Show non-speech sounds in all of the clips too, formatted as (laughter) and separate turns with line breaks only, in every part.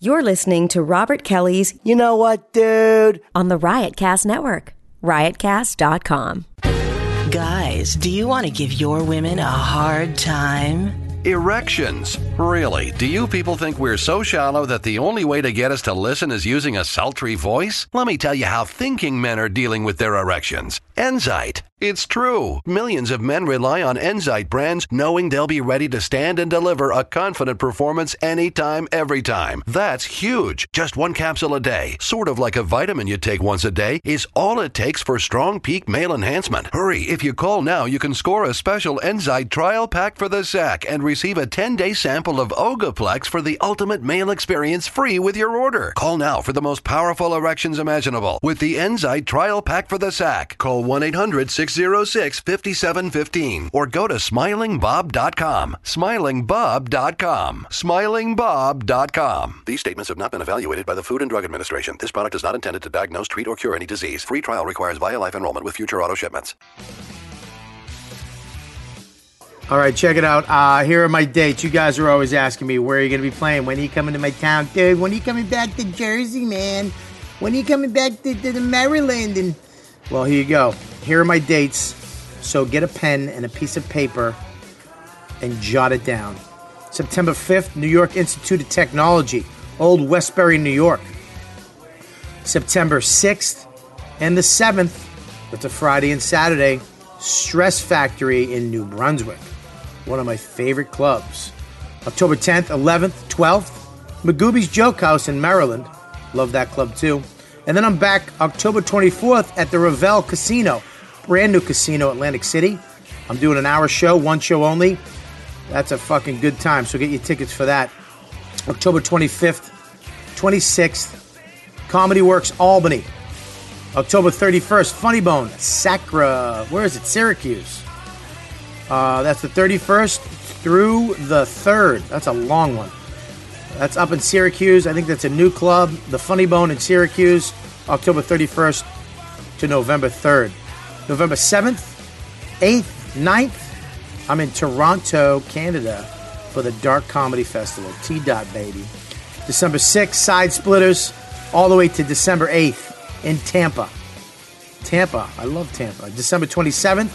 You're listening to Robert Kelly's
You know what, dude?
on the Riotcast Network, riotcast.com.
Guys, do you want to give your women a hard time?
Erections. Really? Do you people think we're so shallow that the only way to get us to listen is using a sultry voice? Let me tell you how thinking men are dealing with their erections. Enzyte. It's true. Millions of men rely on Enzyte brands knowing they'll be ready to stand and deliver a confident performance anytime, every time. That's huge. Just one capsule a day, sort of like a vitamin you take once a day, is all it takes for strong peak male enhancement. Hurry, if you call now, you can score a special Enzyte trial pack for the sack and receive a 10 day sample of Ogaplex for the ultimate male experience free with your order. Call now for the most powerful erections imaginable with the Enzyte trial pack for the sack. Call 1 800 606 5715 or go to smilingbob.com. Smilingbob.com. Smilingbob.com. These statements have not been evaluated by the Food and Drug Administration. This product is not intended to diagnose, treat, or cure any disease. Free trial requires via life enrollment with future auto shipments.
All right, check it out. Uh, here are my dates. You guys are always asking me, where are you going to be playing? When are you coming to my town? Dude, when are you coming back to Jersey, man? When are you coming back to, to the Maryland? And Well, here you go. Here are my dates. So get a pen and a piece of paper and jot it down. September 5th, New York Institute of Technology, Old Westbury, New York. September 6th and the 7th, that's a Friday and Saturday, Stress Factory in New Brunswick, one of my favorite clubs. October 10th, 11th, 12th, Magooby's Joke House in Maryland. Love that club too. And then I'm back October 24th at the Ravel Casino, brand new casino, Atlantic City. I'm doing an hour show, one show only. That's a fucking good time, so get your tickets for that. October 25th, 26th, Comedy Works Albany. October 31st, Funny Bone, Sacra. Where is it? Syracuse. Uh, that's the 31st through the 3rd. That's a long one. That's up in Syracuse. I think that's a new club, the Funny Bone in Syracuse, October 31st to November 3rd. November 7th, 8th, 9th, I'm in Toronto, Canada for the Dark Comedy Festival. T Dot Baby. December 6th, Side Splitters, all the way to December 8th in Tampa. Tampa. I love Tampa. December 27th,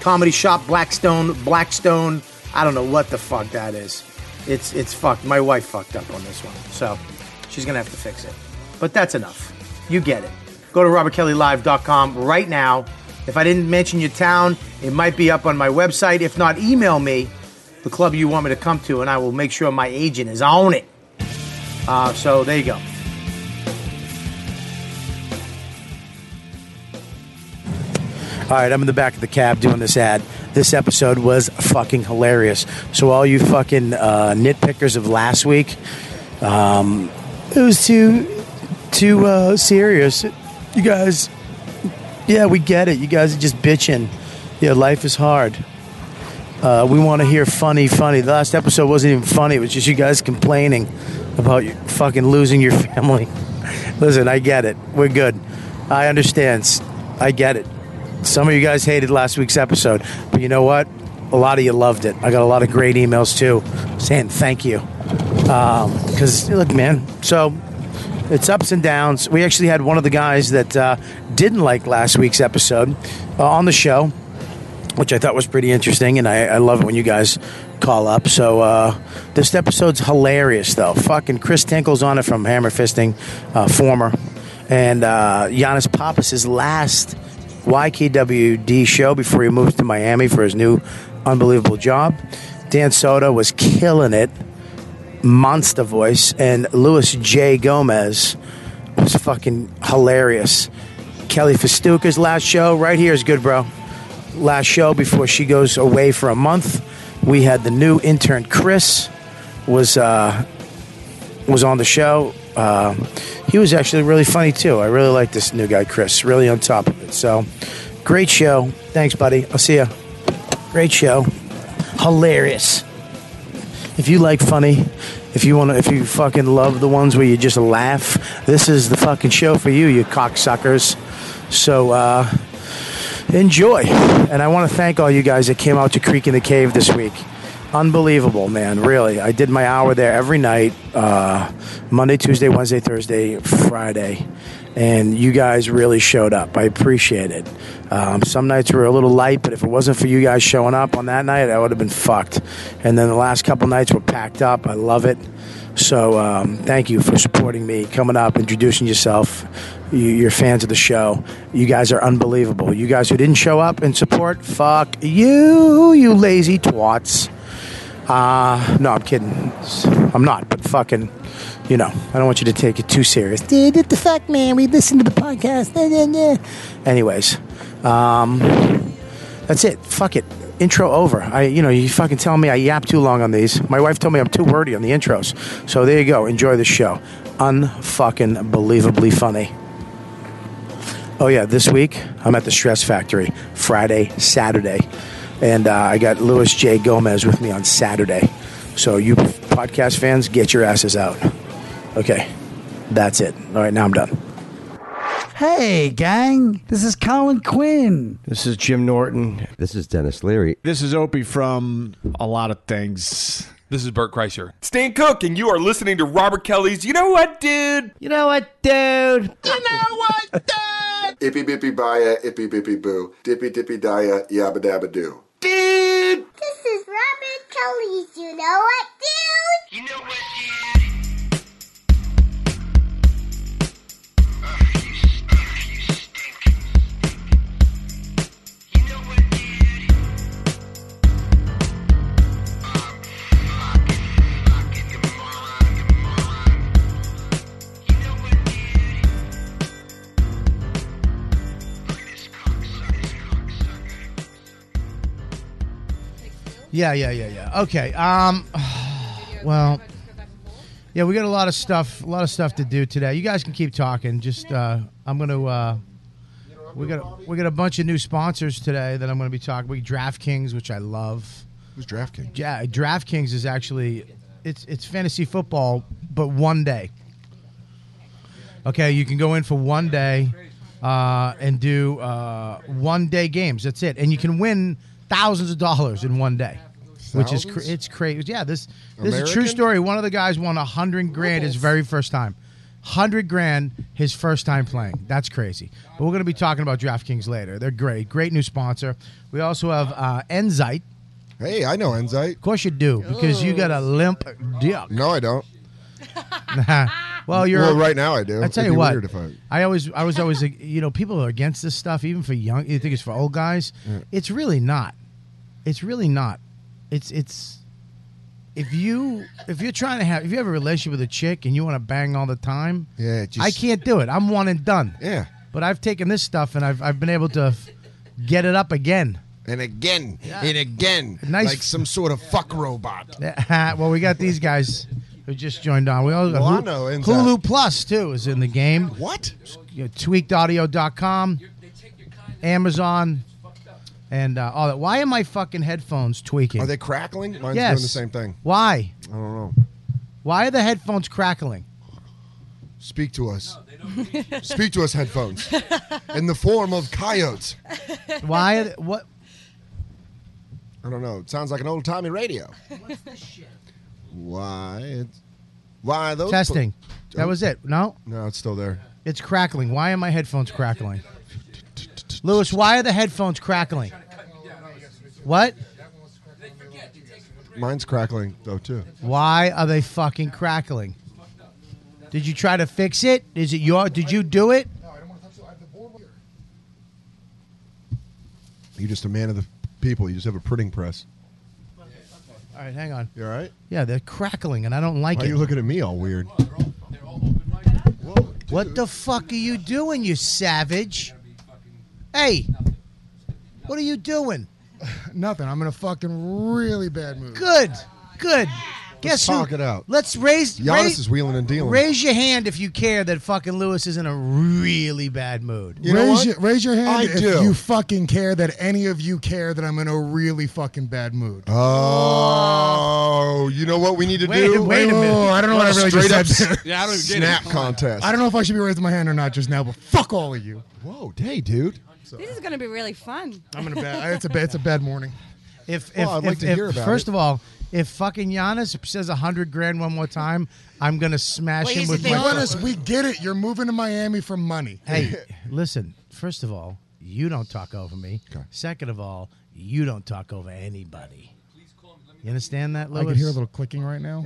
Comedy Shop Blackstone, Blackstone. I don't know what the fuck that is. It's it's fucked. My wife fucked up on this one. So she's going to have to fix it. But that's enough. You get it. Go to robertkellylive.com right now. If I didn't mention your town, it might be up on my website. If not, email me the club you want me to come to and I will make sure my agent is on it. Uh, so there you go.
All right, I'm in the back of the cab doing this ad. This episode was fucking hilarious. So all you fucking uh, nitpickers of last week, um, it was too too uh, serious. You guys, yeah, we get it. You guys are just bitching. Yeah, life is hard. Uh, we want to hear funny, funny. The last episode wasn't even funny. It was just you guys complaining about you fucking losing your (laughs) family. Listen, I get it. We're good. I understand. I get it. Some of you guys hated last week's episode, but you know what? A lot of you loved it. I got a lot of great emails too saying thank you. Because, look, man, so it's ups and downs. We actually had one of the guys that uh, didn't like last week's episode uh, on the show which I thought was pretty interesting, and I, I love it when you guys call up. So uh, this episode's hilarious, though. Fucking Chris Tinkle's on it from Hammer Fisting, uh, former, and uh, Giannis Pappas' last YKWd show before he moves to Miami for his new unbelievable job. Dan Soda was killing it, monster voice, and Louis J. Gomez was fucking hilarious. Kelly Festuca's last show right here is good, bro last show before she goes away for a month. We had the new intern Chris was uh, was on the show. Uh, he was actually really funny too. I really like this new guy Chris. Really on top of it. So great show. Thanks, buddy. I'll see ya. Great show. Hilarious. If you like funny, if you want to, if you fucking love the ones where you just laugh, this is the fucking show for you, you cocksuckers. So. uh enjoy. And I want to thank all you guys that came out to Creek in the Cave this week.
Unbelievable, man. Really. I did my hour there every night uh, Monday, Tuesday, Wednesday, Thursday, Friday. And you guys really showed up. I appreciate it. Um, some nights were a little light, but if it wasn't for you guys showing up on that night, I would have been fucked. And then the last couple nights were packed up. I love it. So um, thank you for supporting me, coming up, introducing yourself. You, you're fans of the show. You guys are unbelievable. You guys who didn't show up and support, fuck you, you lazy twats. Uh, no, I'm kidding. I'm not, but fucking, you know, I don't want you to take it too serious. Dude, what the fuck, man? We listen to the podcast. Nah, nah, nah. Eh. Anyways, um, that's it. Fuck it. Intro over. I, you know, you fucking tell me I yap too long on these. My wife told me I'm too wordy on the intros. So there you go. Enjoy the show. Unfucking believably funny. Oh yeah, this week I'm at the Stress Factory Friday, Saturday, and uh, I got Louis J. Gomez with me on Saturday. So you podcast fans, get your asses out. Okay, that's it. All right, now I'm done.
Hey, gang, this is Colin Quinn.
This is Jim Norton.
This is Dennis Leary.
This is Opie from a lot of things.
This is Bert
(laughs)
Kreischer.
Stan Cook, and you are listening to Robert Kelly's You Know What, Dude?
You know what, dude?
You know what, dude?
Ippy bippy baya, ippy bippy boo. Dippy dippy dia, yabba dabba doo.
Dude! This is Robert Kelly's You Know What, Dude?
You know what, dude?
Yeah, yeah, yeah, yeah. Okay. Um, (sighs) well, yeah, we got a lot of stuff, a lot of stuff to do today. You guys can keep talking. Just, uh, I'm gonna, uh, we got, we got a bunch of new sponsors today that I'm gonna be talking. We DraftKings, which I love.
Who's DraftKings?
Yeah, DraftKings is actually, it's it's fantasy football, but one day. Okay, you can go in for one day, uh, and do uh, one day games. That's it, and you can win thousands of dollars in one day, which is cra-
Thousands?
it's crazy. Yeah, this this is a true
American?
story. One of the guys won a hundred grand his very first time. Hundred grand his first time playing. That's crazy. But we're going to be talking about DraftKings later. They're great, great new sponsor. We also have uh, Enzyte.
Hey, I know Enzyte.
Of course you do because you got a limp dick. (laughs)
No, Oh, I don't.
well, you're
well, right now I do.
I tell
It'd
you
be
what,
Weird if I,
I always, I was always, like, you know, people are against this stuff, even for young. You think it's for old guys? It's really not. It's really not. It's it's. If you if you're trying to have if you have a relationship with a chick and you want to bang all the time,
yeah, it just,
I can't do it. I'm one and done.
Yeah,
But I've taken this stuff and I've I've been able to f- get it up again.
and again, and again,
Nice-
like some sort of fuck robot.
(laughs) well, we got these guys who just joined on. We all got Hulu,
Lano ends up-
Hulu Plus too is in the game.
What?
you know, tweakedaudio.com, Amazon, and uh, all that. Why are my fucking headphones tweaking?
Are they crackling? Mine's
Yes.
doing the same thing.
Why?
I don't know.
Why are the headphones crackling?
Speak to us. Speak to us, headphones. In the form of coyotes.
Why? Are they, what?
I don't know. It sounds like an old timey radio. What's this shit? Why? It's, why those?
Testing. That was it. No,
no, it's still there.
it's crackling. Why are my headphones crackling? Lewis, why are the headphones crackling? What?
Mine's crackling though too.
Why are they fucking crackling? Did you try to fix it? Is it your? Did you do it?
You're just a man of the people. You just have a printing press.
All right, hang on.
You all right?
Yeah, they're crackling, and I don't like
Why
it.
are you looking at me all weird?
What the fuck are you doing, you savage? Hey, what are you doing?
(laughs) Nothing. I'm in a fucking really bad mood.
Good, good. Guess
talk
who?
it out.
Let's raise
Giannis
raise,
is wheeling and dealing.
raise your hand if you care that fucking Lewis is in a really bad mood.
You know
raise,
what?
your, raise your hand
I
if
do.
you fucking care that any of you care that I'm in a really fucking bad mood.
Oh, you know what we need to
Wait-
do?
wait a minute.
Oh, I don't know
What
what I
a
really
straight up
just said.
Yeah, I don't even get
snap
it.
contest.
I don't know if I should be raising my hand or not just now, but fuck all of you.
Whoa, hey, dude.
This is going to be really fun.
I'm in a bad. It's a bad. It's a bad morning.
If, if,
Well, I'd like
if-
to
if-
hear about
first
it.
of all, if fucking Giannis says a hundred grand one more time, I'm gonna smash him with my.
Giannis, we get it. You're moving to Miami for money. (laughs)
Hey, listen. First of all, you don't talk over me. Second of all, you don't talk over anybody. You understand that,
I
Louis?
can hear a little clicking right now.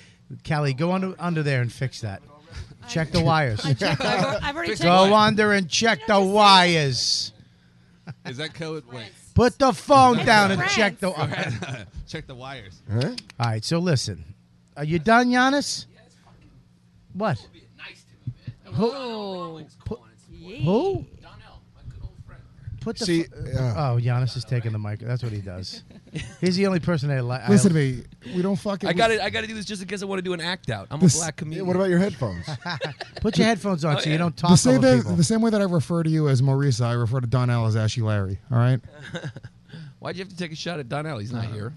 (laughs) Callie, go under under there and fix that. Check the wires.
I checked. I've al- I've already checked.
Go under and check the wires.
Is that code? Wait.
Put the phone down and check the.
Go
(laughs)
ahead. check the wires.
All right, so listen. Are you done, Giannis? What?
Who?
Who? Put the.
See,
fu- oh, Giannis is taking the mic. That's what he
(laughs)
does. He's the only person that. Li-
Listen to me. We don't fucking.
I got it. I got to do this just in case I want to do an act out. I'm a
This-
black comedian.
What about
(laughs)
your headphones?
Put your (laughs) headphones on
Oh,
so
yeah.
you don't talk
the same,
over
that,
people.
the same way that I refer to you as Maurice, I refer to Donnell as Ashy Larry. All right.
(laughs) Why'd you have to take a shot at Donnell? He's not here.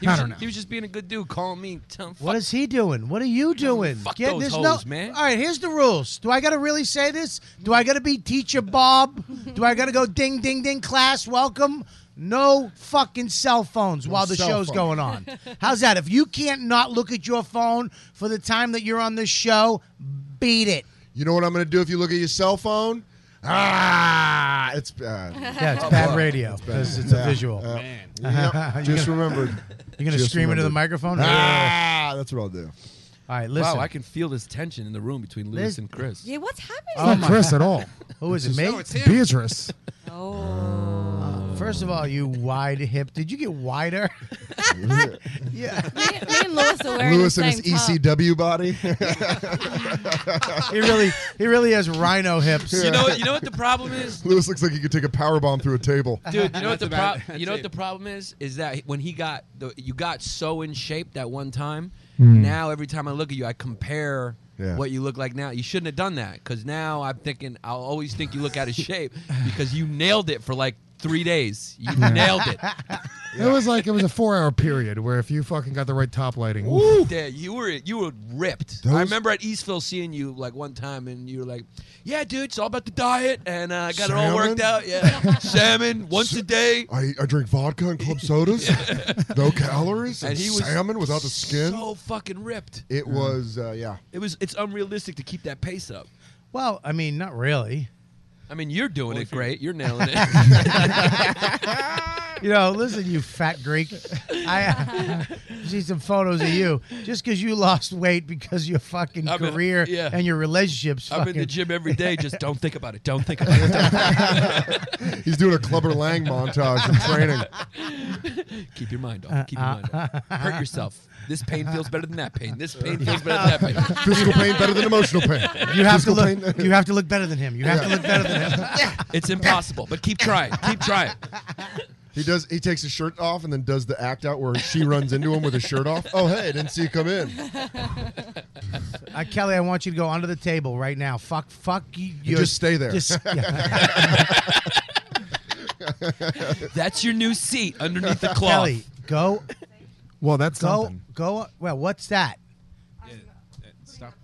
He
I
was,
don't
just, he was just being a good dude, calling me.
(laughs)
Telling,
What is he doing? What are you doing?
fuck those
there's
hoes, man.
All right, here's the rules. Do I got to really say this? Do I got to be teacher Bob? Do I got to go ding ding ding class welcome? No fucking cell
(laughs)
phones while the
cell
show's
phone.
going
(laughs)
on. How's that? If you can't not look at your phone for the time that you're on this show, beat it.
You know what I'm going to do if you look at your cell phone? Ah, it's bad.
Yeah,
Oh,
it's bad
(laughs)
radio (laughs) because it's a visual. (laughs)
Yep, just remembered.
You're gonna
Just
scream into the
remembered.
microphone.
Ah, that's what I'll do.
All right, listen.
wow, I can feel this tension in the room between Lewis
Liz-
and Chris.
Yeah, what's happening?
It's not Chris at all.
Oh Who is it,
It's
me?
just- No, it's
(laughs)
him. (laughs) Beatrice.
Oh. First of all, you wide hip. Did you get
(laughs)
wider? yeah.
Me, me and Lewis are wearing
Lewis
the
and
same
his
top.
ECW body.
he really, he really has rhino hips.
You know, you know what the problem is,
Lewis looks like he could take a power bomb through a table.
dude.
(laughs)
You know what the
problem?
problem? You know what the problem is? Is that when he got the, you got so in shape that one time.
Hmm.
Now every time I look at you, I compare.
Yeah.
What you look like now? You shouldn't have done that because now I'm thinking I'll always think you look out of shape because you nailed it for like three days. You
Yeah.
nailed it.
It was like it was a four-hour period where if you fucking got the right top lighting,
Yeah, you were you were ripped. I
Those-
remember at Eastville seeing you like one time, and you were like, "Yeah, dude, it's all about the diet, and uh, I got it all worked
Salmon?
out. Yeah, salmon once a day."
I, I drink vodka and club sodas. no calories. And,
And he was
salmon without the skin.
So fucking ripped.
it was, uh, yeah.
It was. It's unrealistic to keep that pace up.
Well, I mean, not really.
I mean, you're doing it great.
(laughs)
You're nailing it.
You know, listen, you fat Greek. I uh, see some photos of you. Just because you lost weight because your fucking
I'm in-
career
yeah.
and your relationships.
I'm in the
fucking-
gym every day.
(laughs)
Just don't think about it. Don't think about it.
(laughs) He's doing a Clubber Lang montage and training.
(laughs) Keep your mind
Uh,
off. Keep your mind
uh,
(laughs)
off. Hurt yourself. This pain feels better than that pain. This pain feels better
(laughs)
than that pain.
Physical pain better than emotional pain.
You have
Physical
to look.
pain-
You have to look better than him. You have to look better than
(laughs)
him.
It's impossible, but keep (laughs) trying. Keep trying.
He does. He takes his shirt off and then does the act out where she runs into him with his shirt off. Oh, hey, I didn't see you come in.
(laughs)
Uh, Kelly, I want you to go under the table right now. Fuck, fuck you. your-
just stay there. (laughs)
That's your new seat underneath the cloth.
Kelly, go.
Well, that's
go.
something.
Go. Well, what's that?
Stop.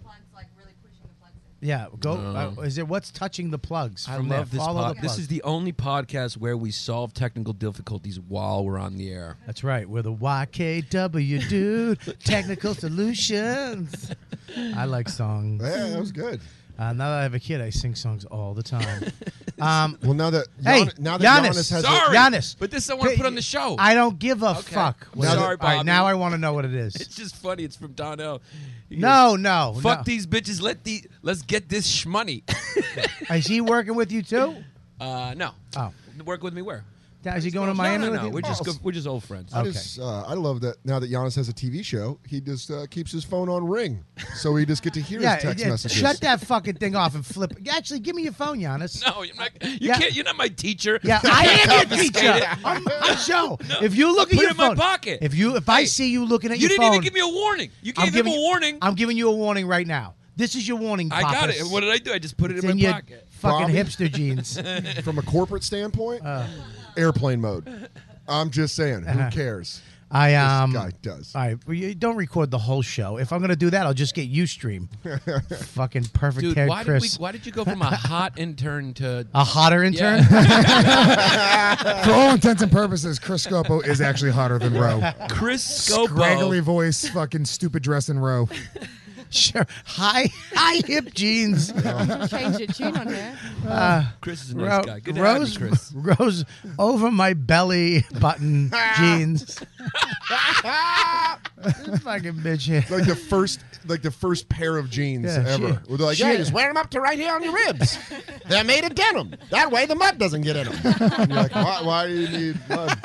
Yeah, go.
No.
Uh, is it what's touching the plugs?
I
from
love
there?
this
Follow
pod.
the
This
plug.
is the only podcast where we solve technical difficulties while we're on the air.
That's right. We're the YKW dude. Technical
(laughs)
solutions. I like songs.
Yeah, that was good.
Uh, now that I have a kid, I sing songs all the
(laughs)
time. Um,
well, now that
hey,
Gian- now that
Giannis,
Giannis has a-
Sorry,
Giannis,
but this I wanna
Hey,
put on the show.
I don't give a
Okay.
fuck.
I'm
what it-
sorry,
all right,
Bobby.
now I want to know what it
(laughs)
is.
It's just funny. It's from Donnell. He
No,
goes,
no,
Fuck
no.
these bitches. Let the let's get this shmoney.
(laughs) is he working with you too?
uh, no.
Oh.
Work with me where?
Now, is he going to
No,
Miami
no,
with
no,
you?
We're just
Oh.
good- we're just old friends.
I just, uh, I love that now that Giannis has a TV show, he just uh, keeps his phone on ring, so we just get to hear his text
yeah,
messages.
Shut that fucking thing off and flip. Actually, give me your phone, Giannis.
(laughs) No, you're not. You
Yeah.
can't. You're not my teacher. (laughs)
Yeah,
You
I
can't
am your
confiscate
teacher.
it.
I'm, (laughs) I'm Joe. If you look
Put
at
it
your
in my
phone,
pocket.
if you if I see you looking at
You
your
didn't
phone,
even give me a warning. You
I'm
gave him
giving
a
you-
warning.
I'm giving you a warning right now. This is your warning.
I got it.
Pappas.
And what did I do? I just put it
It's
in my
your
pocket.
Fucking
Bobby.
hipster jeans. Uh.
From a corporate standpoint, airplane mode. I'm just saying, who cares?
Uh-huh. I um.
This guy does.
All right, well, you don't record the whole show. If I'm gonna do that, I'll just get UStream. Fucking perfect
Dude,
hair,
why did, we,
Chris.
(laughs) why did you go from a hot intern to
A hotter intern? (laughs) Uh,
For all intents and purposes, Chris Scopo is actually hotter than Roe.
Chris Scopo.
Scraggly
(laughs)
voice, fucking stupid dress in Roe.
Sure. High high hip jeans.
Change your tune on
(laughs)
her.
Uh,
Chris is a nice guy. Good to have you,
Rose,
Chris.
(laughs) Rose over my belly (laughs) button jeans. fucking bitch here.
Like the first, like the first pair of jeans
Yeah, she-
ever. We're like,
she-
yeah, just wear them up to right here on
(laughs)
your ribs. They're made of denim. That way the mud doesn't get in them.
(laughs)
You're like, why, why do you need mud?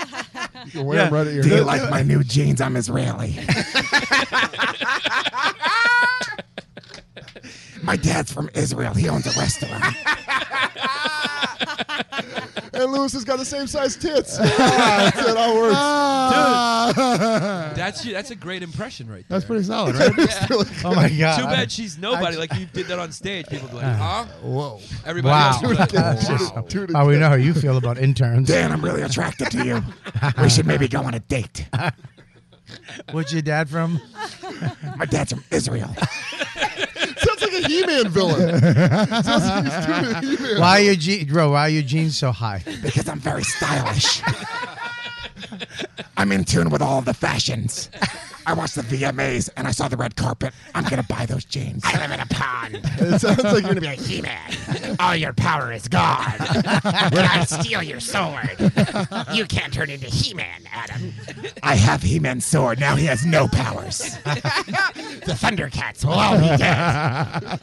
You can wear
Yeah.
them right at your
Do you
hip.
like my new jeans? I'm
Israeli. My dad's from Israel. He owns a restaurant.
and Lewis has got the same
(laughs)
size tits. Ah, it all works.
Ah.
Dude, that's that's a great impression right there.
(laughs) That's pretty solid, right?
Yeah.
Oh my God.
Too bad she's nobody. like you did that on stage, people would be like, huh?
Whoa.
Everybody else would be like, wow.
Oh, we know how you feel about interns.
Dan, I'm really attracted to you. We should maybe go on
(laughs)
a date.
What's your dad from?
My dad's from Israel.
Sounds like a He-Man villain. Sounds like he's doing a He-Man.
Why are your je- bro? Why are your jeans so high?
Because I'm very stylish. I'm in tune with all the fashions. I watched the VMAs and I saw the red carpet. I'm gonna buy those jeans. I live in a pond.
It sounds like you're (laughs)
gonna be a He-Man. All your power is gone. When I steal your sword, you can't turn into He-Man, Adam. (laughs) I have He-Man's sword. Now he has no powers. (laughs) the Thundercats will all
(laughs)
be dead.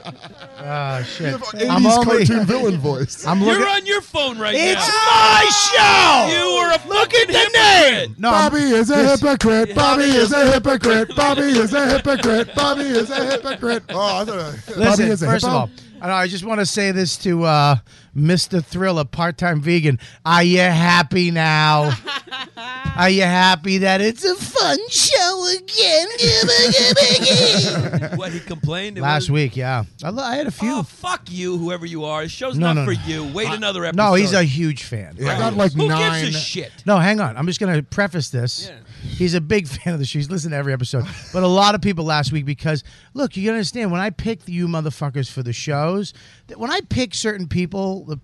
Oh shit!
You have 80s cartoon villain voice.
I'm looking.
You're on your
(laughs)
phone right
It's
now.
my show!
You were a Look at the
name! No, I'm-
Bobby is a
Yes.
hypocrite. Bobby is a hypocrite. Bobby is a hypocrite. Bobby is a
(laughs)
hypocrite. Oh, I thought I- Bobby
Listen,
is a
first of
hippo.
all, I, know, I just want to say this to uh, Mr. Thriller, part-time vegan. Are you happy now? Are you happy that it's a fun show again?
What he complained it
Last
was-
week, yeah, I, lo- I had a few.
Oh, fuck you, whoever you are. This show's
No,
not
no,
for
no.
you. Wait another episode.
no, he's a huge fan.
Yeah. I got like Who gives a nine- shit?
No, hang on. I'm just gonna preface this. He's a big (laughs) fan of the show. He's listened to every episode. But a lot of people last week because look, you gotta understand when I pick you motherfuckers for the shows, that when I pick certain people, the,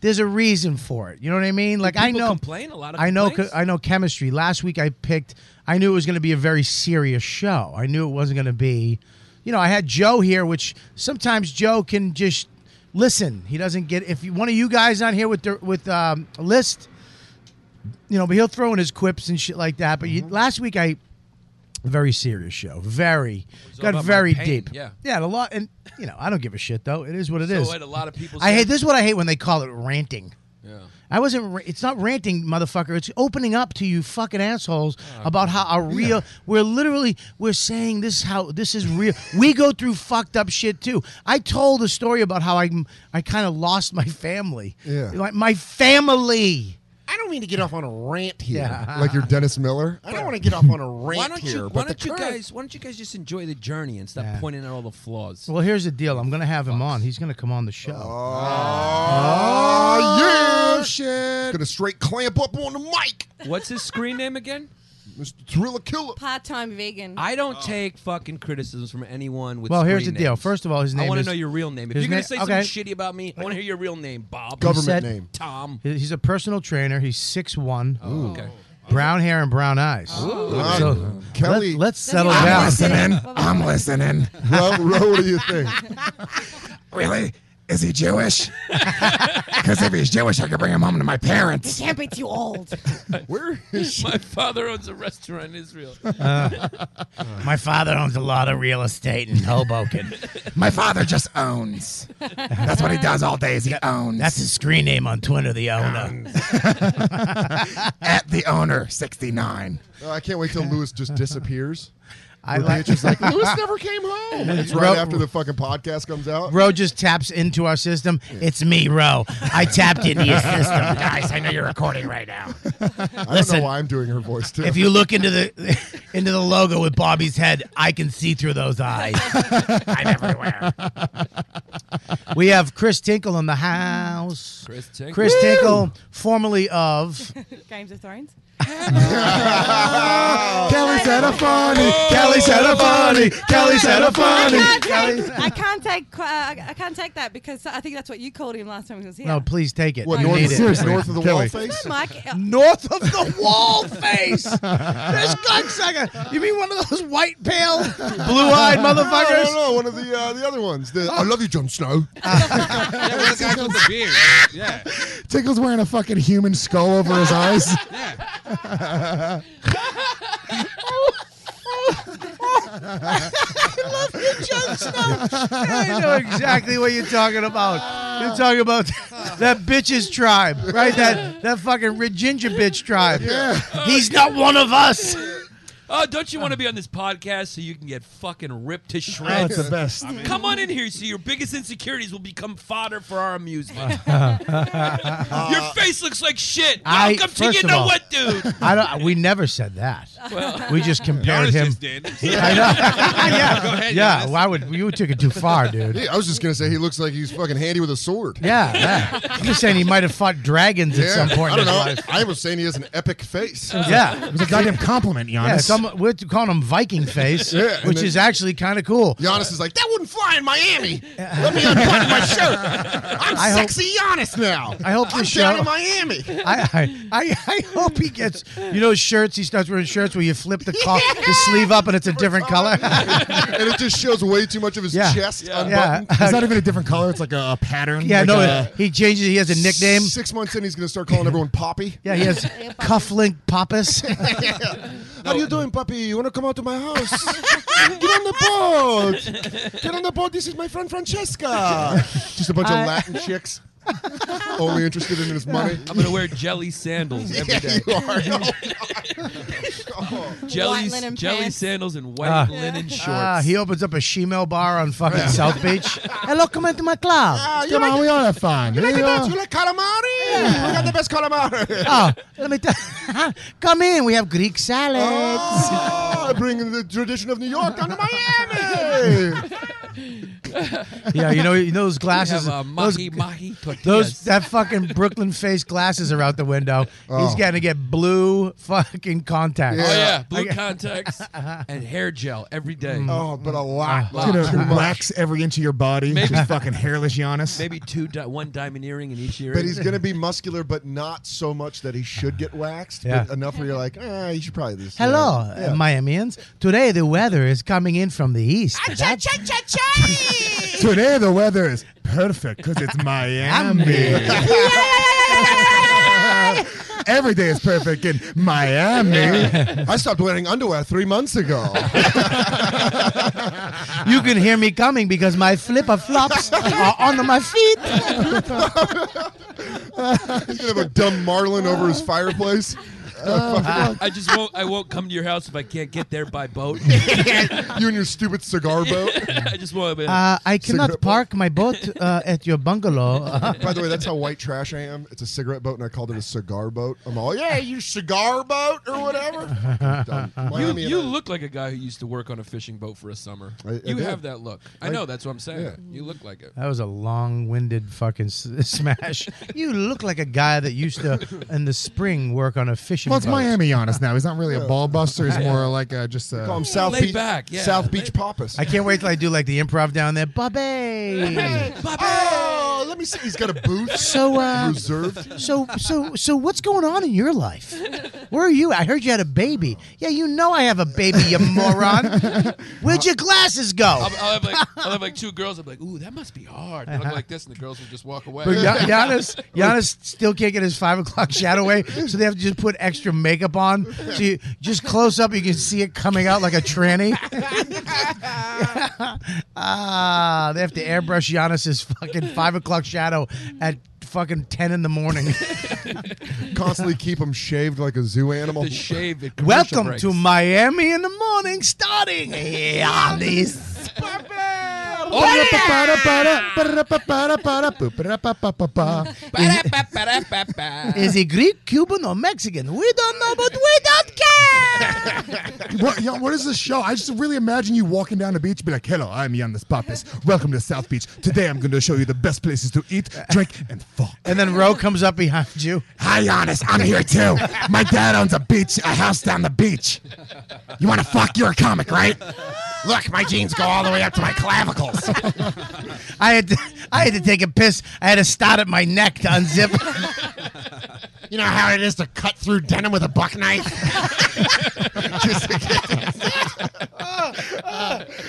there's a reason for it. You know what I mean? Like I
people
know
complain? A lot of
I know
complaints?
I know chemistry. Last week I picked. I knew it was going to be a very serious show. I knew it wasn't going to be. You know, I had Joe here, which sometimes Joe can just listen. He doesn't get if you, one of you guys on here with the, with um, a list. You know, but he'll throw in his quips and shit like that. But you,
Mm-hmm.
last week I. Very serious show. Very
all
got
about my
very
pain,
deep.
yeah.
yeah, and a lot, and you know, I don't give a shit though. It is what it
So
is.
what a lot of people
I
say-
hate this. Is what I hate when they call it ranting.
Yeah.
I wasn't. ra- It's not ranting, motherfucker. It's opening up to you, fucking assholes,
Oh,
about how our real. We're literally. We're saying this. is How this is real. we go through fucked up shit too. I told a story about how I. I kind of lost my family.
Yeah.
My, my family.
I don't mean to get off on a rant here.
(laughs) Like you're Dennis Miller.
I don't want to get off on a rant
Why don't
here.
you? Why
but the
don't you
current-
guys? Why don't you guys just enjoy the journey and stop pointing out all the
(laughs)
flaws?
Well, here's the deal. I'm gonna have him on. He's gonna come on the show.
Ah,
Oh, yeah, shit. Gonna straight clamp up on the mic.
What's his screen name again?
Mr. Thriller Killer.
Part-time
(laughs)
vegan.
I don't
Oh.
take fucking criticisms from anyone with.
Well, here's
screen
the deal.
names.
First of all, his
I
name
wanna
is-
know your real name. If
his
you're gonna
na-
say
okay.
some shitty about me, I want to hear your real name, Bob.
Government He said- name.
Tom. Oh,
He- He's a personal trainer. He's six one.
okay. Oh.
Brown hair and brown eyes.
Wow.
So
Kelly-
let, us settle
I'm
down.
listening.
I'm listening.
Ro, Ro, what do you think?
(laughs) Really? Is he Jewish? (laughs) Because if he's Jewish, I could bring him home to my parents.
can't be
(laughs)
too old.
Where is
(laughs) My father owns a restaurant in Israel.
Uh, (laughs) my father
(laughs)
owns a lot of real estate in
(laughs)
Hoboken.
My father just owns. That's what he does all day is he owns.
That's his screen name on Twitter, the owner.
(laughs) At the owner,
(laughs)
69.
Oh, I can't wait till Lewis just disappears.
I
Where
like-
Beatrice is like, (laughs) Lewis never came
(laughs)
home. And it's right
Ro-
after the fucking podcast comes out.
Ro just taps into our system. It's me, Ro. I tapped into
(laughs)
your system.
Guys, I know you're recording right now.
I don't
(laughs) Listen.
know why I'm doing her voice too.
If you look into the (laughs) into the logo with Bobby's head, I can see through those
(laughs)
eyes.
I'm everywhere.
We have Chris Tinkle in the house.
Chris Tinkle.
Chris
Woo!
Tinkle, formerly of
(laughs) Games of Thrones.
Kelly said a funny. Kelly said a funny. Kelly said a funny.
I can't take, I can't take, qu- uh, I can't take that because I think that's what you called him last time he was here.
No, please take it.
What,
You
north-
need it.
seriously, north of the
Kelly.
wall
No, Mike. uh,
North of
(laughs)
the wall face. this cocksucker. You mean one of those white, pale,
(laughs)
blue-eyed
No,
motherfuckers?
no, no, one of the uh, the other ones. The, I love you, Jon Snow. (laughs)
Yeah.
Tickle's wearing a fucking human skull over his eyes.
(laughs) I love you, Jon Snow. I know (laughs) exactly what you're talking about. You're talking about (laughs) that bitch's tribe, right? That that fucking red ginger bitch tribe. (laughs) He's not one of
(laughs)
us.
Oh, don't you want to be on this podcast so you can get fucking ripped
Oh,
to shreds?
it's the best.
I mean, Come on in here so your biggest insecurities will become fodder for our amusement. (laughs) your face looks like shit.
Uh, I-
Welcome to
first
you
of
know
all-
what, dude.
I
(laughs)
don't. (laughs) We never said that.
Well-
we just compared
Giannis
him.
just did.
I know. yeah.
Go ahead,
yeah. Why would you took it too far, dude?
Yeah, I was just gonna say he looks like he's fucking handy with a sword.
Yeah, yeah. I'm just saying he might have fought dragons at
Yeah,
some point
I
in his
don't know.
life.
I was saying he has an epic face. (laughs)
Yeah,
compliment,
Yeah, some, we're calling him Viking face,
(laughs) Yeah, and
which
then-
is actually kind of cool.
Giannis is like (laughs) that wouldn't fly in Miami. Let me unbutton my shirt.
(laughs)
I'm
I hope-
sexy Giannis now.
I hope
I'm
this
down
show-
in Miami.
I, I, I, I hope he gets you know shirts. He starts wearing shirts where you flip the,
(laughs)
co- the sleeve up and it's a different color.
and it just shows way too much of his
Yeah.
chest
Yeah. (laughs)
unbuttoned.
Yeah. Is that
even a different color? It's like a, pattern.
Yeah, no, he changes. He has a nickname.
Six months in, he's going to start calling everyone Poppy.
(laughs) Yeah, he has cufflink poppus.
(laughs) How you doing, puppy?
(laughs)
You want to come out to my house? Get on the boat. Get on the boat. This is my friend
Uh,
Francesca. Uh, Oh, Just a bunch
I-
of Latin (laughs) chicks, only interested in his money.
I'm gonna wear jelly sandals every
(laughs) Yeah,
day. (laughs)
you are. (laughs) (laughs) No.
jelly
White linen
jelly
pants.
sandals and white
Ah.
linen shorts.
Ah, he opens up a shemale bar on fucking South
(laughs)
Beach. Hello, come into my club.
Ah, you Come on, like- we
all have fun.
You like the dance? You like calamari? We got the best calamari.
Oh, let me tell. (laughs) Come in. We have Greek salads.
Oh, bringing the tradition of New York down
(laughs)
to Miami.
Yeah, you know, you know those glasses.
(laughs) We have, uh,
those, (laughs)
mahi mahi tortillas.
those that fucking Brooklyn face glasses are out the window. He's
Oh.
gonna get blue fucking contacts.
Oh yeah, blue contacts and hair gel every day.
Oh, but a lot.
It's gonna wax every inch of your body.
Maybe-
Just fucking hairless Giannis.
Maybe two, di- one diamond earring in each ear.
But he's
(laughs)
going to be muscular, but not so much that he should get waxed.
Yeah.
But enough where you're like, ah, you should probably do this.
Hello,
Yeah.
uh, Miamians. Today the weather is coming in from the east. That's-
Today the weather is perfect
(laughs)
because it's Miami.
(laughs)
Every day is perfect in Miami.
I stopped wearing underwear three months ago.
you can hear me coming because my flipper
(laughs)
flops are on my feet.
(laughs) He's going to have a dumb marlin over his
(laughs)
fireplace. Ah.
Uh,
I, I just won't. I won't come to your house if I can't get there by
(laughs)
boat.
(laughs) you and your
(laughs)
stupid cigar (laughs) boat.
I just won't.
Uh, I
Cigarette (laughs)
cannot park my boat uh, at your (laughs) bungalow.
By the way, that's how white trash I am. It's a cigarette boat, and I called it a cigar boat. I'm all, yeah, you cigar boat or whatever. Dumb.
You,
Miami and
you
I-
look like a guy who used to work on a fishing boat for a summer.
I- I
you
did.
have that look. I,
I-
know that's what I'm saying.
yeah.
You look like it.
That was a long-winded fucking s- (laughs) smash. you look like a guy that used to in the spring work on a fishing.
Well, it's
boat.
Miami Giannis now. He's not really a ball buster. He's more like a, just a.
Call him South
Laid
Beach,
back, yeah.
South Beach Pappas.
I can't wait till I do like the improv down there, Bobby.
(laughs)
Oh, let me see. He's got a booth.
So, uh,
reserved.
So, so, so, what's going on in your life? Where are you? I heard you had a baby. Yeah, you know I have a baby, you
(laughs)
moron. Where'd your glasses go?
I'll, I'll have like
(laughs)
I'll have like two girls. I'm like, ooh, that must be hard. They look like this, and the girls will just walk away.
Uh-huh. But Gian-
(laughs)
Giannis, Giannis still can't get his five o'clock shadow away, so they have to just put extra makeup on. So you, just close up, you can see it coming out like a tranny. (laughs) ah, they have to airbrush Giannis's fucking five o'clock shadow at fucking ten in the
(laughs)
morning. (laughs)
Constantly keep him shaved like a zoo animal.
the shave. at commercial
Welcome
breaks.
to Miami in the morning, starting Giannis.
Oh,
(laughs) Is he Greek, Cuban, or Mexican? We don't know, but we don't care.
What, yo, what is this show? I just really imagine you walking down the beach, be like, "Hello, I'm Yannis Pappas. Welcome to South Beach. Today, I'm going to show you the best places to eat, drink, and fuck."
And then Ro comes up behind you.
Hi, Giannis. I'm here too. My dad owns a beach, a house down the beach. You want to fuck? You're a comic, right? Look, my jeans go all the way up to my clavicles.
(laughs) I had to, I had to take a piss. I had to start at my neck to unzip.
You know (laughs)
(laughs)
how it is to cut through denim with a buck knife?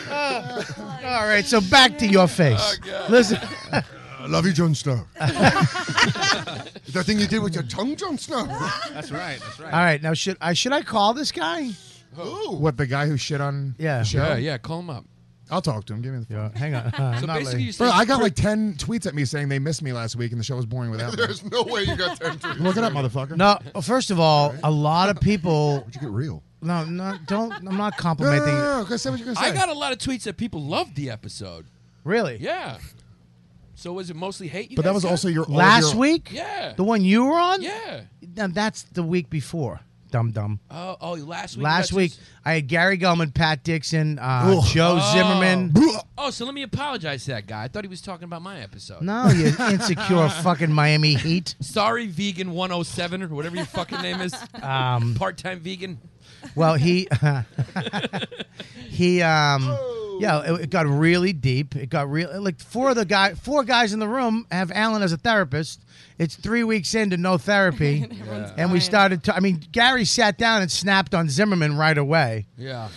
All right, so (laughs) back to your face.
(laughs)
Listen,
I Oh, Uh, love you,
(laughs)
Jon Snow. the thing you did with your tongue, Jon Snow.
That's right. That's right.
all right, now should I should I call this guy?
What the guy who shit on?
Yeah.
the show?
Yeah, yeah, call him up.
I'll talk to him. Give me the phone.
hang
(laughs)
on. Uh,
So not basically late. you say-
Bro, I got like ten tweets at me saying they missed me last week and the show was
(laughs)
boring without me.
There's no way you got 10 trees.
Look it up, motherfucker.
No,
Oh,
well, first of all, a lot of people. Would
you get real?
No, no, don't. I'm not
No, no, no,
complimenting.
no, no, 'cause say what you're gonna say.
I got a lot of tweets that people loved the episode.
Really?
Yeah. So was it mostly hate? You
But that
guys
was
got?
also your- all of
Last
your-
week?
Yeah.
The one you were on?
Yeah.
Now that's the week before. Dum dum.
Oh, oh, last week.
Last
you got
week, I had Gary Gulman, Pat Dixon, uh,
Ugh.
Joe
Oh.
Zimmerman.
Oh, so let me apologize to that guy. I thought he was talking about my episode.
No, you
(laughs)
insecure fucking Miami Heat.
Sorry, vegan 107 or whatever your fucking name is.
Um,
Part-time vegan.
Well, he (laughs) he um yeah, it, it got really deep. It got real like four of the guy four guys in the room have Alan as a therapist. It's three weeks into no therapy, and we started. To, I mean, Gary sat down and snapped on Zimmerman right away
Yeah.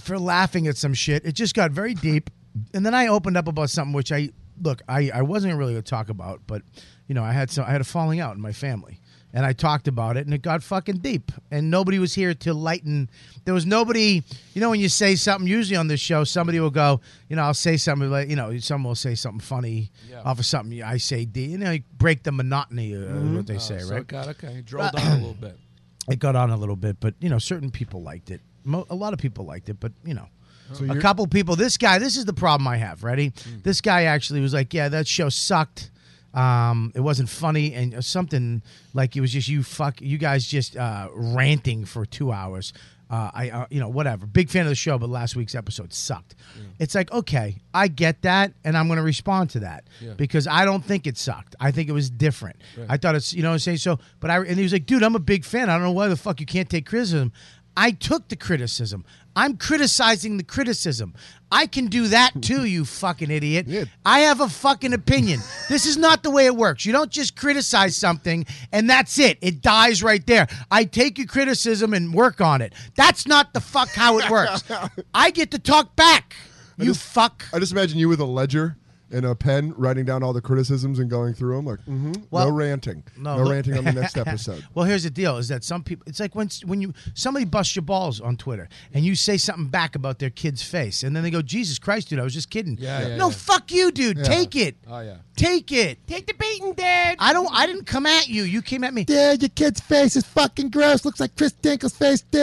for laughing at some shit. It just got very deep, and then I opened up about something which I look I I wasn't really going to talk about, but you know I had some I had a falling out in my family, and I talked about it, and it got fucking deep, and nobody was here to lighten. There was nobody, you know, when you say something usually on this show, somebody will go, you know, I'll say something like, you know, someone will say something funny
Yeah.
off of something I say, D, you know, you break the monotony, uh, what they say,
Oh, So
right?
it got okay. Drolled on a little bit.
it got on a little bit, but you know, certain people liked it. Mo- a lot of people liked it, but you know, a
you're-
couple people. This guy, this is the problem I have. Ready? This guy actually was like, "Yeah, that show sucked. Um, it wasn't funny, and uh, something like it was just you fuck you guys just uh, ranting for two hours." Uh, I uh, you know whatever big fan of the show, but last week's episode sucked.
Mm.
It's like okay, I get that, and I'm going to respond to that
Yeah.
because I don't think it sucked. I think it was different.
Right.
I thought it's you know what I'm saying. So, but I and he was like, dude, I'm a big fan. I don't know why the fuck you can't take criticism. I took the criticism. I'm criticizing the criticism. I can do that too, you fucking idiot. I have a fucking opinion. this is not the way it works. You don't just criticize something and that's it. It dies right there. I take your criticism and work on it. That's not the fuck how it works. I get to talk back. You fuck.
I just imagine you with a ledger and a pen writing down all the criticisms and going through them. Like, mm-hmm,
Well-
no ranting. No,
look- (laughs)
ranting on the next episode.
well, here's the deal: is that some people? It's like when when you somebody busts your balls on Twitter and you say something back about their kid's face, and then they go, "Jesus Christ, dude, I was just kidding."
Yeah, yeah,
no,
yeah.
fuck you, dude. Take it.
Oh yeah.
Take it.
Take the beating, Dad.
I don't. I didn't come at you. You came at me.
Dude, your kid's face is fucking gross. Looks like Chris Dinkel's face, dude.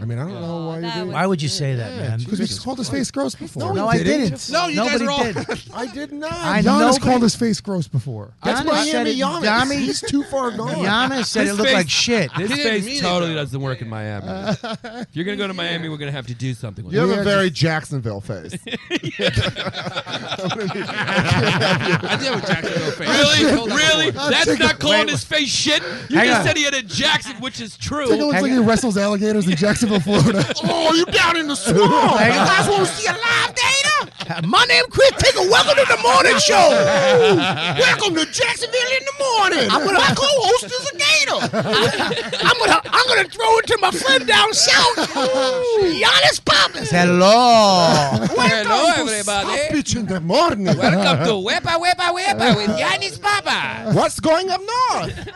I mean, I don't
Oh,
know why you did
Why would you say that, man?
Because we just called his face gross before.
No, I didn't.
No, you guys
Nobody
are all.
did.
(laughs)
I did not.
I-
Giannis
nobody-
called his face gross before.
That's Giannis said
Miami
it-
Giannis.
Giannis-
He's too far gone.
(laughs) Giannis said
His
it looked
face-
like shit.
This
didn't mean
face
it,
(clears throat) totally
though.
doesn't work in Miami. if you're gonna go to Miami, we're gonna have to do something. With
You
it.
have a very
(laughs)
Jacksonville face.
I do have a Jacksonville face.
(laughs)
Really? really? That's not calling his face shit. You
Hang
just
on.
said he had a Jackson, which is
It
true.
looks like he wrestles alligators in
(laughs)
Jacksonville, Florida.
Oh, you down in the swamp.
Hang on.
I want to see a live data.
My name Chris Tinker. Welcome to the morning show.
Welcome to Jacksonville in the morning. I'm gonna, My co-host is a gator.
I'm gonna I'm gonna throw it to my friend down (laughs) south, Giannis Pappas. Hello.
Hello,
Stop
everybody.
bitch in the morning.
Welcome to Wepa Wepa Wepa
(laughs)
with
(laughs)
Yannis Papa.
What's going up north?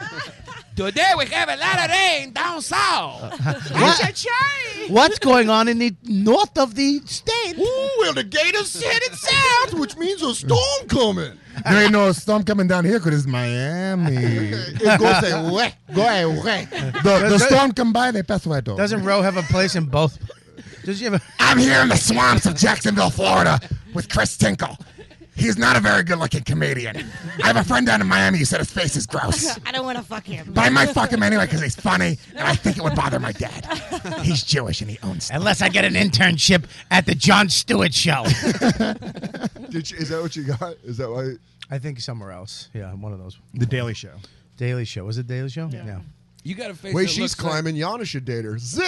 Today we have a lot of rain down south.
What's going on in the north of the state?
Ooh, well, the gator's headed south, which means a storm coming.
there ain't no storm coming down here because it's
(laughs)
Miami.
It goes away. Go
(laughs)
away.
The, the storm come by, they pass away though.
Doesn't Roe have a place in both? Does she have a?
I'm here in the swamps of Jacksonville, Florida.
with Chris Tinkle. He's not a very good-looking comedian. I have a friend down in Miami who said his face is
(laughs)
gross,
I don't want to fuck him.
but I might fuck him anyway because he's funny, and I think it would bother my dad. He's Jewish and he owns.
Unless I get an internship at the John Stewart show. (laughs)
Did you, is that what you got? Is that why?
I think somewhere else. Yeah, one of those.
The Daily Show.
Daily Show. Was it Daily Show? Yeah.
(laughs)
You got a face.
Wait,
that
she's
looks like-
climbing. Yana should date her. Zing!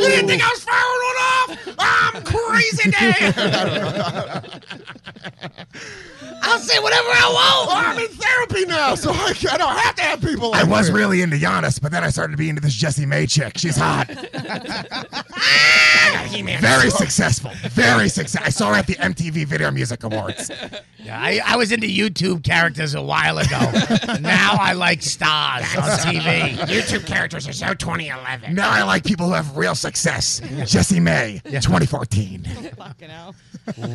You didn't think I was firing one off? I'm crazy, Dad. (laughs) I'll say whatever I want. I'm in therapy now, so I, I don't have to have
Oh,
people. I was really into Giannis, but then I started to be into this Jessie May chick. She's hot.
(laughs)
Very successful. Very successful. I saw her at the MTV Video Music Awards.
Yeah, I, I was into YouTube characters a while
(laughs)
ago. now I like stars on TV.
YouTube characters are so 2011. Now I like people who have real success. Jessie May,
(laughs)
2014.
Wow.
Jesus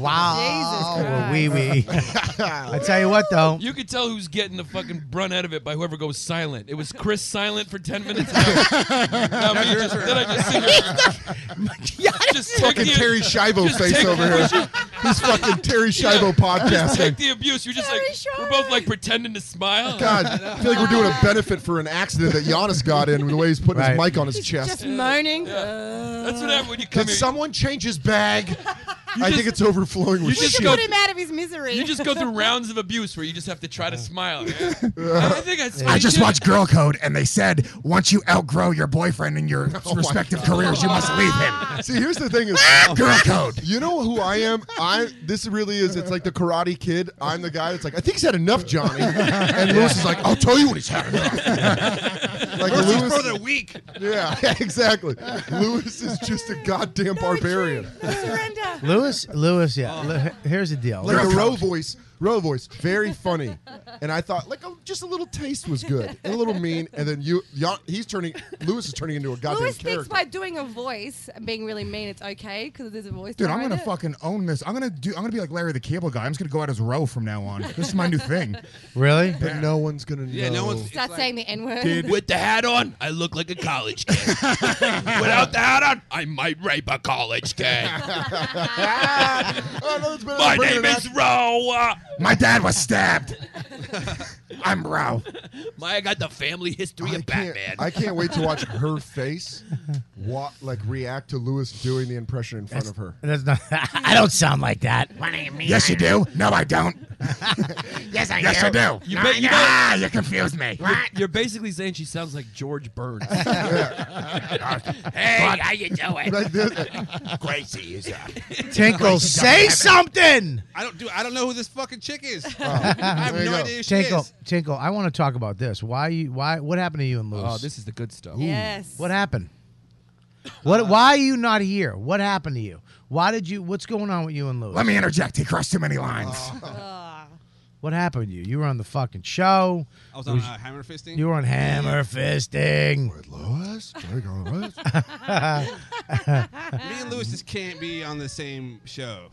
Christ.
Oh, Wee wee. I tell you what,
(laughs)
though.
You could tell who's getting the fucking brunt out of it by whoever goes silent. It was Chris silent for ten minutes. (laughs) Now, now me just, then I just see (laughs) her. just take
fucking
the-
Terry Schiavo
just (laughs)
face
take-
over here. He's fucking
(laughs)
Terry Schiavo
Just take
podcasting.
the abuse. You're just like we're both like pretending to smile.
Oh, God, I feel like we're
(laughs)
doing a benefit for an accident that Giannis got in with the way he's putting his mic on his chest.
moaning. Uh,
That's what happened when you
Can
come here.
someone change his bag? I think it's overflowing
you
with
just
shit.
go-
Put him out of his misery.
You just go through rounds of abuse where you just have to try to smile.
(laughs)
yeah? I think I,
I just watched Girl Code, and they said once you outgrow your boyfriend
(laughs)
in your
Oh my
respective
God.
careers, you must leave him.
See, here's the thing: is
Girl code.
You know who I am? I this really is. It's like the Karate Kid. I'm the guy that's like, I think he's had enough, Johnny. And Lewis is like, I'll tell you what he's had enough. like
Mercy's
Lewis,
for the weak.
(laughs) Yeah, exactly. Lewis is just a goddamn barbarian.
(laughs) Lewis, Lewis, yeah. Lu- Here's the deal.
Like the row voice, row voice, very funny. And I thought, like, a, just a little taste was good, and a little mean. And then you, Jan- he's turning. Lewis is turning into a goddamn
Lewis thinks by
character.
doing a voice and being really mean, it's okay because there's a voice.
Dude, I'm
behind
gonna
it.
Fucking own this. I'm gonna do. I'm gonna be like Larry the Cable Guy. I'm just gonna go out as row from now on. This is my new thing.
Really?
But no one's gonna
Yeah, no
know.
one's-
Start saying the N word. (laughs)
With the hat on, I look like a college kid. Without the hat on, I might rape a college kid.
Oh, no, it's better
My
than
name
bringing
is Roa.
My dad was stabbed. I'm row.
My, I got the family history of Batman.
I can't
(laughs)
wait to watch her face, wa- like react to Lewis doing the impression in front of her.
That's not. (laughs) I don't sound like that.
What do you mean? Yes, you do. No, I don't. yes, I yes, do. I do.
You
No,
bet- you
no,
bet-
ah, you confused me. What?
You're basically saying she sounds like George Burns. (laughs)
Hey, how you doing?
Like this-
Crazy is up.
Tinkle, say something. Oh,
I don't do. I don't know who this fucking chick is. (laughs) I have
There you
no
go.
idea who she
Tinkle,
is.
Tinkle, I want to talk about this. Why you? Why? What happened to you and Lewis?
oh, this is the good stuff.
Yes.
What happened? What? why are you not here? What happened to you? Why did you? What's going on with you and Lewis?
Let me interject. He crossed too many lines.
Oh.
What happened to you? You were on the fucking show.
I was on uh, hammer fisting.
You were on hammer fisting.
Lewis, there you go,
(laughs)
Lewis.
Me
Ah.
and Lewis just can't be on the same show.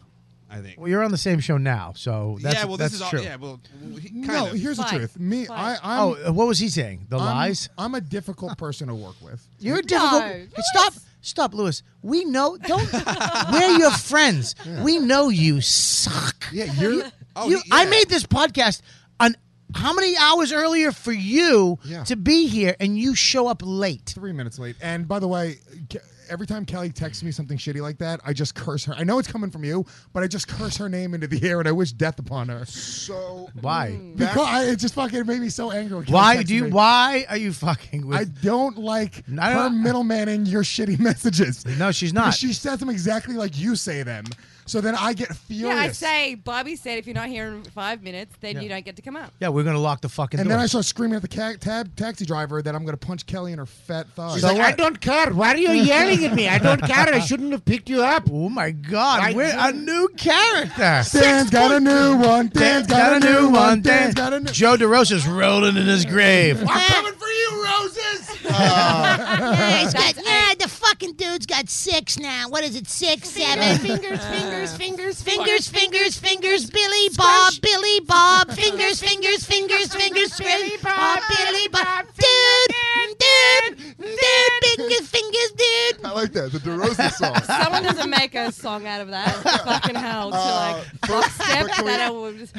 I think.
Well, you're on the same show now, so that's,
yeah. Well,
that's
this is all.
true.
Yeah. Well, he- kind
no,
of.
here's the
Fine.
truth. Me, I, I'm,
Oh, uh, what was he saying? The
I'm-
lies.
I'm a difficult person to work with.
You're a difficult. Hey, Stop, stop, Lewis. We know. Don't. we're your friends. We know you suck.
Yeah, you're.
Oh,
You-
he-
I
yeah.
made this podcast on how many hours earlier for you
Yeah.
to be here, and you show up late.
Three minutes late. And by the way, Ke- every time Kelly texts me something shitty like that, I just curse her. I know it's coming from you, but I just curse her name into the air and I wish death upon her. So
Why?
mm,
because I, it just fucking made me so angry. when Kelly
Why
texted
do you?
me.
Why are you fucking with?
I don't like
No,
her
no, no.
middleman in your shitty (laughs) messages.
no, she's not.
She says them exactly like you say them. So then I get furious.
Yeah, I say. Bobby said, if you're not here in five minutes, then you don't get to come up.
yeah, we're gonna lock the fucking
and
door.
then I start screaming at the ca- tab taxi driver that I'm going to punch Kelly in her fat thigh.
So what?
don't care. Why are you yelling at me? I don't care.
(laughs)
I shouldn't have picked you up.
oh my God,
I
we're a
did-
new character.
Dan's got a new one. Dan's got a new one. Dan's got a new.
Joe DeRosa's rolling in his
(laughs)
grave.
I'm coming for you, (laughs) roses. (laughs) Ah, the fucking dude's got six now. What is it? Six, seven. (laughs) Fingers, fingers, fingers, fingers, fingers, fingers. Billy Bob, Billy (laughs) Bob. Fingers, fingers, fingers, fingers. Billy Bob, Billy Bob. Dude, dude, dude, dude, fingers, (laughs) fingers, dude.
I like that.
(laughs)
The DeRosa song.
Someone doesn't make a song out of that. Fucking hell. To like step
but can we-
that I would.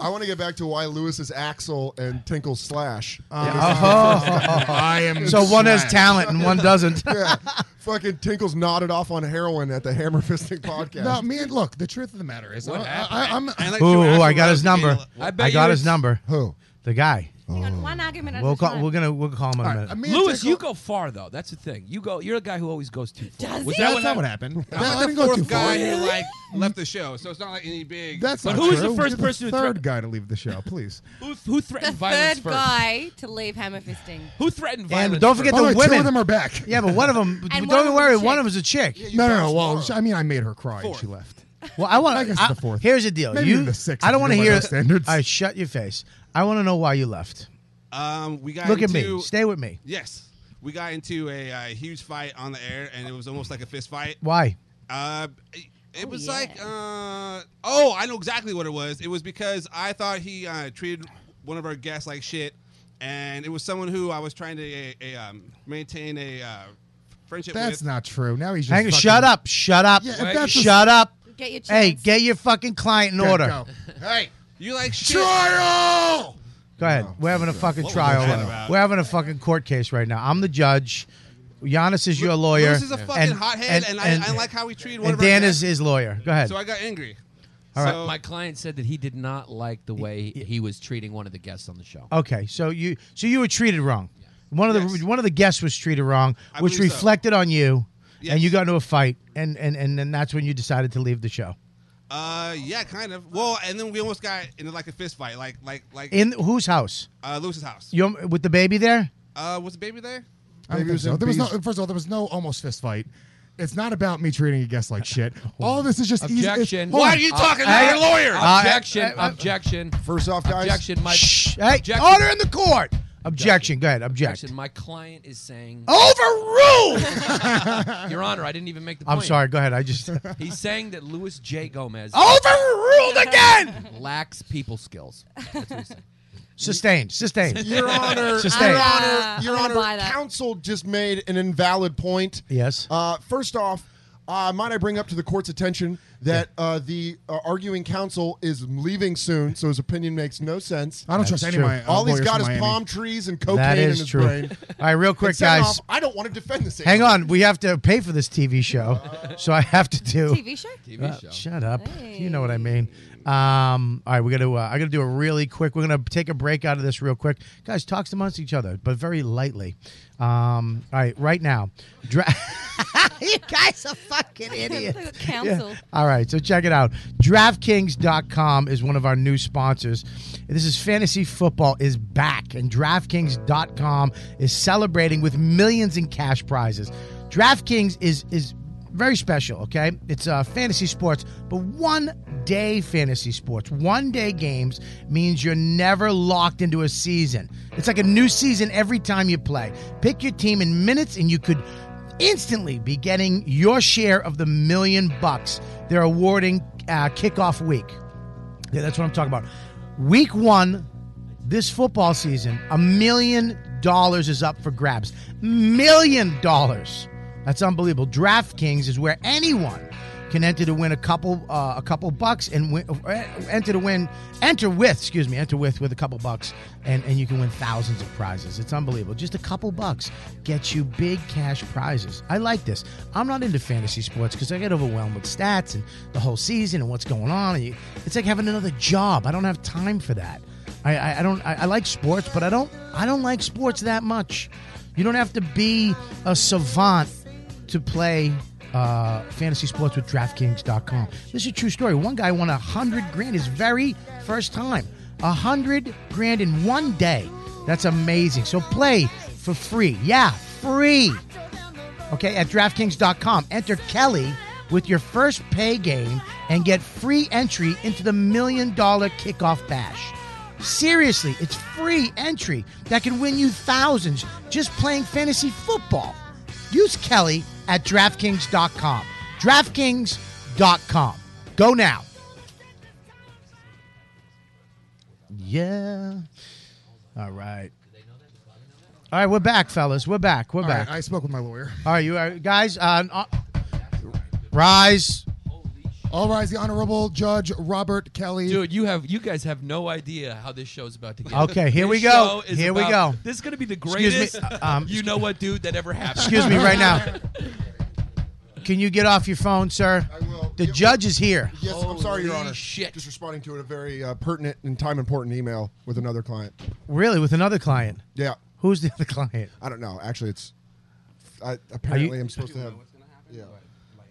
(laughs)
I want to get back to why Lewis is Axel and Tinkle Slash.
(laughs) Yeah. Oh. Uh, I am So one has Slash. talent and one doesn't.
(laughs) yeah. Fucking Tinkle's nodded off on heroin at the Hammer
(laughs)
Fisting podcast.
No,
me and look, the truth of the matter is,
What
am
Ooh, ooh, I got his number. I, got his number.
Who?
The guy.
One argument at
We'll
a
call.
time.
We're gonna. We'll call him in a minute.
Lewis, you go far though. That's the thing. You go. You're a guy who always goes too far.
Does
Was
he?
that
That's
what
not what
happened?
I'm the fourth guy who like left the show, so it's not like any big.
That's
But
not
who was the
true.
first
You're
person who
the third
threat-
guy to leave the show? Please.
Who, who
The
threatened violence
third
first?
guy to leave hammer fisting.
Who threatened violence?
And don't forget
first?
the women.
are back.
Yeah, but one of
(laughs)
them. don't
And one of them's
worry,
a
one
chick.
of them's a chick.
no, no, no. Well, I mean, I made her cry and
(laughs)
she left.
Well, I want.
I guess
I-
the fourth.
Here's the deal.
Maybe
you.
even the sixth
I don't
if
want to
you go by
hear
those standards.
I shut your face. I want to know why you left.
Um, we got
Look at
into,
me. Stay with me.
Yes, we got into a uh, huge fight on the air, and it was almost like a fist fight.
Why?
Uh, it, it was like, uh, oh, I know exactly what it was. It was because I thought he uh, treated one of our guests like shit, and it was someone who I was trying to a, a, um, maintain a uh, friendship
That's
with.
not true. Now he's just.
Hang,
fucking-
shut up. Shut up.
Yeah, if that's a-
shut up.
Get your
hey,
chance.
get your fucking client in order. Go,
go.
hey, you like shit.
Trial!
ahead. We're having a fucking trial.
that about?
We're having a fucking court case right now. I'm the judge. Giannis is your lawyer.
Lewis is a fucking hothead, and, I, I like how he treated one
and
of our
Dan
guests.
is his lawyer. Go ahead.
So I got angry.
All right.
So my client said that he did not like the way he was treating one of the guests on the show.
Okay, so you so you were treated wrong. One of the one of the guests was treated wrong,
I
which
believe so.
reflected on you, and you got into a fight, and and and then that's when you decided to leave the show.
Uh, yeah, kind of. Well, and then we almost got into like a fist fight, like like like
In whose house?
uh, Lewis's house.
You with the baby there?
Uh, was the baby there?
I don't
Maybe it
think
was
so.
in
There was no.
Bees-
First of all, there was no almost fist fight. It's not about me treating a guest like shit. All this is just easy- it's-
Objection.
hold
Uh,
on.
Uh,
Objection.
uh, uh,
objection.
First off, guys-
Objection. My,
Shh. Hey, order in the court. Objection. Go ahead. Object.
objection. My client is saying.
Overruled!
(laughs) Your Honor, I didn't even make the point.
I'm sorry. Go ahead. I just.
(laughs) He's saying that Louis J. Gomez.
Overruled again!
Lacks people skills.
Sustained. Sustained.
(laughs) Your
(laughs)
Honor,
Sustained.
Your Honor, Your
I'm gonna buy
Honor, counsel just made an invalid point.
Yes.
Uh, first off, uh, might I bring up to the court's attention that uh, the uh, arguing counsel is leaving soon, so his opinion makes no sense.
I don't That's trust any of my, true. uh,
All he's
lawyers
got
from
is
Miami.
palm trees and cocaine
That
in
is
his
true.
brain.
All right, real
And
quick,
second
guys.
off, I don't want to defend this.
Hang on, we have to pay for this TV
(laughs)
show, so I have to do
TV show? TV
Uh,
show.
shut up, you know what I mean. Um, all right, we're gonna uh, I gotta do a really quick. We're gonna take a break out of this real quick, guys. Talks amongst each other, but very lightly. Um, all right, right now, dra- (laughs)
you guys are (laughs) fucking idiots.
Yeah. All right, so check it out. DraftKings.com is one of our new sponsors. This is fantasy football is back, and DraftKings.com is celebrating with millions in cash prizes. DraftKings is is very special, okay? It's uh, fantasy sports, but one day fantasy sports, one day games means you're never locked into a season. It's like a new season every time you play. Pick your team in minutes, and you could instantly be getting your share of the million bucks they're awarding uh, kickoff week. Yeah, that's what I'm talking about. Week one, this football season, a million dollars is up for grabs. Million dollars. That's unbelievable. DraftKings is where anyone can enter to win a couple uh, a couple bucks and win, or, uh, enter to win enter with excuse me enter with with a couple bucks and and you can win thousands of prizes it's unbelievable just a couple bucks gets you big cash prizes i like this i'm not into fantasy sports because i get overwhelmed with stats and the whole season and what's going on and you, it's like having another job i don't have time for that I, I, I don't. I, I like sports, but I don't. I don't like sports that much. You don't have to be a savant to play uh, fantasy sports with DraftKings.com. This is a true story. One guy won a hundred grand his very first time. A hundred grand in one day. That's amazing. So play for free. Yeah, free okay, at DraftKings.com. Enter Kelly with your first pay game and get free entry into the million dollar kickoff bash. Seriously, it's free entry that can win you thousands just playing fantasy football. Use Kelly at DraftKings.com. DraftKings.com. Go now. Yeah. All right. All right, we're back, fellas. We're back. We're
All
back.
right, I spoke with my lawyer.
All right, you are, guys. Uh, uh, rise.
All rise, the Honorable Judge Robert Kelly. (laughs)
Dude, you have you guys have no idea how this show's about to get.
Okay, here
This
we go.
show is
Here we
about-
go.
This is gonna be the
Excuse me,
greatest.
um,
you know what, dude? That ever happened.
Excuse me right
(laughs)
now. Can you get off your phone, sir? I will. The judge is here.
Yes, I'm sorry, Your Honor.
Shit.
Just responding to a very uh, pertinent and time important email with another client.
Really, with another client.
Yeah.
Who's the other (laughs) client?
I don't know. Actually, it's I, apparently I'm supposed to have. Yeah.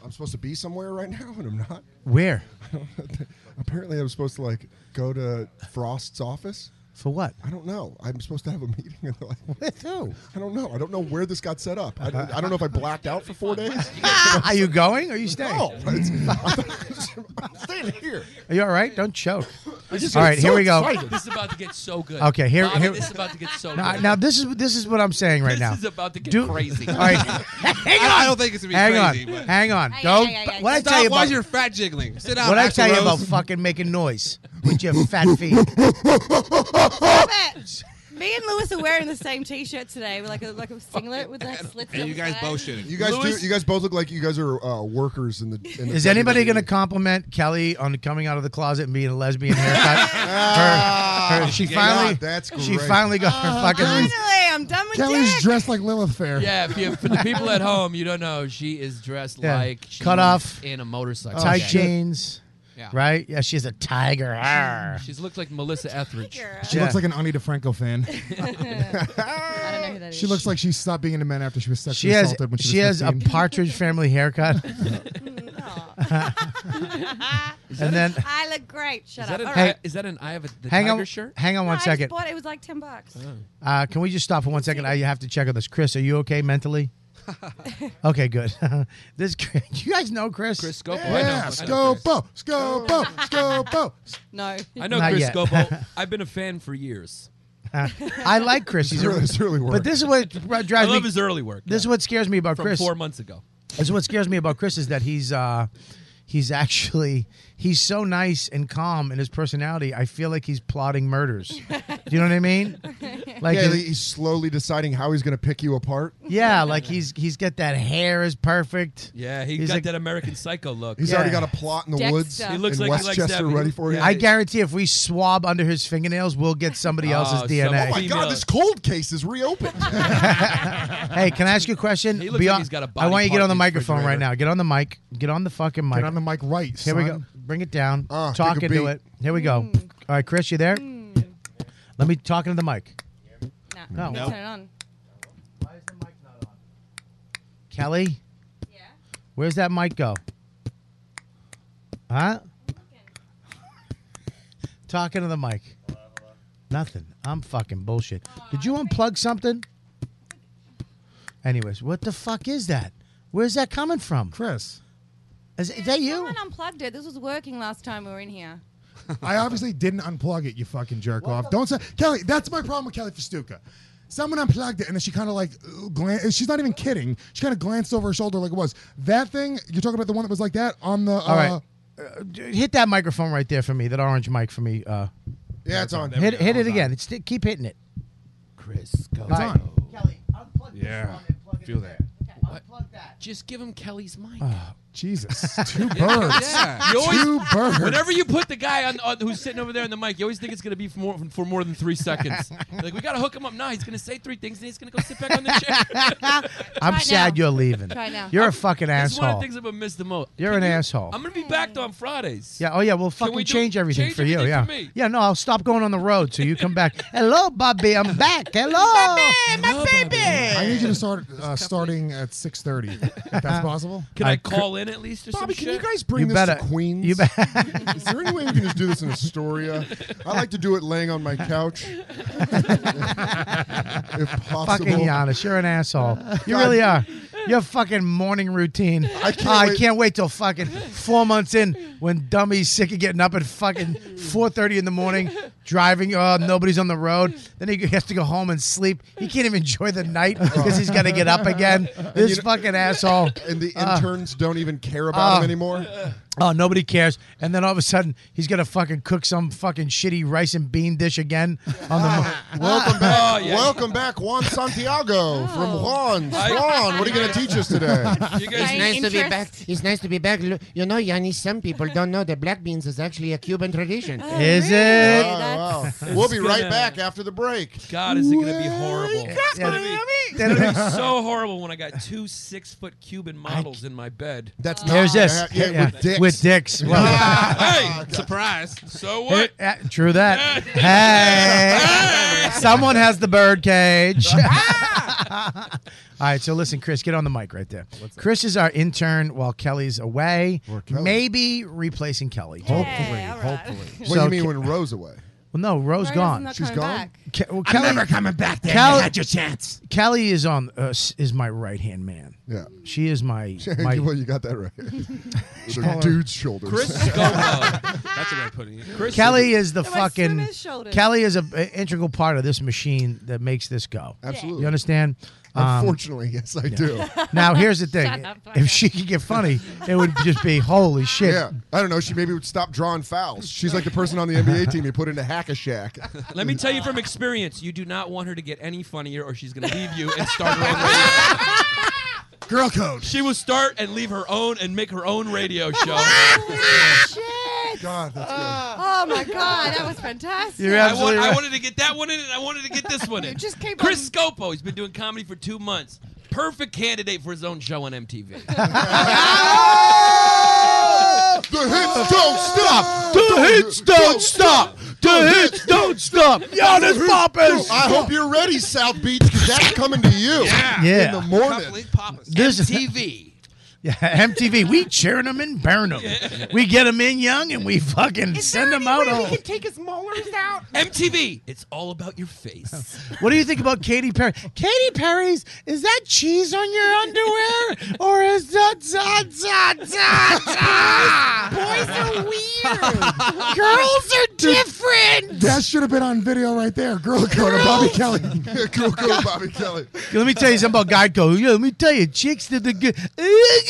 I'm supposed to be somewhere right now, and I'm
(laughs)
not.
Where?
I don't know. (laughs) apparently, I'm supposed to like go to Frost's office.
For what?
I don't know. I'm supposed to have a meeting. And they're like,
with who?
I don't know. I don't know where this got set up. I, I don't know if I blacked out for four days.
(laughs) Are you going? Or are you staying?
(laughs) (laughs) I'm staying here.
Are you all right? Don't choke.
I just
all
got
right,
so
here we go.
excited. This is about to get so good.
Okay, here,
Bobby,
here.
this is about to get so
now,
good.
Now this is this is what I'm saying right
This
now.
is about to get crazy.
All
(laughs)
right, (laughs) hang on.
I- I don't think it's gonna be
hang
crazy,
On,
but-
Hang on. Don't. What I
Stop.
tell you
Why
about
is your fat jiggling? Sit down.
What I
Axl
tell you about
Rose.
fucking making noise with your
(laughs)
fat feet.
Stop it. Me and Lewis are wearing the same T-shirt today. We're like a like a singlet with like slits.
And
on
you
the
guys
side.
both shouldn't.
You guys
Louis-
do. You guys both look like you guys are uh, workers in the. In the
Is anybody going to compliment Kelly on coming out of the closet and being a lesbian
(laughs)
haircut? her, her, she
Ah, Yeah,
finally,
that's
she
great.
finally got her fucking.
Oh, Finally, I'm done with
Kelly's
dick.
dressed like Lilith Fair.
Yeah, if you, for the people at home, you don't know, she is dressed
(laughs) Yeah.
like she
Cut
was
off
in a motorcycle.
tight
jacket.
jeans,
Yeah.
right? Yeah, she's a tiger. Arr.
She's looked like Melissa Etheridge.
She looks like an Ani DeFranco
(laughs)
(laughs)
fan.
I don't know who that is.
She looks like she stopped being into men after she was sexually
She has
assaulted when she,
she
was
has a
15.
partridge family haircut. (laughs) and then
I look great. Shut
Is that
up.
an,
All
eye-
right.
is that an Eye of the
hang
Tiger
on,
shirt?
hang on
No, I
one
just
second.
bought it. It was like ten bucks. (laughs)
Uh, can we just stop for one second? I have to check on this. Chris, are you okay mentally? okay, good. (laughs) this (laughs) you guys know Chris. Chris
Scopo, I know- I
Yeah,
know
Scopo, Scopo, Scopo.
No.
I know
Not
Chris
yet. (laughs)
Scopo. I've been a fan for years.
Uh, I like Chris. He's
It's
a,
early work.
But this is
(laughs)
what dri- drives
I love
me-
his early work,
This is what scares me about
From
Chris.
four months ago.
This is what scares me about Chris is that he's uh, he's actually he's so nice and calm in his personality. I feel like he's plotting
(laughs)
murders. Do you know what I mean? Like
yeah, he's slowly deciding how he's going to pick you apart.
yeah, like he's he's got that hair is perfect.
Yeah, he
He's
got
like-
that American Psycho look.
He's already Yeah. got a
plot in the
Dexter.
woods
He looks
in
like he likes
Westchester
that.
ready for you.
I guarantee if we swab under his fingernails, we'll get somebody else's
Oh,
DNA.
Oh my God, this cold case is reopened.
(laughs) Hey, can I ask you a question?
He looks
Be
like
on-
he's got a
I want you to get
body
on the
part
microphone right
refrigerator.
now. Get on the mic. Get on the fucking mic.
Get on the mic right.
Here we go.
son.
Bring it down.
Ah,
talk
take a
into
beat.
it. Here we go. All right, Chris, you there? Let me talk into the mic.
No.
No.
Turn it on.
Kelly? Yeah. Where's that mic go? Huh? Talking to the mic. Nothing. I'm fucking bullshit. Did you unplug something? Anyways, what the fuck is that? Where's that coming from?
Chris.
Is, is that you?
Someone unplugged it. This was working last time we were in here.
(laughs) I obviously didn't unplug it, you fucking jerk off. Don't say Kelly. That's my problem with Kelly Festuca. Someone unplugged it, and then she kind of like, glanced, she's not even kidding. She kind of glanced over her shoulder like it was that thing. You're talking about the one that was like that on the. Uh,
All right. Uh, d- hit that microphone right there for me, that orange mic for me. Uh,
Yeah, it's on.
hit hit it again. It's, keep hitting it.
Chris, go.
It's on.
Yeah. Feel that.
Just give him Kelly's mic.
Ah,
(laughs)
Jesus,
(laughs)
two birds.
Yeah. You
Two birds.
Whenever you put the guy on, on who's sitting over there in the mic, you always think it's gonna be for more, for more than three
(laughs)
seconds. You're like we gotta hook him up now. He's gonna say three things, and he's gonna go sit back on the (laughs) chair.
I'm sad you're leaving.
Try now.
You're a
I'm-
fucking
That's one of the
asshole.
things I'm gonna miss the most.
You're an asshole.
I'm gonna be back though on Fridays.
Yeah. Oh yeah. We'll
Can
fucking
we do-
change everything
change
for you.
everything
yeah.
for me?
Yeah. No, I'll stop going on the road so you come back. (laughs) Hello, Bobby. I'm back. Hello.
my baby. I need you to start uh, starting at six
(laughs)
thirty. If that's possible.
Can I, call in at least or
Bobby,
some
can you
shit?
guys bring
You
this
better-
to Queens?
you
Is there any way we can just do this in Astoria? I like to do it laying on
(laughs)
my couch. if possible.
Fucking Giannis, you're an asshole. You really are. Your fucking morning routine. I
can't
I
wait-
can't wait till fucking four months in when dummy's sick of getting up at fucking four thirty in the morning, driving. Oh, nobody's on the road. Then he has to go home and sleep. He can't even enjoy the night because he's got to get up again. This fucking asshole.
And the
Uh,
interns don't even care about
oh.
him anymore.
Oh, nobody cares. And then all of a sudden, he's gonna fucking cook some fucking shitty rice and bean dish again on the.
(laughs) Welcome back,
Oh, yeah.
welcome back, Juan Santiago from Juan.
I-
Juan, what are you going to teach us today?
it's nice to be back. It's nice to be back. Lo- You know, Yanni, some people don't know that black beans is actually a Cuban tradition.
Is really? it?
Oh, wow.
That's-
(laughs) We'll be
It's
right
gonna-
back after the break.
God, is it going to be horrible? It's
Yeah.
going to be,
That'll
it's
be-
gonna be so horrible when I got two six foot Cuban models in my bed.
That's
Here's this. Yeah, With dicks. Well,
hey, surprise. So what?
Uh, True that. Hey, someone has the bird
(laughs)
cage.
Ah.
All right, so listen, Chris, get on the mic right there. Chris is our intern while Kelly's away, maybe replacing Kelly.
Hopefully, hopefully. What do
So
you mean
Ke-
when Rose away?
Well, no, Rose
Rose's
gone.
not She's coming gone? back.
Ke- well,
I'm never coming back there. You had your chance.
Kelly is on uh, s- is my right hand man.
Yeah.
she is my. my
(laughs) well, you got that right.
Call
the
her-
dude's shoulders.
Chris
(laughs)
Scopo. oh, That's a way of putting it. Chris
Kelly is the
No, I swim
fucking
his shoulders.
Kelly is an integral part of this machine that makes this go.
Absolutely.
you understand? Um,
Unfortunately, yes, I do.
(laughs) Now here's the thing:
Shut up, Brian.
if she could get funny, it would just be holy shit.
Yeah, I don't know. She maybe would stop drawing fouls. She's like the person on the NBA team they put into hack a shack. (laughs)
Let me tell you from experience, you do not want her to get any funnier or she's going to leave you and start her own radio.
Girl code.
She will start and leave her own and make her own radio show.
God, that's
Uh,
Oh my god, that was fantastic.
I wa- I, wanted to get that one in and I wanted to get this
(laughs)
one in.
just keep
Chris Scopo, he's been doing comedy for two months. Perfect candidate for his own show on MTV.
The hits don't stop.
The hits don't stop. The hits don't stop. Giannis Papas.
I hope you're ready, South Beach,
(laughs)
'cause that's coming to you. Yeah.
Yeah.
In the morning.
This MTV. Yeah, MTV. We cheering them and burn them. We get them in young and we fucking send them out.
He
Old.
can take his molars
(laughs)
out.
MTV, it's all about
(laughs)
your face.
What do you think about Katy Perry? Katy Perry's is that cheese on your underwear or is that za za
(laughs) Boys are weird. Girls are different.
That should have been on video right there. Girl code
of (laughs)
Bobby
Kelly.
Girl code of Bobby Kelly.
Let me tell you something about Geico. Yeah, let me tell you, chicks did the good. (laughs)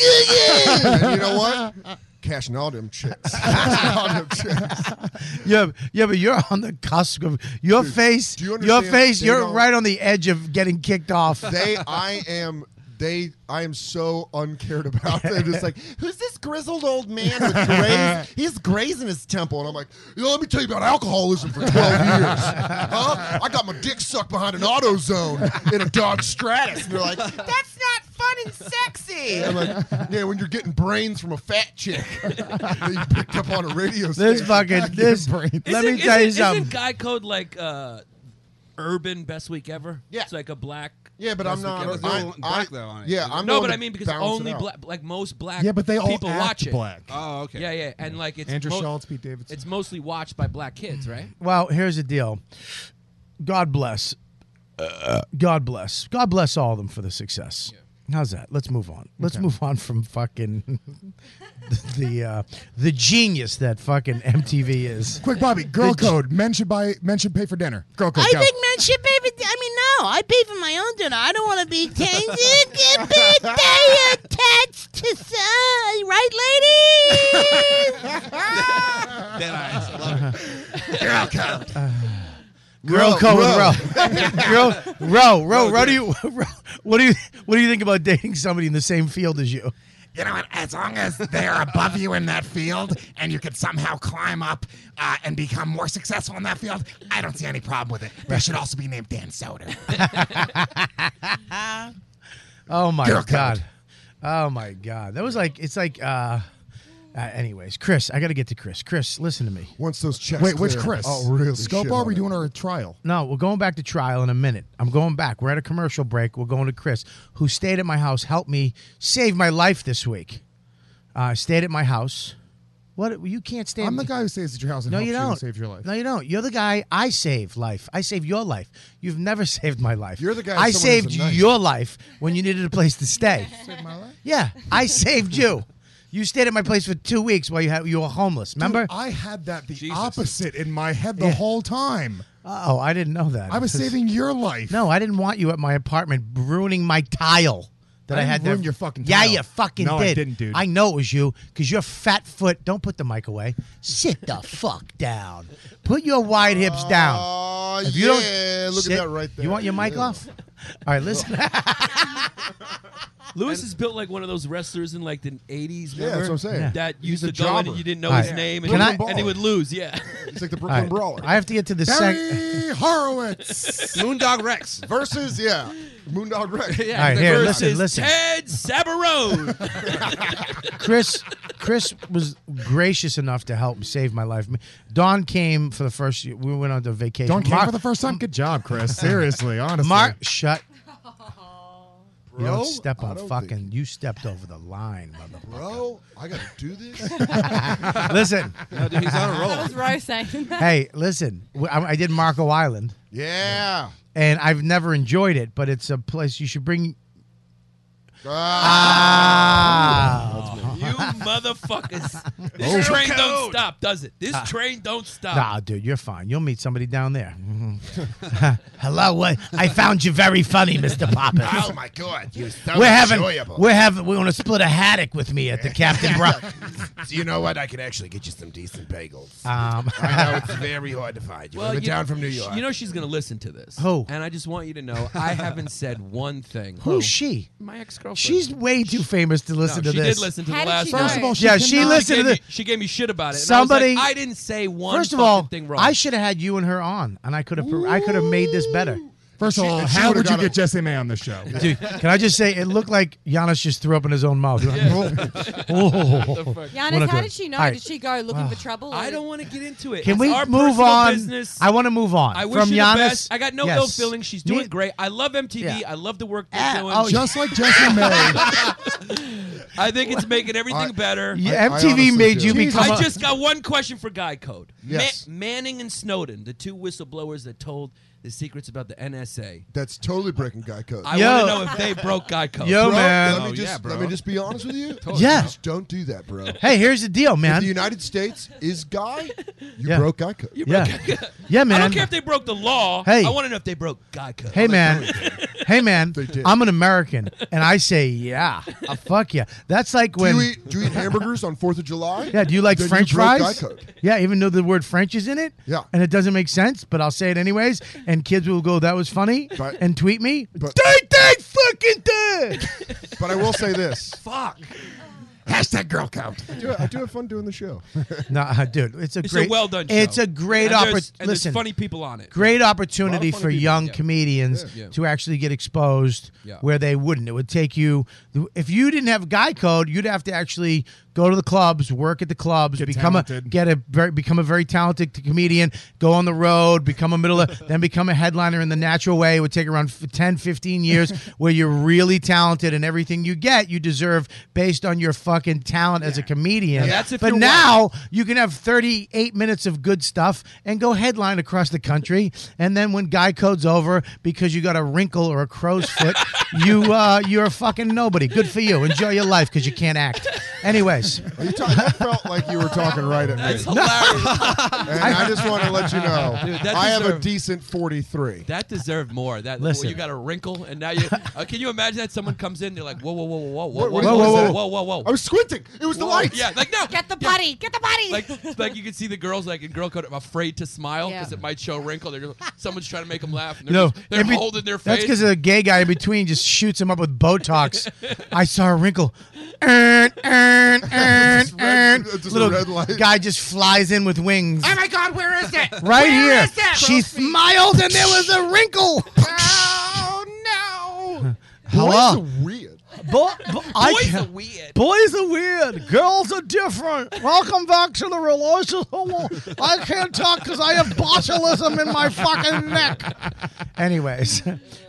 and (laughs) you know what? Cashing all them
(laughs)
chicks. Cashing all them chicks.
Yeah, yeah, but you're on the cusp of your face.
do you
your
understand?
face.
They
You're
don't-
right on the edge of getting kicked off.
They, I am. They, I am so uncared about. They're
(laughs)
just like, who's this grizzled old man with grays? He's grays in his temple, and I'm like, you know, let me tell you about alcoholism for 12 years. Huh? I got my dick sucked behind an auto zone in a Dodge Stratus. And they're like,
That's not fun and sexy.
(laughs) I'm like, yeah, when you're getting brains from a fat chick that you picked up on a radio station.
This fucking this. Let me
Isn't-
tell you
isn't-
something.
Isn't guy code like uh, urban best week ever? Yeah, it's like a black.
Yeah, but
Best
I'm not-
Week Ever.
There's no I- one black, I- though, on it. yeah, I'm the
no,
one
but
that
I mean because
balance it
only
out.
black, like most black.
Yeah, but they all
people
act
watch it.
black.
Oh, okay. Yeah, yeah, and like it's
Andrew
Schultz,
Schultz,
Pete Davidson. It's mostly watched by black kids, right?
(laughs) Well, here's the deal. God bless. Uh, God bless. God bless all of them for the success. How's that? Let's move on. Let's
Okay.
move on from fucking (laughs) the uh, the genius that fucking MTV is.
Quick,
Bobby,
girl
code.
Men should buy. Men should pay for dinner. Girl
code.
I
go.
think men should pay for. I mean, no, I pay for my own dinner. I don't want to be attached- be attached to some, right, ladies?
Dead eyes. I love it.
Girl code.
Girl
Row,
code
row.
with row. row, row, (laughs) row, row. Do you row, what do you what do you think about dating somebody in the same field as you?
You know what? As long as they're above you in that field and you could somehow climb up uh, and become more successful in that field, I don't see any problem with it. They should also be named Dan
(laughs)
Soder.
Oh my
Girl code.
god. Oh my god. That was like it's like uh, uh anyways, Chris, I got to get to Chris. Chris, listen to me.
Once those checks.
Wait, which
clear,
Chris?
Oh, really?
Scopo,
shit
are
on
we
it.
doing
our trial?
No, we're going back to trial in a minute. I'm going back. We're at a commercial break. We're going to Chris, who stayed at my house, helped me save my life this week. Uh, stayed at my house. What you can't stay.
I'm
at
the
my-
guy who stays at your house and
no,
helps
you
you
don't
and saves your life.
No, you don't. You're the guy. I save life. I save your life. You've never (laughs) saved my life. You're the
guy
I
someone has a
saved
knife.
your life when you needed a place to stay.
Saved my life?
Yeah, I saved you. You stayed at my place for two weeks while you had you were homeless. Remember?
Dude, I had that the opposite in my head the whole time.
oh, I didn't know that.
I was saving your life.
No, I didn't want you at my apartment ruining my tile that I,
I didn't
had to-
ruin your fucking
Yeah,
tile.
you fucking
No, I
did.
didn't, dude.
I know it was you because your fat foot. Don't put the mic away. Sit
(laughs)
the fuck down. Put your wide hips down. Oh
Ah, yeah, look at that right
You want your
there.
mic
Yeah.
off? All right,
(laughs)
listen.
Lewis is built like one of those wrestlers in like the 80s.
Yeah, that's
remember?
what I'm saying. Yeah.
That
He's
used
a
to go in
jobber.
and you didn't know
All
his
right.
name and,
Can I-
and he would
(laughs)
lose, yeah.
He's like the
All right. I have to get to the second.
Barry
(laughs)
Horowitz.
Moondog Rex
versus yeah, Moondog Rex.
yeah,
All right,
the
here,
verse
listen,
is
listen.
Ted Sabarone.
(laughs) Chris Chris was gracious enough to help save my life. Don came for the first year. We went on the vacation.
Don came
Mark-
for the first time. Good
(laughs)
job, (laughs) Chris. Seriously, honestly.
Mark,
(laughs)
shut. You
Bro,
don't step
I
on
don't
fucking. You stepped over the line, motherfucker.
Bro, I gotta do this.
(laughs) listen.
No, dude, he's on a roll.
That was Rose saying that.
Hey, listen. w- I, I did Marco Island,
Yeah.
and I've never enjoyed it, but it's a place you should bring.
Ah.
Ah.
you motherfuckers. This
Oh.
train
Chokehold.
don't stop, does it? This
Ah.
train don't stop.
Nah, dude, you're fine. You'll meet somebody down there. (laughs) Hello, what? I found you very funny, Mr. Poppins.
Oh my God, you're so
we're having
enjoyable.
we're having we want to split a haddock with me at the Captain (laughs) Brown.
(laughs) Do you know what? I could actually get you some decent bagels.
(laughs)
Um.
I know
(laughs)
it's very hard to find. You're living
you-
down from New York.
You know she's going to listen to this.
Who?
And I just want you to know I haven't said one thing.
Who's she?
My ex-girlfriend.
She's way too famous to listen
No,
to
she
this.
did listen to the last one.
First of all, she yeah, she listened
gave
to this.
me- she gave me shit about it. and I,
Somebody-
was like, I didn't say one
First of all,
fucking thing wrong.
I should have had you and her on, and I could have I could have made this better.
First of all,
she
how
would've
would you
got a-
get Jesse May on the show?
Dude, can I just say it looked like Giannis just threw up in his own mouth.
(laughs)
oh,
Giannis, how did she know? Did she go
(sighs)
looking for trouble?
I don't want to get into it.
Can
It's
we
our
move
personal
on?
Business.
I wanna move on.
I wish
From
her
Giannis-
the best. I got no ill
Yes.
feelings. She's doing
Ne-
great. I love MTV. I love the work they're doing.
Oh,
Just like Jesse May.
(laughs) I think it's making everything better.
Yeah, I- I MTV honestly made do. you become
I
a-
just got one question for Guy Code.
Yes.
Ma- Manning and Snowden, the two whistleblowers that told the secrets about the NSA.
That's totally breaking guy code.
I want to know if they broke Guy Code.
Yo,
Bro,
man.
Let me,
Oh,
just,
yeah, bro.
let me just be honest
(laughs)
with you.
Totally. Yeah.
Just don't do that, bro.
Hey, here's the deal,
If
man.
the United States is guy, you
Yeah.
broke guy code.
yeah,
(laughs)
yeah, man.
I don't care if they broke the law.
Hey.
I want to know if they broke Guy Code.
Hey man, (laughs) hey man,
did.
I'm an American, and I say yeah, Uh, fuck yeah. That's like
Do
when
you eat, do you eat hamburgers on 4th of July?
yeah, do you like
Then
French
broke
fries?
Guy code.
Yeah, even though the word French is in it,
Yeah.
and it doesn't make sense, but I'll say it anyways, and kids will go, "That was funny,"
But-
and tweet me,
but-
"Dang, dang, fucking dang."
But I will say this.
(laughs) Fuck.
(laughs) Hashtag girl count.
I do, I do have fun doing the show.
(laughs) no, uh, dude, it's a
It's
great,
a well done show.
It's a great
And there's-
opportunity.
and there's
Listen,
funny people on it.
Great
A
opportunity
lot of
for
funny people,
young
yeah.
comedians
Yeah. Yeah.
to actually get exposed
Yeah.
where they wouldn't. It would take you if you didn't have guy code, you'd have to actually go to the clubs, work at the clubs, become a
talented.
get a very become a very talented comedian, go on the road, become a middle then become a headliner in the natural way. It would take around f- 10, 15 years where you're really talented and everything you get, you deserve based on your fucking talent as a comedian.
Now that's if
but
you're
now
white.
you can have 38 minutes of good stuff and go headline across the country. And then when guy code's over because you got a wrinkle or a crow's
(laughs)
foot, you uh, you're a fucking nobody. Good for you. Enjoy your life because you can't act. Anyways,
You ta- that felt like you were talking right at me.
That's hilarious.
And
(laughs)
I just want to let you know,
Dude, that
I have a
deserved-
decent 43.
That deserved more. That
Listen.
you got a wrinkle, and now you. Uh, can you imagine that someone comes in? They're like, whoa, whoa, whoa, whoa, whoa, whoa,
What- what
whoa,
was
whoa,
that?
whoa, whoa, whoa.
I was squinting. It was the
Whoa.
lights.
Yeah, like no.
Get the buddy. Get the buddy.
Like, like you can see the girls like in girl code afraid to smile
Yeah.
because it might show a wrinkle. They're just, someone's trying to make them laugh. And
(laughs)
they're,
no,
just- they're
in be-
holding their face.
That's because a gay guy in between just shoots him up with Botox. I saw a
(laughs)
wrinkle. Err, err, err,
Just
err.
red- just a
Little
red light.
guy just flies in with wings.
Oh my God, where is it?
Right
Where
here,
is it?
she smiled and there was a wrinkle.
Oh no.
Hello.
Boys are weird.
Bo- bo- I
Boys
can't-
are weird.
Boys are weird. Girls are different. Welcome back to the relationship. I can't talk because I have botulism
(laughs)
in my fucking neck. Anyways,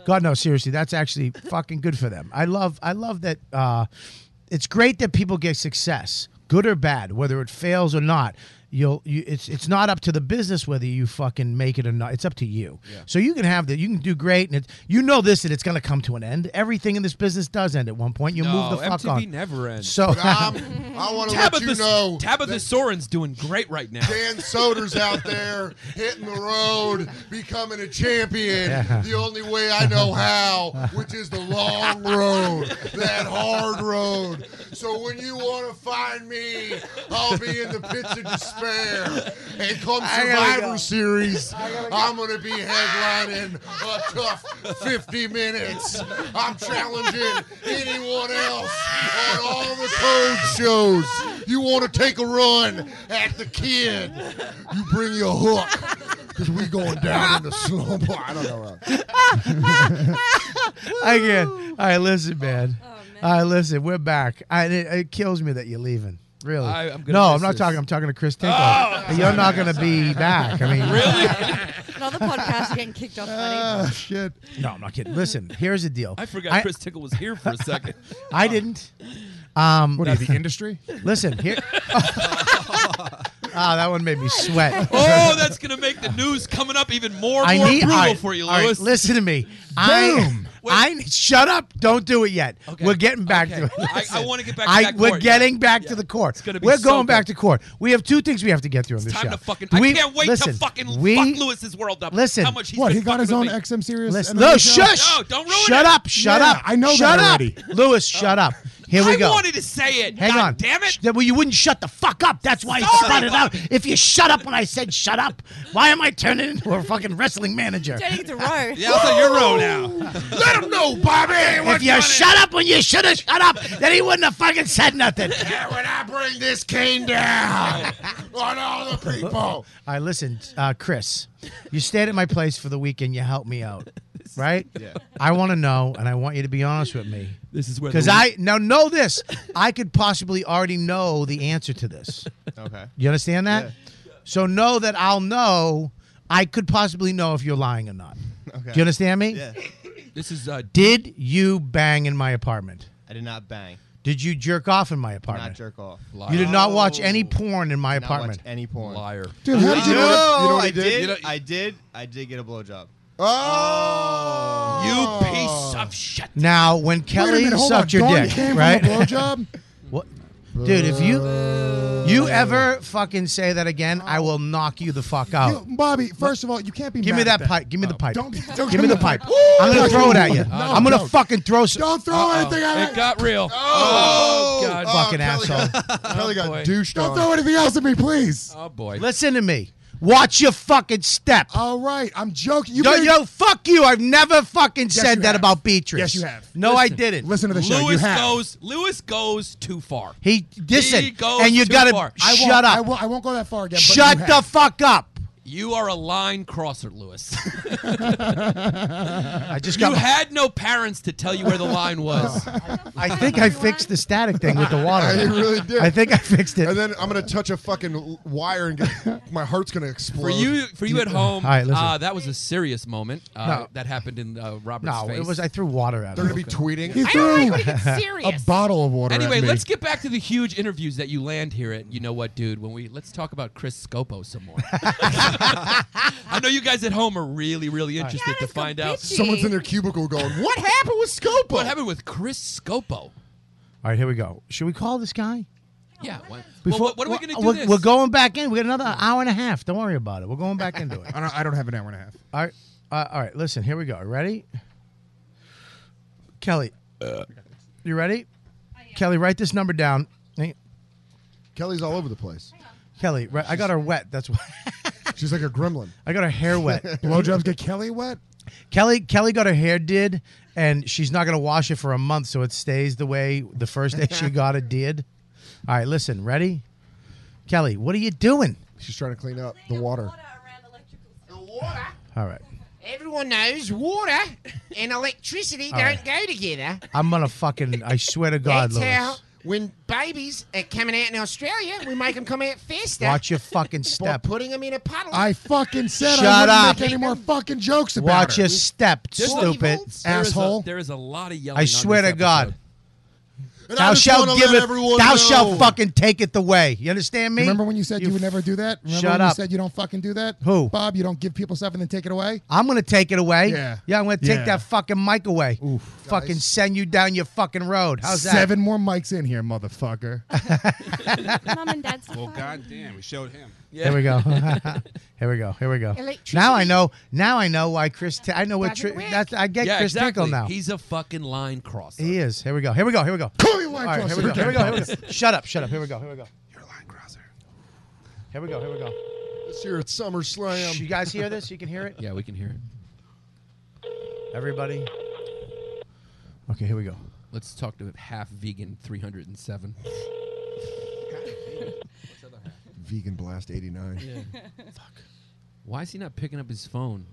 God no, seriously, that's actually fucking good for them. I love, I love that. Uh, it's great that people get success, good or bad, whether it fails or not. you'll you, it's it's not up to the business whether you fucking make it or not. It's up to you.
Yeah.
So you can have that. You can do great, and it, you know this that it's going to come to an end. Everything in this business does end at one point. You move the
No,
fuck
MTV
on.
never ends.
So
But I'm-
I want to let
Tabitha,
you know
Tabitha
that-
Soren's doing great right now.
Dan Soder's out there hitting the road, becoming a champion
Yeah.
the only way I know how, which is the long road, that hard road. So when you want to find me, I'll be in the pits of despair. And come
I gotta
Survivor
go.
Series,
I gotta go.
I'm going to be headlining a tough 50 minutes. I'm challenging anyone else on all the code shows. You want to take a run at the kid, you bring your hook. Because we going down in
(laughs)
the slump. I don't know.
I can. All right, listen, man. All right, listen. We're back. I, it, it kills me that you're leaving. Really?
I- I'm gonna
no, I'm
miss
not
this.
talking. I'm talking to Chris Tinkle.
Oh!
you're not going to
(laughs)
be back. I mean,
and all the podcasts are getting kicked
(laughs)
off.
Oh shit! No, I'm not kidding. Listen, here's the deal.
I forgot Chris Tickle was
(laughs)
here for a second.
I didn't. Um,
What are you, the industry?
Listen
(laughs)
here. (laughs) Ah, that one made me sweat.
oh, that's gonna make the news coming up even more
I
more
need
brutal
all right,
for you,
all right,
Lewis.
listen to me. I, I shut up. Don't do it yet. We're getting back to it.
I, I want to get back to
I-
that
we're
court.
getting back to the court.
be
we're
so
going back to court. We have two things we have to get through in this
time
show.
to fucking.
Do
I can't wait
listen,
to fucking
we,
fuck Lewis's world up.
Listen,
how much he's
What,
been
he got his
fucking
own
with me.
XM Series?
Listen,
MMA
no,
show?
shush!
No, don't ruin
shut
it.
up! Shut
Yeah,
up!
I know that
shut
already.
up, Lewis. Shut up. Here we
I
go.
wanted to say it.
Hang
God
on.
Damn it.
Sh- Well, you wouldn't shut the fuck up. That's why
Sorry,
you spun it out.
buddy.
If you shut up when I said shut up, why am I turning into a fucking wrestling manager?
Turning
(laughs)
into Roe.
Yeah, I'll say you're Roe now.
Let him know, Bobby. If you shut up when you should have shut up, then he wouldn't have fucking said nothing.
When I bring this cane down on all the people.
I listened, uh, Chris. You stayed at my place for the weekend. You helped me
(laughs)
out, right?
Yeah.
I want to know, and I want you to be honest with me.
This is where the
because
re-
I now know this. I could possibly already know the answer to
(laughs)
this.
Okay.
You understand that? So know that I'll know. I could possibly know if you're lying or not.
Okay.
Do you understand me?
This is uh,
Did you bang in my apartment?
I did not bang.
Did you jerk off in my
Did
apartment?
Not jerk off.
You did not watch any porn in my
Did not watch
apartment.
any porn. Liar.
Dude, how did you know what- you know what
I
he did?
did.
You know-
I did. I did get a blowjob.
Oh, you piece of shit.
Now, when Kelly
minute, hold
sucked
on.
your
Dawn
dick,
came from a
right?
blowjob?
(laughs) what, dude? If you you ever fucking say that again, I will knock you the fuck out.
Bobby, first of all, you can't be
Give
mad
me
at Uh,
that pipe. Give me the pipe.
Don't- don't
give me the pipe. I'm gonna throw it at you. I'm gonna fucking throw. Some, don't throw anything
at It got real.
Oh,
God.
fucking asshole.
Kelly got boy.
douche.
douched
Don't
on.
throw anything else at me, please.
Oh boy.
Listen to me. Watch your fucking step.
All right, I'm joking.
You yo, yo, fuck you. I've never fucking said that about Beatrice.
Yes, you have.
No, I
Listen.
didn't.
Listen to the show.
Lewis goes. Lewis goes too far.
He listen,
He goes
and you
too
gotta
far.
I
shut
won't-
up.
I won't, I won't go that far again. but
shut
you
the
have.
fuck up.
You are a line crosser, Lewis.
(laughs) I just
you
got my-
had no parents to tell you where
(laughs)
the line was.
I think I fixed the static thing with the
(laughs)
water.
I really did.
I think I fixed it.
And then I'm gonna touch a fucking wire and get, my heart's gonna explode.
For you, for you at home,
All right, listen.
uh, that was a serious moment uh,
No.
that happened in uh, Robert's
No,
face.
it was I threw water at
They're
him.
gonna be tweeting.
He I don't like when it gets
a bottle of water.
Anyway,
at me.
let's get back to the huge interviews that you land here at. You know what, dude? When we let's talk about Chris Scopo some
(laughs)
more. I know you guys at home are really, really interested to find out.
Someone's in their cubicle going, "What happened with Scopo?
What happened with Chris
(laughs)
Scopo?
All right, here we go. Should we call this guy?
Yeah. What, well, what, what are we going to do?
We're,
this?
we're going back in. We got another hour and a half. Don't worry about it. We're going back into it.
(laughs) I don't, I don't have an hour and a half.
All right. Uh, all right. Listen, here we go. Ready? Kelly.
Uh,
you ready? Kelly, write this number down. Hey,
Kelly's all over the place.
Kelly, ri- I got her wet. That's why. (laughs)
She's like a gremlin.
I got her hair
(laughs)
wet.
Blowjobs get Kelly wet.
Kelly Kelly got her hair did, and she's not gonna wash it for a month, so it stays the way the (laughs) first day she got it did. All right, listen, ready? Kelly, what are you doing?
She's trying to clean up the water.
All right,
Everyone knows water and electricity
All
don't go together.
I'm gonna fucking. I swear to God,
That's
Lewis.
how when babies are coming out in Australia, we make them come out faster.
Watch your fucking step. Ah,
By putting them in a puddle.
I fucking said
Shut
I wouldn't
up.
make any more fucking jokes about
Watch
her.
your step,
There's a-
stupid
there is a-
asshole.
there is a lot of yelling.
I
on
swear
this
to God.
episode.
And I
thou
just
shalt
wanna
give
let
it.
everyone
Thou
know.
shalt fucking take it the way. You understand me?
Remember when you said you, would never do that? Remember
Shut
when
up.
you said you don't fucking do that?
Who?
Bob, you don't give people stuff and then take it away?
I'm gonna take it away.
Yeah.
yeah. I'm gonna take
Yeah.
that fucking mic away. Fucking
Guys.
send you down your fucking road. How's that?
Seven more mics in here, motherfucker.
(laughs)
Mom
(laughs)
and Dad's.
Well, goddamn, we showed him.
(laughs)
Here we go. (laughs) Here we go. Here we go. Now I know. Now I know why Chris. T- I know what. Tri- that's. I get
yeah,
Chris
exactly.
Tinkle now.
He's a fucking line crosser.
he is. Here we go. Here we go. Here we go.
Call me
All
line
right. Here we go.
crosser.
Here we go. Here we go. Shut up. Shut up. Here we go. Here we go. You're a line crosser. (laughs) Here we go. Here we go.
This year at SummerSlam.
You guys hear this? You can hear it.
Yeah, we can hear it.
Everybody. Okay, here we go.
Let's talk to half vegan 307.
Vegan Blast 89.
(laughs) Why is he not picking up his phone?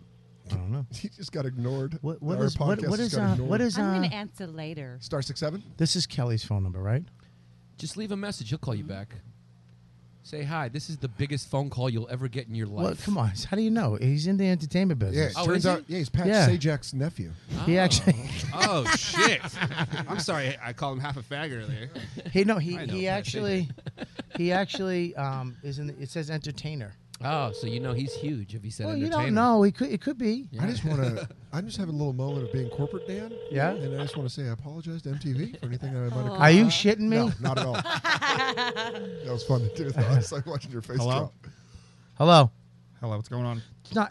I don't know.
(laughs) He just got ignored. What,
what is- what- what is, uh, what is,
I'm gonna answer later.
Star six seven.
This is Kelly's phone number, right?
Just leave a message. He'll call you back. Say hi. This is the biggest phone call you'll ever get in your life.
Well, come on. How do you know? He's in the entertainment
Yeah,
business.
it
Oh,
turns out. Yeah, he's Pat
Yeah.
Sajak's nephew.
(laughs)
He actually. (laughs)
Oh shit! I'm sorry, I called him half a fag earlier.
He no. He
I know,
he
Pat
actually. (laughs) He actually um is in. The, it says entertainer.
Oh, so you know he's huge if he said
Well, you
entertainer.
don't know. It could. It could be.
I just
(laughs)
want to. I just have a little moment of being corporate, Dan.
Yeah?
And I just want to say I apologize to MTV for anything that I might have.
Are you shitting me?
No, not
(laughs)
at all. that was fun to do. (laughs) Though. I was like watching your face
Hello?
drop.
Hello.
Hello, what's going on?
It's not.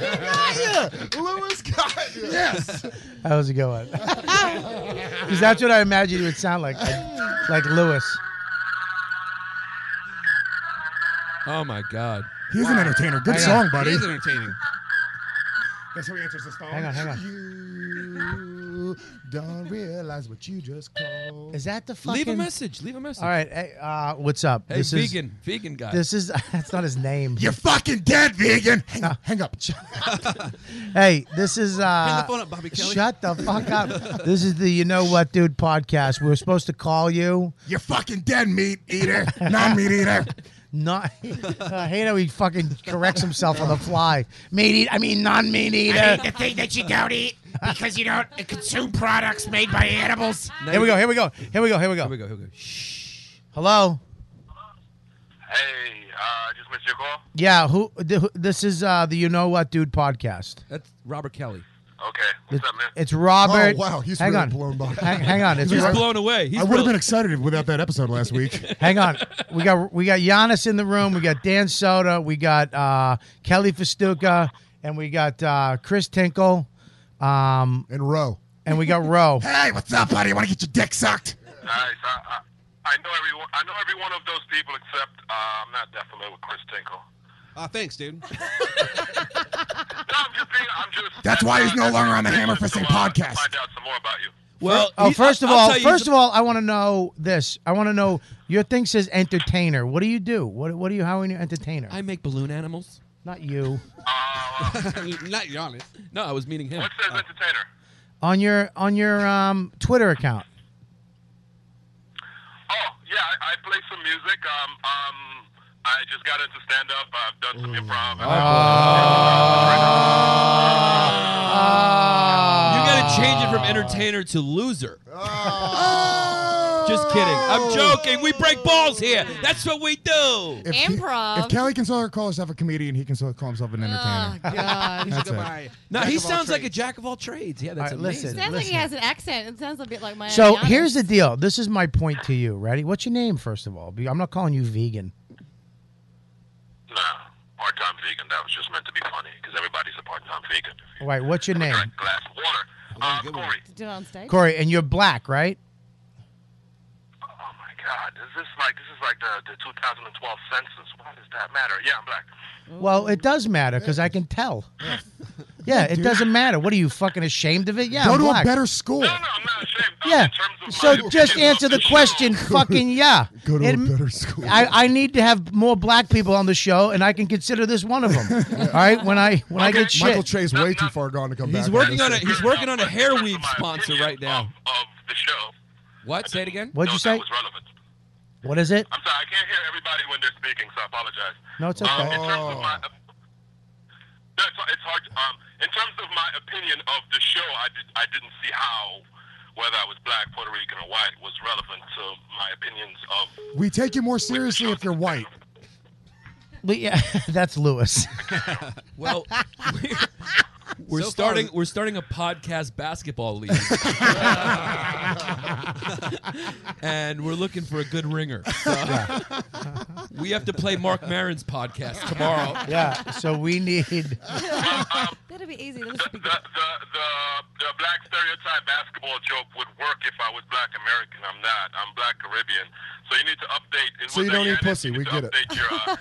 got you, Lewis. Got you. Yes.
How was it going? (laughs) Because that's what I imagined it would sound like, like, like Lewis.
Oh my god.
He's an entertainer. Good
Hang
song,
on.
buddy.
He is
entertaining.
That's how he answers his phone.
Hang on, hang on.
You don't realize what you just called.
Is that the fucking?
Leave a message. Leave a message.
All right. hey, uh, what's up?
Hey, vegan- vegan guy.
This is. (laughs) That's not his name. You're
fucking dead, vegan. Hang, up. hang up.
(laughs) Hey, this is. Uh,
Hang the phone up, Bobby Kelly.
Shut the fuck up. this is the You Know What Dude podcast. We were supposed to call you.
You're fucking dead, meat eater, non meat eater.
(laughs) Not, I hate how uh, he fucking corrects himself on the fly. Meat eat, I mean non meat eater.
I mean, the thing that you don't eat because you don't consume products made by animals.
Here we go. Here we go. Here we go. Here we go. Here we
go. Here we go.
Hello.
Hey, uh, just missed your call.
Yeah. Who? th- who- This is uh, the You Know What Dude podcast.
That's Robert Kelly.
Okay. What's up, man?
It's Robert.
Oh, wow, he's
hang
really
on.
blown by.
Hang, hang
(laughs)
on. It's
He's
Robert-
blown
away.
I would have been excited without that episode last week.
(laughs) Hang on. We got we got Giannis in the room. We got Dan Soda. We got uh, Kelly Festuca, and we got uh, Chris Tinkle, um,
and Roe.
And we got Roe.
hey, what's up, buddy? Want to get your dick sucked?
Guys, I, I, I know every one- I know every one of those people except uh, I'm not that familiar with Chris Tinkle.
Uh,
(laughs)
thanks, dude.
That's why he's no longer on the Hammer Fisting podcast.
Well,
oh,
he-
first of
I'll
all,
tell you-
first of all, I want to know this. I want to know your thing says entertainer. What do you do? What what do you? How are you an entertainer?
I make balloon animals.
Not you.
Not Giannis.
No, I was meeting him.
What says entertainer?
on your on your um, Twitter account.
Oh, yeah, I, I play some music. Um, um, I just got into stand up. I've done some improv.
Oh,
and
Uh, You gotta change it from entertainer to loser.
Oh.
(laughs) Just kidding. I'm joking. We break balls here. That's what we do.
If he- if (laughs) Kelly can still call himself a comedian, he can still call himself an entertainer.
Oh,
(laughs) That's it.
No,
Jack
he
of all
sounds like a jack of all trades. Yeah, that's
All right,
amazing.
listen,
Sounds like he has an accent. It sounds a bit like my.
So here's the deal. This is my point to you. Ready? What's your name, first of all? Be- I'm not calling you vegan.
Part-time vegan. That was just meant to be funny because everybody's a part-time vegan.
All right. What's your name,
Glass of water. Uh, Corey.
Do it on stage.
Corey? And you're black, right?
Oh my God! Is this like this is like the, the 2012 census? Why does that matter? Yeah, I'm black.
Well, it does matter because I can tell. Yeah, it doesn't matter. What are you fucking ashamed of it? Yeah,
Go
I'm
to a
black.
better school.
Yeah. So just answer
(laughs)
the question. Fucking yeah.
Go to a
It-
better school.
(laughs) I, I need to have more black people on the show, and I can consider this one of
(laughs)
them. All right, when I when I get shit.
Michael Trey's way too far gone to come back.
He's working
on
on
this
it.
thing.
He's working
on a hair weave sponsor right now. Of, the show. What? Say it again.
What'd you say? What is it?
(laughs)
I'm sorry, I can't hear everybody when they're speaking, so I apologize.
No, it's
Um,
okay.
in terms of my, no, it's, it's hard. Um, in terms of my opinion of the show, I did. I didn't see how whether I was black, Puerto Rican, or white was relevant to my opinions of
We take you more seriously if you're white.
But yeah, (laughs) that's Lewis.
Well, we're, we're
So far-
starting. we're starting a podcast basketball league, and we're looking for a good ringer. So we have to play Mark Marin's podcast tomorrow.
yeah, so we need. (laughs)
That'll be easy. That'll be
So you don't eat pussy. We get it.
uh,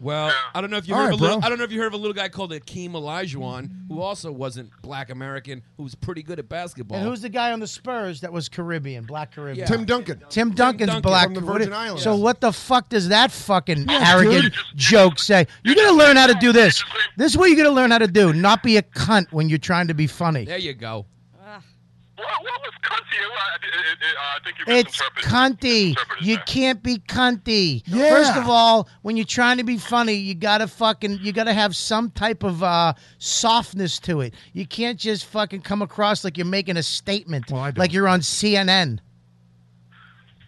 Well, I don't know if you
All
heard
right,
of a little,
bro.
I don't know if you heard of a little guy called Akeem Olajuwon, who also wasn't Black American, who was pretty good at basketball.
And who's the guy on the Spurs that was Caribbean, black Caribbean?
Yeah. Tim
Duncan.
Tim Duncan's
Duncan.
black.
From the
what
Virgin
is-
Islands.
So what the fuck does that fucking
Yeah,
arrogant
dude.
joke say? You're gonna learn how to do this. This is what you're gonna learn how to do. Not be a cunt when you're trying to be funny.
there you go.
It's cunty. You can't be cunty.
Yeah.
First of all, when you're trying to be funny, you gotta fucking you gotta have some type of uh, softness to it. You can't just fucking come across like you're making a statement, like you're on CNN.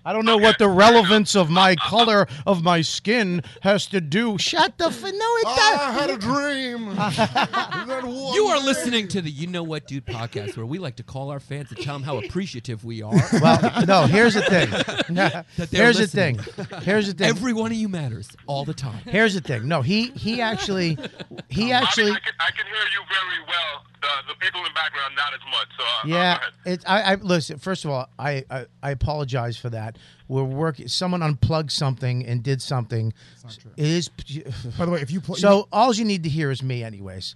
I don't know what the relevance of my color of my skin has to do. Shut the f- no, it
Ah,
does.
I had
(laughs)
a dream. That one
You are
day.
listening to the You Know What Dude podcast, where we like to call our fans and tell them how appreciative we are.
(laughs) Well, no, here's the
(laughs)
thing. (laughs)
That they're
Here's the
listening.
thing. Here's the thing.
Every one of you matters all the time.
Here's the thing. No, he he actually he actually. Yeah, it's I, I listen. First of all, I, I I apologize for that. We're working. Someone unplugged something and did something. It is.
By the way, if you plug-
so all you need to hear is me, anyways.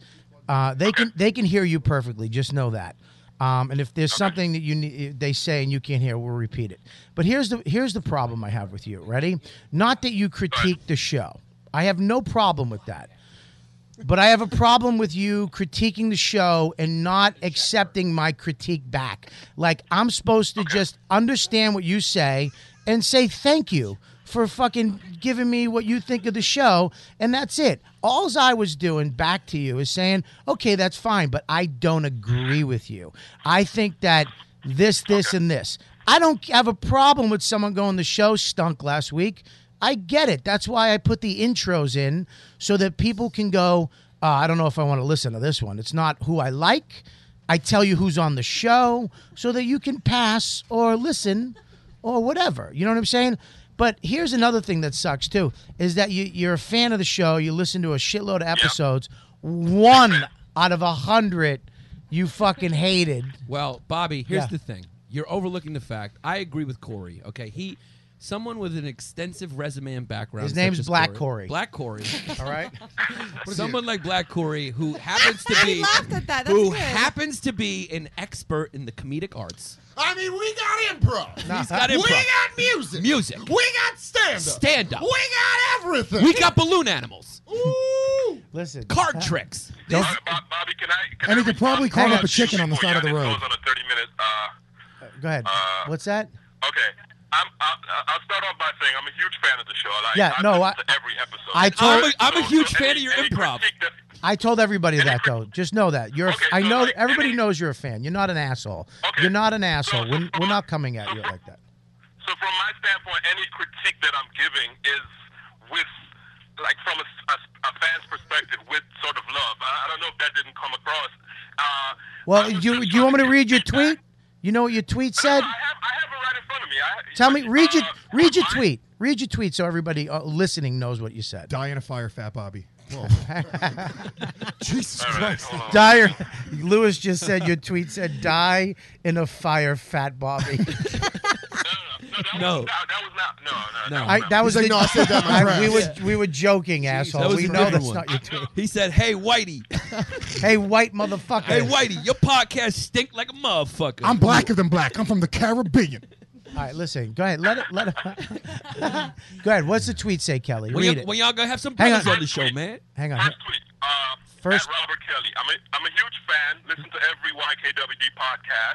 Uh, they can they can hear you perfectly. Just know that. Um, and if there's something that you need, they say and you can't hear, we'll repeat it. But here's the here's the problem I have with you. Ready? Not that you critique the show. I have no problem with that. But I have a problem with you critiquing the show and not accepting my critique back. Like I'm supposed to just understand what you say and say thank you for fucking giving me what you think of the show and that's it. Alls I was doing back to you is saying, "Okay, that's fine, but I don't agree with you. I think that this this and this. I don't have a problem with someone going the show stunk last week. I get it. That's why I put the intros in so that people can go, uh, I don't know if I want to listen to this one. It's not who I like. I tell you who's on the show so that you can pass or listen or whatever. You know what I'm saying? But here's another thing that sucks too is that you, you're a fan of the show, you listen to a shitload of episodes, one out of a hundred you fucking hated.
Well, Bobby, here's
Yeah.
the thing. You're overlooking the fact. I agree with Corey. Okay, he, someone with an extensive resume and background.
His
such
name's
as
Black Corey.
Black Corey.
(laughs) All right.
someone like Black
(laughs)
Corey who happens to be
laughed at that. That's
who
good.
happens to be an expert in the comedic arts.
I mean, we got improv.
He's got
We
improv.
got music.
Music.
We got stand up.
Stand-up.
We got everything.
We got balloon animals.
Listen.
Card tricks.
Don't-
(laughs)
and he could probably call
Hang
up
on.
a chicken on the side of the road.
uh,
Go ahead. What's that?
Yeah,
no, I, I told
I'm a, I'm a huge (laughs) fan of your improv.
I told everybody that though. Just know that you're. a f- I know everybody knows you're a fan. You're not an asshole. You're not an asshole. We're, we're not coming at you like that.
like from a, a, a fan's perspective with sort of love. I, I don't know if that didn't come across. Uh,
Well, you you want me to read your tweet? You know what your tweet said? Tell me, read
uh,
your read your tweet. Read your tweet so everybody uh, listening knows what you said.
Die in a fire, fat
(laughs)
Bobby. (laughs) Whoa. Jesus
All right,
Christ.
hold on.
Dyer, (laughs) Lewis just said your tweet said "die in a fire, fat
(laughs)
Bobby."
No. No.
I, that was
He's like,
the-
"No, I said that,
(laughs)
my
I-
friend."
we were we were joking, asshole.
that was
we
the
know
bigger
that's
one.
not your tweet.
He said, "Hey, Whitey,
Hey, white motherfucker.
hey, Whitey, your podcast stink like a motherfucker."
I'm blacker than black. I'm from the Caribbean.
All right, listen. Go ahead. Let it. Let it. (laughs) go ahead. What's the tweet say, Kelly?
When,
Read
y'all,
it.
when y'all uh, gonna have some
Hang
brothers
on.
on the show, man?
Hang on. First First.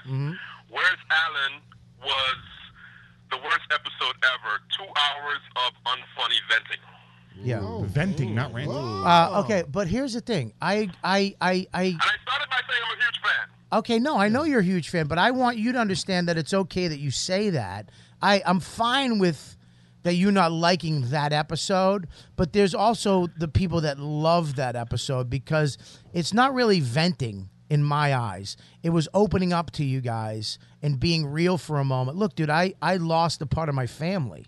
Mm-hmm.
Mhm. Where's Allen was the worst episode ever. Two hours of unfunny venting.
Yeah.
Venting, not random.
Uh, okay, but here's the thing. I I I I. And I started by saying I'm a huge fan. Okay, no, I know you're a huge fan, but I want you to understand that it's okay that you say that. I, I'm fine with that you not liking that episode, but there's also the people that love that episode because it's not really venting in my eyes. It was opening up to you guys and being real for a moment. Look, dude, I, I lost a part of my family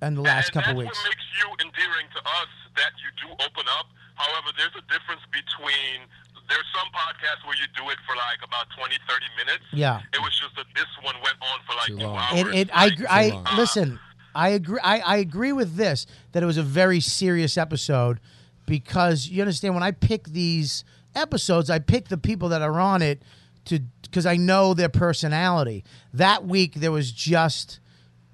in the last couple weeks.
makes you endearing to us that you do open up. However, there's a difference between there's some podcasts where you do it for like about 20, 30 minutes.
Yeah.
It was just that this one went on for like two hours.
It, it, I, gr- I listen. I agree. I, I agree with this that it was a very serious episode because you understand when I pick these episodes, I pick the people that are on it to because I know their personality. That week there was just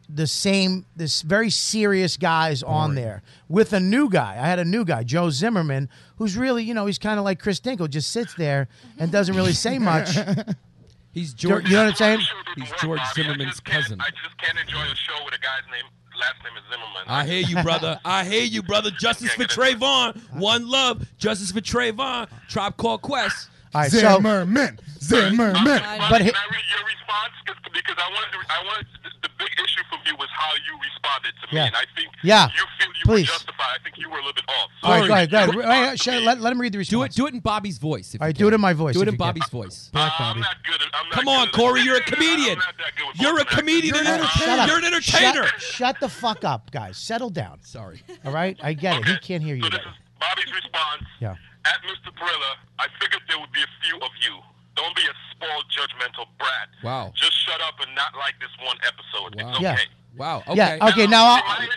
the same this very serious guys on there with a new guy. I had a new guy, Joe Zimmerman, who's really you know he's kind of like Chris Dinkle, just sits there and doesn't really say much.
He's
George. You know what I'm saying?
He's George Zimmerman's cousin. I hear you, brother. I hear you, brother. Justice for Trayvon. One love. Justice for Trayvon. Tribe Called Quest.
All right, so-
Zimmerman, Zimmerman.
But he- yeah. yeah. Please. All right, go ahead, go ahead. All right, shut it. let, let him read the response.
Do it, do it in Bobby's voice. If you
All right, do it
can.
in my voice
Do it in
if you can.
Bobby's voice.
Come on, Corey. You're a comedian. You're a comedian. and an
Shut up.
entertainer. You're an entertainer.
Shut, shut the fuck up, guys. Settle down.
Sorry.
All right, I get it. He can't hear you. guys.
Bobby's response
Yeah.
at Mr. Thriller, I figured there would be a few of you. Don't be a spoiled, judgmental brat.
Wow.
Just shut up and not like this one episode. It's okay.
Yeah.
Wow.
Yeah.
okay.
Okay. Now, I'll,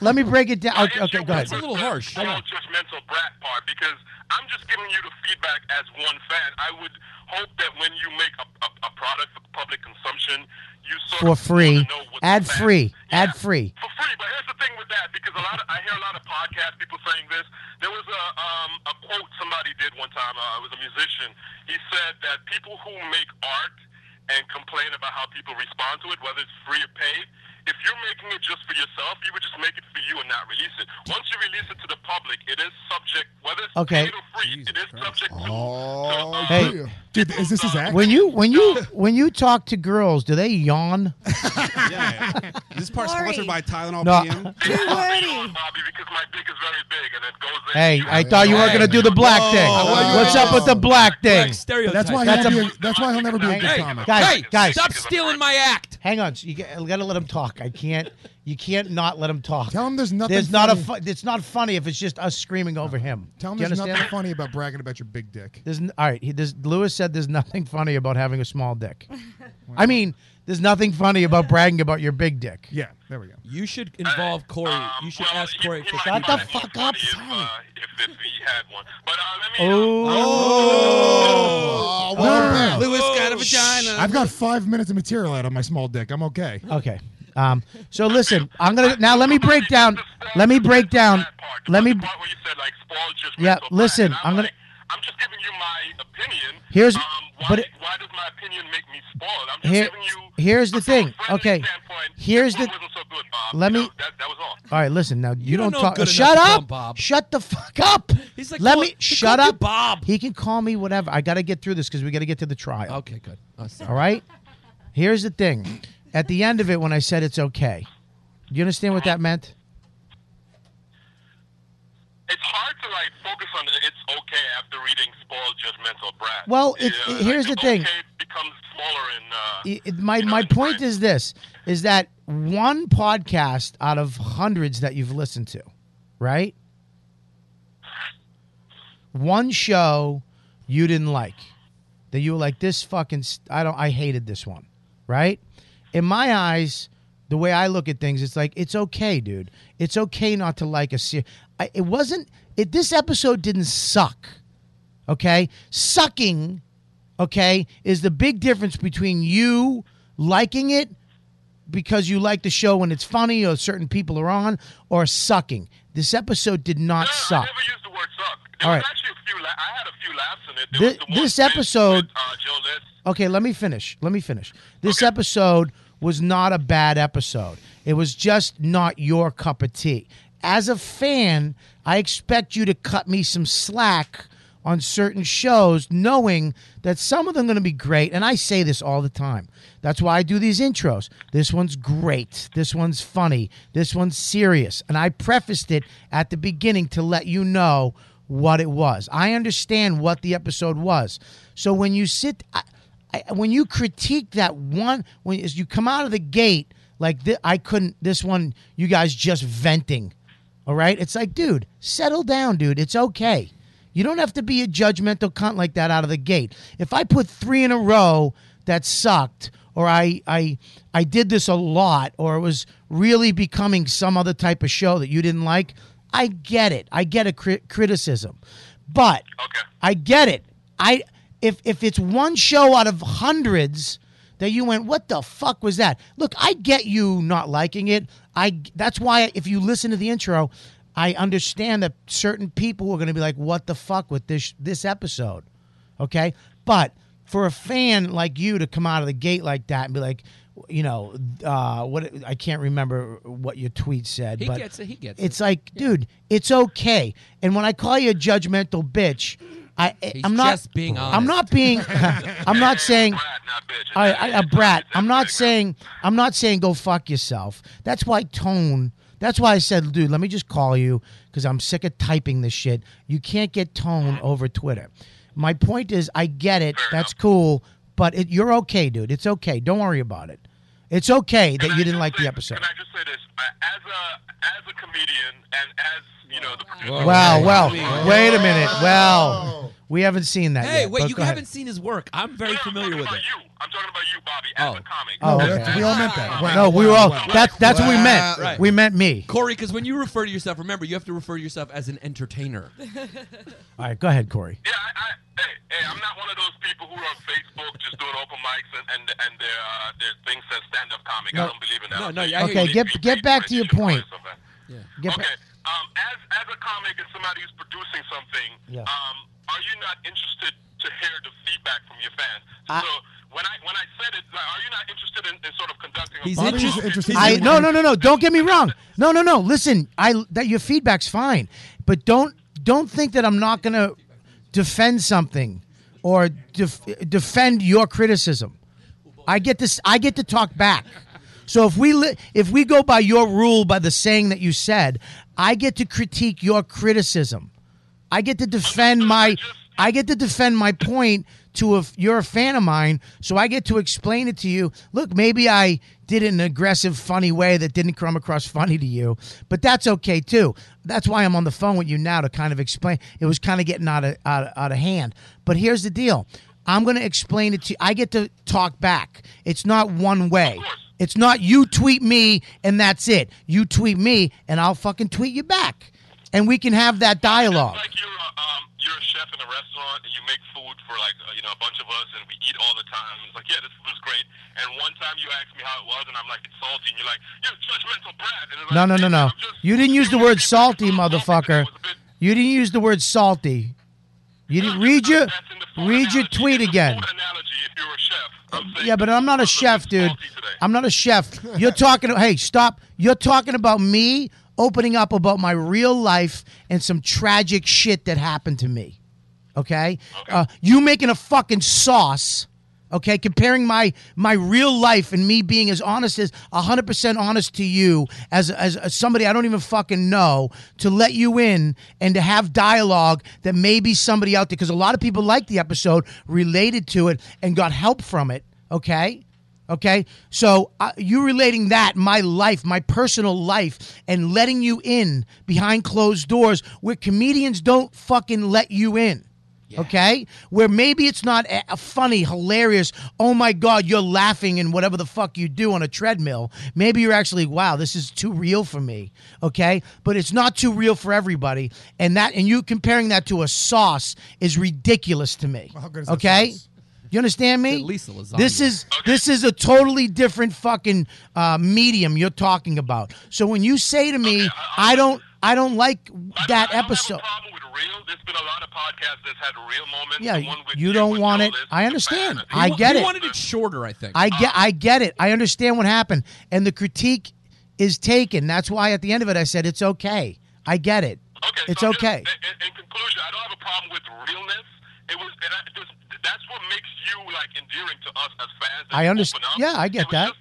let me break it down. Okay, okay, go ahead.
It's a little harsh.
judgmental brat part because I'm just giving you the feedback as one fan. I would hope that when you make a, a, a product for public consumption, you sort
For
of
free,
wanna know what's
ad
bad.
free,
Yeah,
ad free.
for free. But here's the thing with that because a lot of I hear a lot of podcast people saying this. There was a um, a quote somebody did one time. Uh, it was a musician. He said that people who make art and complain about how people respond to it, whether it's free or paid. If you're making it just for yourself, you would just make it for you and not release it. Once you release it to the public, it is subject, whether it's
Okay.
paid or free, it is subject to
Oh,
Hey,
dude, is this his act?
When you when you when you talk to girls, do
(laughs)
they yawn? (laughs)
This part's sponsored by Tylenol
No.
PM.
Hey, I thought you were gonna do the black thing. What's up with the black thing?
That's why,
That's
he'll be
a-
a, that's why he'll never be a good
Hey,
comic.
Guys, guys, stop
stealing my act.
Hang on, you got- you gotta let him talk. I can't. You can't not let him talk. Tell
him there's nothing.
There's not a. Fu-
funny.
it's not funny if it's just us screaming over him.
Tell him
Do you
there's nothing
understand?
funny about bragging about your big dick.
There's n- all right. He, there's, Lewis said there's nothing funny about having a small dick.
(laughs)
I mean, there's nothing funny about bragging about your big dick.
Yeah, there we go.
You should involve Corey. Um, You should ask Corey for
Shut the
feedback.
fuck up.
Oh,
well,
Lewis
got a vagina.
I've got five minutes of material out on my small dick. I'm okay.
Okay. Um, so listen, I'm gonna now. Let me break down. Let me break down. Let me. Yeah. Listen, I'm gonna. I'm just giving you my opinion. Um, Here's. but it- here, here's the thing. Okay. Here's the. Let me. All right. Listen now. You, don't,
don't know
talk.
good enough
Shut
to call him
up.
Bob.
Shut the fuck up.
He's like,
let
call-
me.
he
Shut
called you
up, Bob. He can call me whatever. I gotta get through this because we gotta get to the trial.
Okay, good. Oh, sorry.
All right. Here's the thing. At the end of it, when I said it's okay, do you understand what that meant? Well, it's, it- here's the thing. It- it- my my point is this: is that one podcast out of hundreds that you've listened to, right? One show you didn't like that you were like this fucking st- I don't I hated this one, right? In my eyes, the way I look at things, it's like it's okay, dude. It's okay not to like a series. It wasn't. It this episode didn't suck okay? Sucking, okay, is the big difference between you liking it because you like the show when it's funny or certain people are on, or sucking. This episode did not suck. All right. Thi- this episode. okay, let me finish. Let me finish. This episode was not a bad episode. It was just not your cup of tea. As a fan, I expect you to cut me some slack on certain shows, knowing that some of them are going to be great. And I say this all the time. That's why I do these intros. This one's great. This one's funny. This one's serious. And I prefaced it at the beginning to let you know what it was. I understand what the episode was. So when you sit, I, I, when you critique that one, when as you come out of the gate, like thi- I couldn't, this one, you guys just venting. All right. It's like, dude, settle down, dude. It's okay. You don't have to be a judgmental cunt like that out of the gate. If I put three in a row that sucked, or I I I did this a lot, or it was really becoming some other type of show that you didn't like, I get it. I get a cri- criticism, but I get it. I if if it's one show out of hundreds that you went, what the fuck was that? Look, I get you not liking it. I that's why if you listen to the intro, I understand that certain people are going to be like, "What the fuck with this this episode?" Okay, but for a fan like you to come out of the gate like that and be like, you know, uh, what I can't remember what your tweet said,
He
but
gets it, he gets
it's like, dude, it's okay. And when I call you a judgmental bitch. I,
He's
I'm not
just being
I'm not
(laughs)
being. I'm not saying. I, I, a brat. I'm not saying. I'm not saying go fuck yourself. That's why tone. That's why I said, dude, let me just call you because I'm sick of typing this shit. You can't get tone over Twitter. My point is, I get it. That's cool, but it, you're okay, dude. It's okay. Don't worry about it. It's okay that you didn't like the episode. Well, well, wait a minute. Well, we haven't seen that
Hey,
yet,
wait,
but
you
go ahead.
haven't seen his work. I'm very familiar with it.
Oh,
No,
okay.
that's- we all meant that. Wow,
no, we were
wow,
all
wow.
that. That's what we
Wow.
meant.
Right.
We meant me.
Corey, because when you refer to yourself, remember, you have to refer to yourself as an (laughs) entertainer.
(laughs)
All right, go ahead, Corey.
uh, No. I don't believe in that.
No, no, I
Okay, get get back to your point. Get
okay.
back.
Um, as as a comic and somebody who's producing something,
Yeah.
um, are you not interested to hear the feedback from your fans?
I-
so when I when I said it, like, are you not interested in, in sort of conducting?
He's
a
Bobby's
follow-up?
interested
I no no no no. Don't get me wrong. No no no. Listen, I that your feedback's fine, but don't don't think that I'm not gonna defend something or def, defend your criticism. I get this. I get to talk back. So if we li- if we go by your rule by the saying that you said, I get to critique your criticism. I get to defend my I get to defend my point to if you're a fan of mine, so I get to explain it to you. Look, maybe I did it in an aggressive, funny way that didn't come across funny to you, but that's okay too. That's why I'm on the phone with you now to kind of explain. It was kind of getting out of out of, out of hand, but here's the deal: I'm going to explain it to. you. I get to talk back. It's not one way. It's not you tweet me and that's it. You tweet me and I'll fucking tweet you back, and we can have that dialogue. um, uh, No, no, no, no. You didn't use the word salty, motherfucker. You didn't use the word salty. You didn't read your read your tweet again. Yeah, but I'm not a chef, dude. I'm not a chef. You're talking. Hey, stop. You're talking about me opening up about my real life and some tragic shit that happened to me. Okay. Uh, you making a fucking sauce. Okay, comparing my my real life and me being as honest as 100% honest to you as, as as somebody I don't even fucking know to let you in and to have dialogue that maybe somebody out there because a lot of people liked the episode, related to it and got help from it, okay? Okay, so uh, you relating that my life, my personal life, and letting you in behind closed doors where comedians don't fucking let you in. Okay, where maybe it's not a, a funny, hilarious. Oh my God, you're laughing and whatever the fuck you do on a treadmill. Maybe you're actually, wow, this is too real for me. Okay, but it's not too real for everybody, and that and you comparing that to a sauce is ridiculous to me.
good is that
okay, you understand me?
At least a lasagna.
This is this is a totally different fucking uh, medium you're talking about. So when you say to me, I don't I don't like that episode. Yeah, you don't want it. I understand. I
He wa-
get
he
it.
wanted it shorter, I think.
I get I get it. I understand what happened. And the critique is taken. That's why at the end of it I said it's okay. I get it. it's okay. I understand. Yeah, I get that.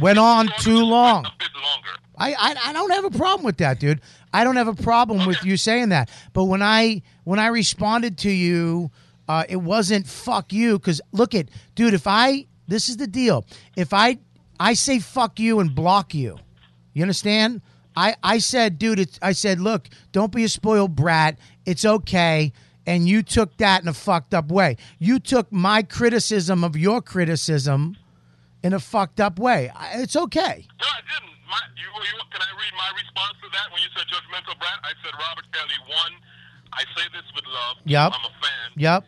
Went on too long. I, I I don't have a problem with that, dude. I don't have a problem with you saying that. But when I when I responded to you, uh, it wasn't fuck you. Because look at, dude, if I this is the deal. If I I say fuck you and block you, you understand? I, I said, dude, it's, I said, look, don't be a spoiled brat. It's okay. And you took that in a fucked up way. You took my criticism of your criticism in a fucked up way. I- It's okay. Yep. I'm a fan. Yep. Yeah.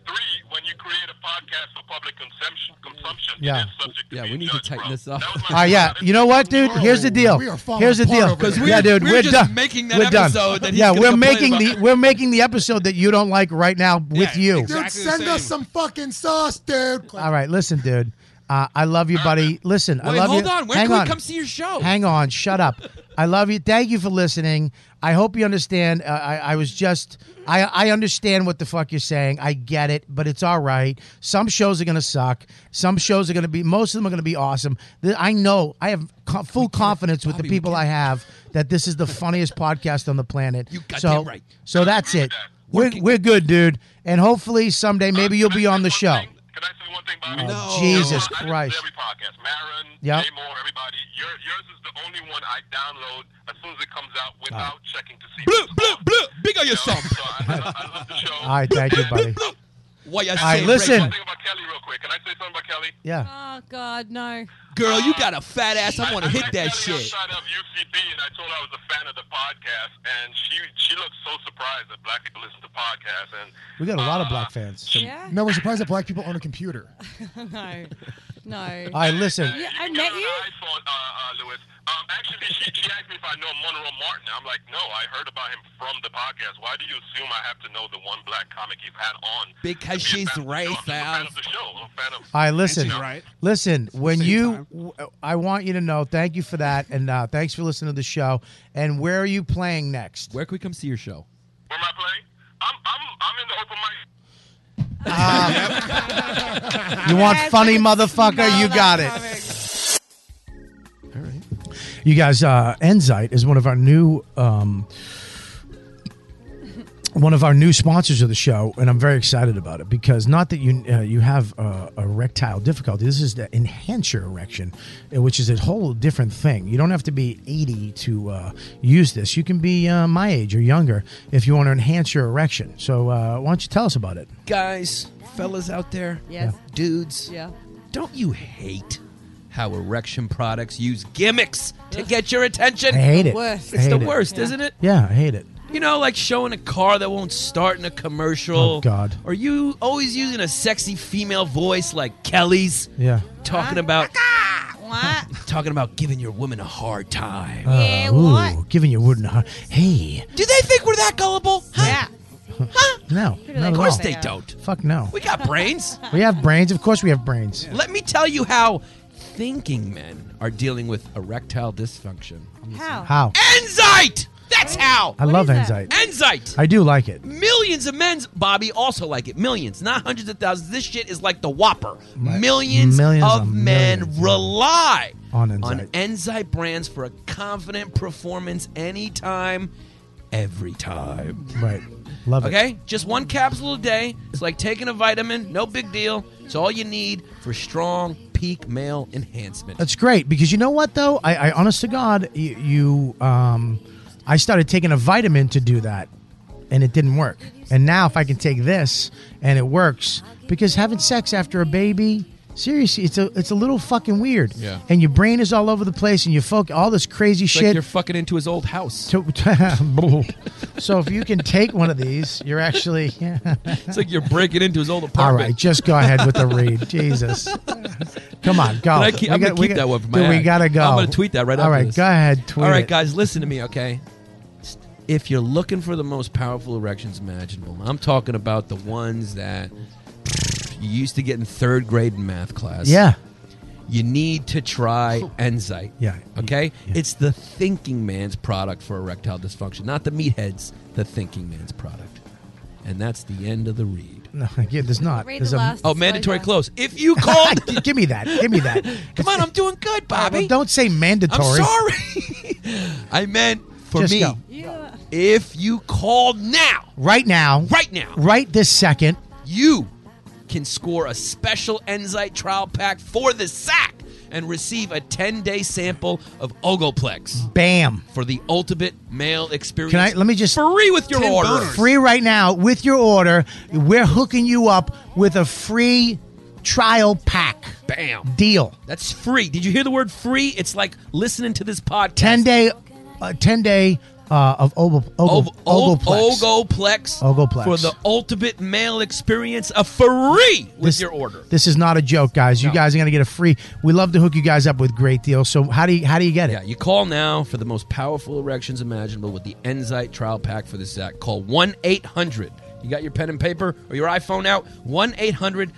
Yeah, we need to tighten this up.
All right, Uh, yeah. You know what, dude? Here's the deal.
we are falling
Here's the
apart
deal.
over Because here. we're-
yeah, dude,
we're
we're
just
done.
making that
we're done.
episode that he's
yeah,
gonna
we're
complain
making the
about.
we're making the episode that you don't like right now (laughs) with you.
dude, send us some fucking sauce, dude.
All right, listen, dude. Uh, I love you, buddy. Listen, I
Wait,
love
hold
you.
on. When
Hang
can we
on.
come see your show? (laughs)
Hang on. Shut up. I love you. Thank you for listening. I hope you understand. Uh, I, I was just, I, I understand what the fuck you're saying. I get it, but it's all right. Some shows are going to suck. Some shows are going to be, most of them are going to be awesome. Th- I know, I have co- full confidence with the people I have that this is the funniest podcast on the planet. You
goddamn
so,
right.
So that's it. We're, we're good, dude. And hopefully someday maybe you'll be on the show. Can I say one thing, Bobby?
No.
Jesus
No, I-
Christ.
every podcast, Marin,
Yep.
Namor, everybody. Your, yours is the only one I download as soon as it comes out without checking to see. Blue, blue, blue. Big on yourself. (laughs)
All right, thank you, buddy.
Why you
All right,
say
listen.
Rachel?
Yeah.
Oh God, no. (laughs)
Girl, you got a fat ass. I want to hit that shit.
We got a lot of black fans.
Yeah.
No, we're surprised that black people own a computer.
no, no.
All right, listen.
Yeah, I met you.
Because she's racist.
All right, listen.
All right.
Listen, when you, w- I want you to know. Thank you for that, and uh, thanks for listening to the show. And where are you playing next?
Where can we come see your show?
You want funny motherfucker? You
that
got it. You guys, uh, Enzyte is one of our new um, one of our new sponsors of the show, and I'm very excited about it because not that you uh, you have uh, erectile difficulty. This is to enhance your erection, uh, which is a whole different thing. You don't have to be 80 to uh, use this. You can be uh, my age or younger if you want to enhance your erection. So uh, why don't you tell us about it?
Guys, fellas out there,
Yes.
dudes,
Yeah.
don't you
(laughs)
hate how erection products use gimmicks to get your attention?
I hate it. I
It's
hate
the
it.
worst, isn't it?
Yeah, I hate it.
You know, like showing a car that won't start in a commercial.
Oh, God.
Are you always using a sexy female voice like Kelly's?
Yeah.
Talking about. Talking about giving your woman a hard time.
Uh, Ooh, giving your wooden heart. Hey,
Do they think we're that gullible? Huh?
no,
Who
not
do they
at
Of course
all.
they don't.
Fuck no.
We got brains.
We have brains. Of course, we have brains.
Let me tell you how thinking men are dealing with erectile dysfunction.
How?
How?
Enzyte! That's how!
I love Enzyte.
Enzyte!
I do like it.
Millions of men's, Bobby, also like it. Millions, not hundreds of thousands. This shit is like the Whopper. Millions,
Millions
of
of
men
millions,
rely
On Enzyte.
on Enzyte brands for a confident performance anytime, every time.
Right. Love it.
okay? Just one capsule a day. It's like taking a vitamin, no big deal. It's all you need for strong peak male enhancement.
That's great because you know what though? I, I honest to God, you, you um, I started taking a vitamin to do that, and it didn't work. And now if I can take this and it works, because having sex after a baby, seriously, it's a it's a little fucking weird.
Yeah.
And your brain is all over the place, and you focus all this crazy
It's like
shit.
you're fucking into his old house.
To- (laughs) so if you can take one of these, you're actually. (laughs)
It's like you're breaking into his old
All
apartment.
right, just go ahead with the read. Jesus. Come on, go.
Can I keep,
We
I'm
got-
gonna
we
keep
got-
that one for my.
dude, we
ad.
gotta go.
I'm gonna tweet that right
All
after
right,
this.
go ahead. Tweet.
All right,
it.
guys, listen to me, okay? If you're looking for the most powerful erections imaginable, I'm talking about the ones that you used to get in third grade in math class.
Yeah.
You need to try Enzyte.
Yeah.
Okay? It's the thinking man's product for erectile dysfunction, not the meathead's, the thinking man's product. and that's the end of the read.
No, again, there's not.
Read
there's
the
a-
last Oh, mandatory close. If you (laughs) called-
give me that. Give me that.
(laughs) Come on, I'm doing good, Bobby.
Well, don't say mandatory.
I'm sorry. (laughs) I meant for
Just
me.
go.
If you called now,
Right now.
Right now.
Right this second.
you can score a special Enzyte trial pack for the sack and receive a 10-day sample of Ogoplex
Bam.
for the ultimate male experience.
Can I? Let me just
free with your order.
Free right now with your order. We're hooking you up with a free trial pack.
Bam.
Deal.
That's free. Did you hear the word free? It's like listening to this podcast.
Ten day. Uh, Ten day uh, of ogle, ogle,
Og-
ogleplex.
Ogoplex.
Ogoplex.
For the ultimate male experience, a free with your order.
This is not a joke, guys. You guys are gonna get a free. We love to hook you guys up with great deals. So how do you how do you get it?
Yeah, Uh, you call now for the most powerful erections imaginable with the Enzyte trial pack for this act. Call 1 800. You got your pen and paper or your iPhone out? 1 800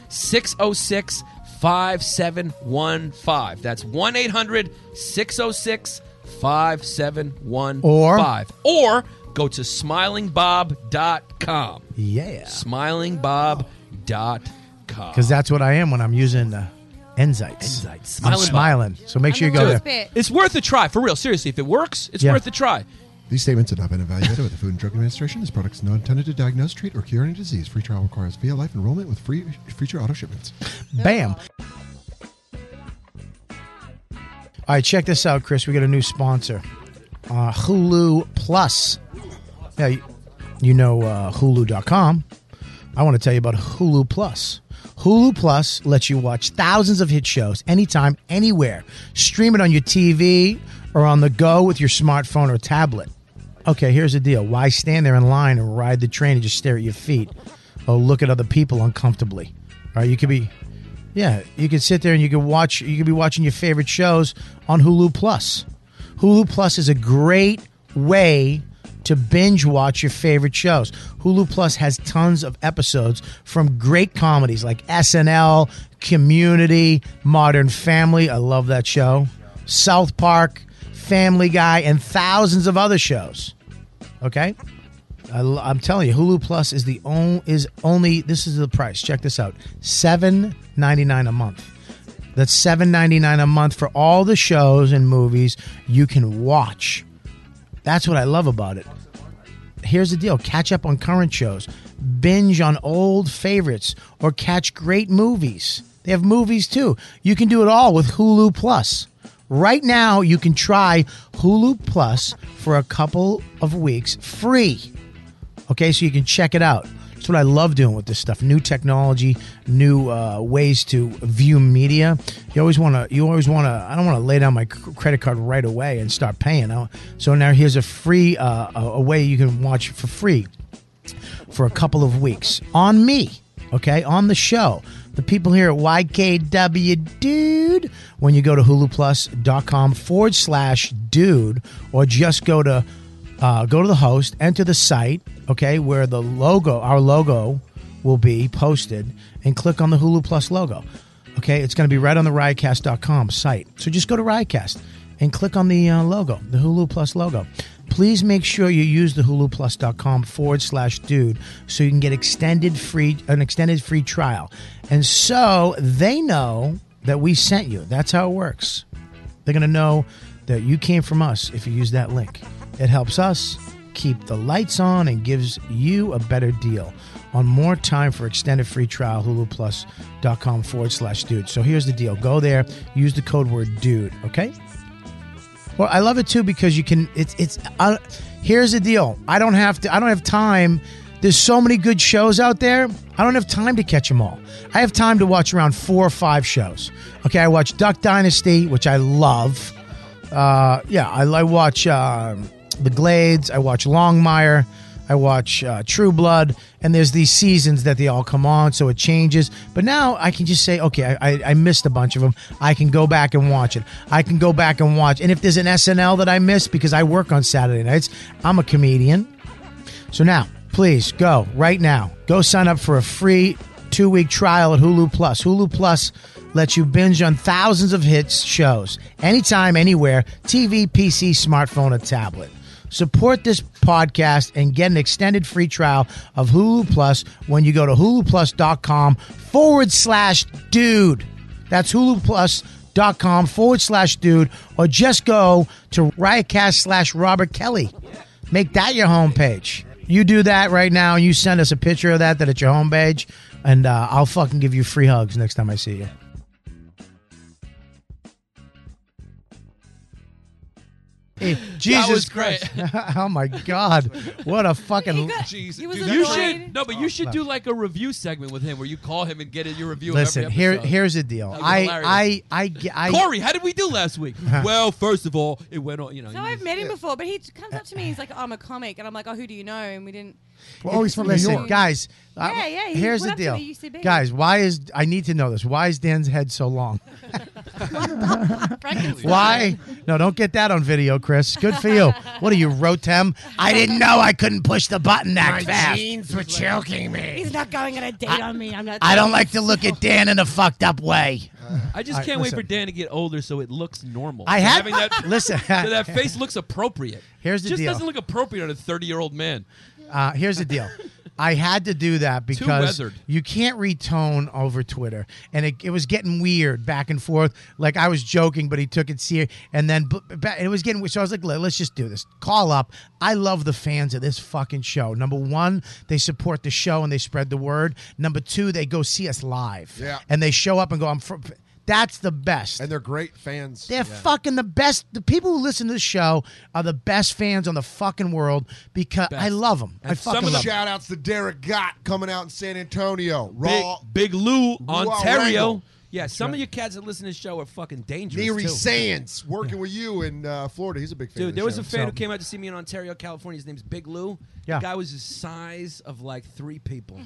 606 5715. That's 1 800 606 5715.
Or-
or go to smilingbob.com.
Yeah.
Smilingbob.com.
Because that's what I am when I'm using uh, Enzytes. I'm
Bob.
smiling. So make sure you go there.
It's worth a try, for real. Seriously, if it works, it's
Yeah.
worth a try.
These statements have not been evaluated with the Food and Drug Administration. This product is not intended to diagnose, treat, or cure any disease. Free trial requires via life enrollment with free future auto shipments.
Bam. All right, check this out, Chris. We got a new sponsor, uh, Hulu Plus. Yeah, you, you know uh, Hulu.com. I want to tell you about Hulu Plus. Hulu Plus lets you watch thousands of hit shows anytime, anywhere. Stream it on your TV or on the go with your smartphone or tablet. Okay, here's the deal. Why stand there in line and ride the train and just stare at your feet or look at other people uncomfortably? All right, you could be yeah, you can sit there and you can watch. You can be watching your favorite shows on Hulu Plus. Hulu Plus is a great way to binge watch your favorite shows. Hulu Plus has tons of episodes from great comedies like SNL, Community, Modern Family. I love that show. South Park, Family Guy, and thousands of other shows. Okay. I, am telling you, Hulu Plus is the on, is only this is the price. Check this out: seven ninety nine a month. That's seven ninety nine a month for all the shows and movies you can watch. That's what I love about it. Here's the deal: catch up on current shows, binge on old favorites, or catch great movies. They have movies too. You can do it all with Hulu Plus. Right now, you can try Hulu Plus for a couple of weeks free. Okay, so you can check it out. That's what I love doing with this stuff. New technology, new uh, ways to view media. You always want to. You always want to. I don't want to lay down my c- credit card right away and start paying. I- So now here's a free uh, a a way you can watch for free for a couple of weeks on me, okay, on the show. The people here at YKW Dude, when you go to huluplus.com forward slash dude, or just go to uh, go to the host, enter the site, okay, where the logo, our logo, will be posted, and click on the Hulu Plus logo. Okay, it's going to be right on the riotcast.com site. So just go to riotcast and click on the uh, logo, the Hulu Plus logo. Please make sure you use the huluplus.com forward slash dude so you can get extended free an extended free trial. And so they know that we sent you. That's how it works. They're going to know that you came from us if you use that link. It helps us keep the lights on and gives you a better deal on more time for extended free trial huluplus.com forward slash dude so here's the deal go there use the code word dude okay well, I love it too because you can. It's it's. Uh, here's the deal. I don't have to. I don't have time. There's so many good shows out there. I don't have time to catch them all. I have time to watch around four or five shows. Okay, I watch Duck Dynasty, which I love. Uh, yeah, I, I watch um The Glades. I watch Longmire. I watch uh, True Blood, and there's these seasons that they all come on, so it changes. But now I can just say, okay, I, I, I missed a bunch of them. I can go back and watch it. I can go back and watch. And if there's an SNL that I missed because I work on Saturday nights, I'm a comedian. So now, please go right now. Go sign up for a free two week trial at Hulu Plus. Hulu Plus lets you binge on thousands of hits shows anytime, anywhere, TV, PC, smartphone, or tablet. Support this podcast and get an extended free trial of Hulu Plus when you go to huluplus.com forward slash dude. That's huluplus.com forward slash dude, or just go to riotcast slash Robert Kelly. Make that your homepage. You do that right now, and you send us a picture of that that it's your homepage, and uh, I'll fucking give you free hugs next time I see you. Hey, Jesus
was
Christ. (laughs)
great.
oh my God. What a fucking.
Jesus,
he
you
was
should
annoyed.
no, but you should
no.
do like a review segment with him where you call him and get in your review. of
Listen,
every
here,
episode.
here's the deal.
That'd be hilarious.
I, I, I, ge- I.
Corey, how did we do
(laughs)
last week? well, first of all, it went on. You know,
No, I've met him before, but he t- comes up to me. He's like, "I'm a comic," and I'm like, "Oh, who do you know?" And we didn't. oh,
It- listen,
York.
guys. I-
Yeah, yeah, he
here's
went
the
up to
deal,
me at UCB.
guys. Why is I need to know this? Why is Dan's head so
(laughs)
long? Why? No, don't get that on video, Chris. Good for you. What are you, Rotem? I didn't know I couldn't push the button that
My
fast.
jeans were choking me.
He's not going on a date on me. I'm not.
I don't like to look at Dan in a fucked up way.
I just
All right, listen.
can't wait for Dan to get older so it looks normal.
I
So
had-
having that.
(laughs) Listen.
(laughs) so that face looks appropriate.
Here's the
just
deal.
doesn't look appropriate on a thirty-year-old man.
Uh, here's the deal. I had to do that because
weathered.
you can't retone over Twitter, and it, it was getting weird back and forth. Like I was joking, but he took it serious, and then b- b- it was getting. weird. So I was like, "Let- "Let's just do this. Call up." I love the fans of this fucking show. Number one, they support the show and they spread the word. Number two, they go see us live,
Yeah.
and they show up and go, "I'm." Fr- that's the best.
And they're great fans.
They're fucking the best. The people who listen to this show are the best fans on the fucking world because I love them. I fucking
some of the
love 'em.
shout outs to Derek Gott coming out in San Antonio.
Big,
Raw.
Big Lou,
Luau
Ontario.
Rangel.
Yeah,
That's
some
right.
of you cats that listen to this show are fucking dangerous.
Neary
too.
Sands working with you in uh, Florida. He's a big fan.
Dude,
of the
there was
show.
a fan
So-
who came out to see me in Ontario, California. His name's Big Lou.
Yeah.
The guy was the size of like three people.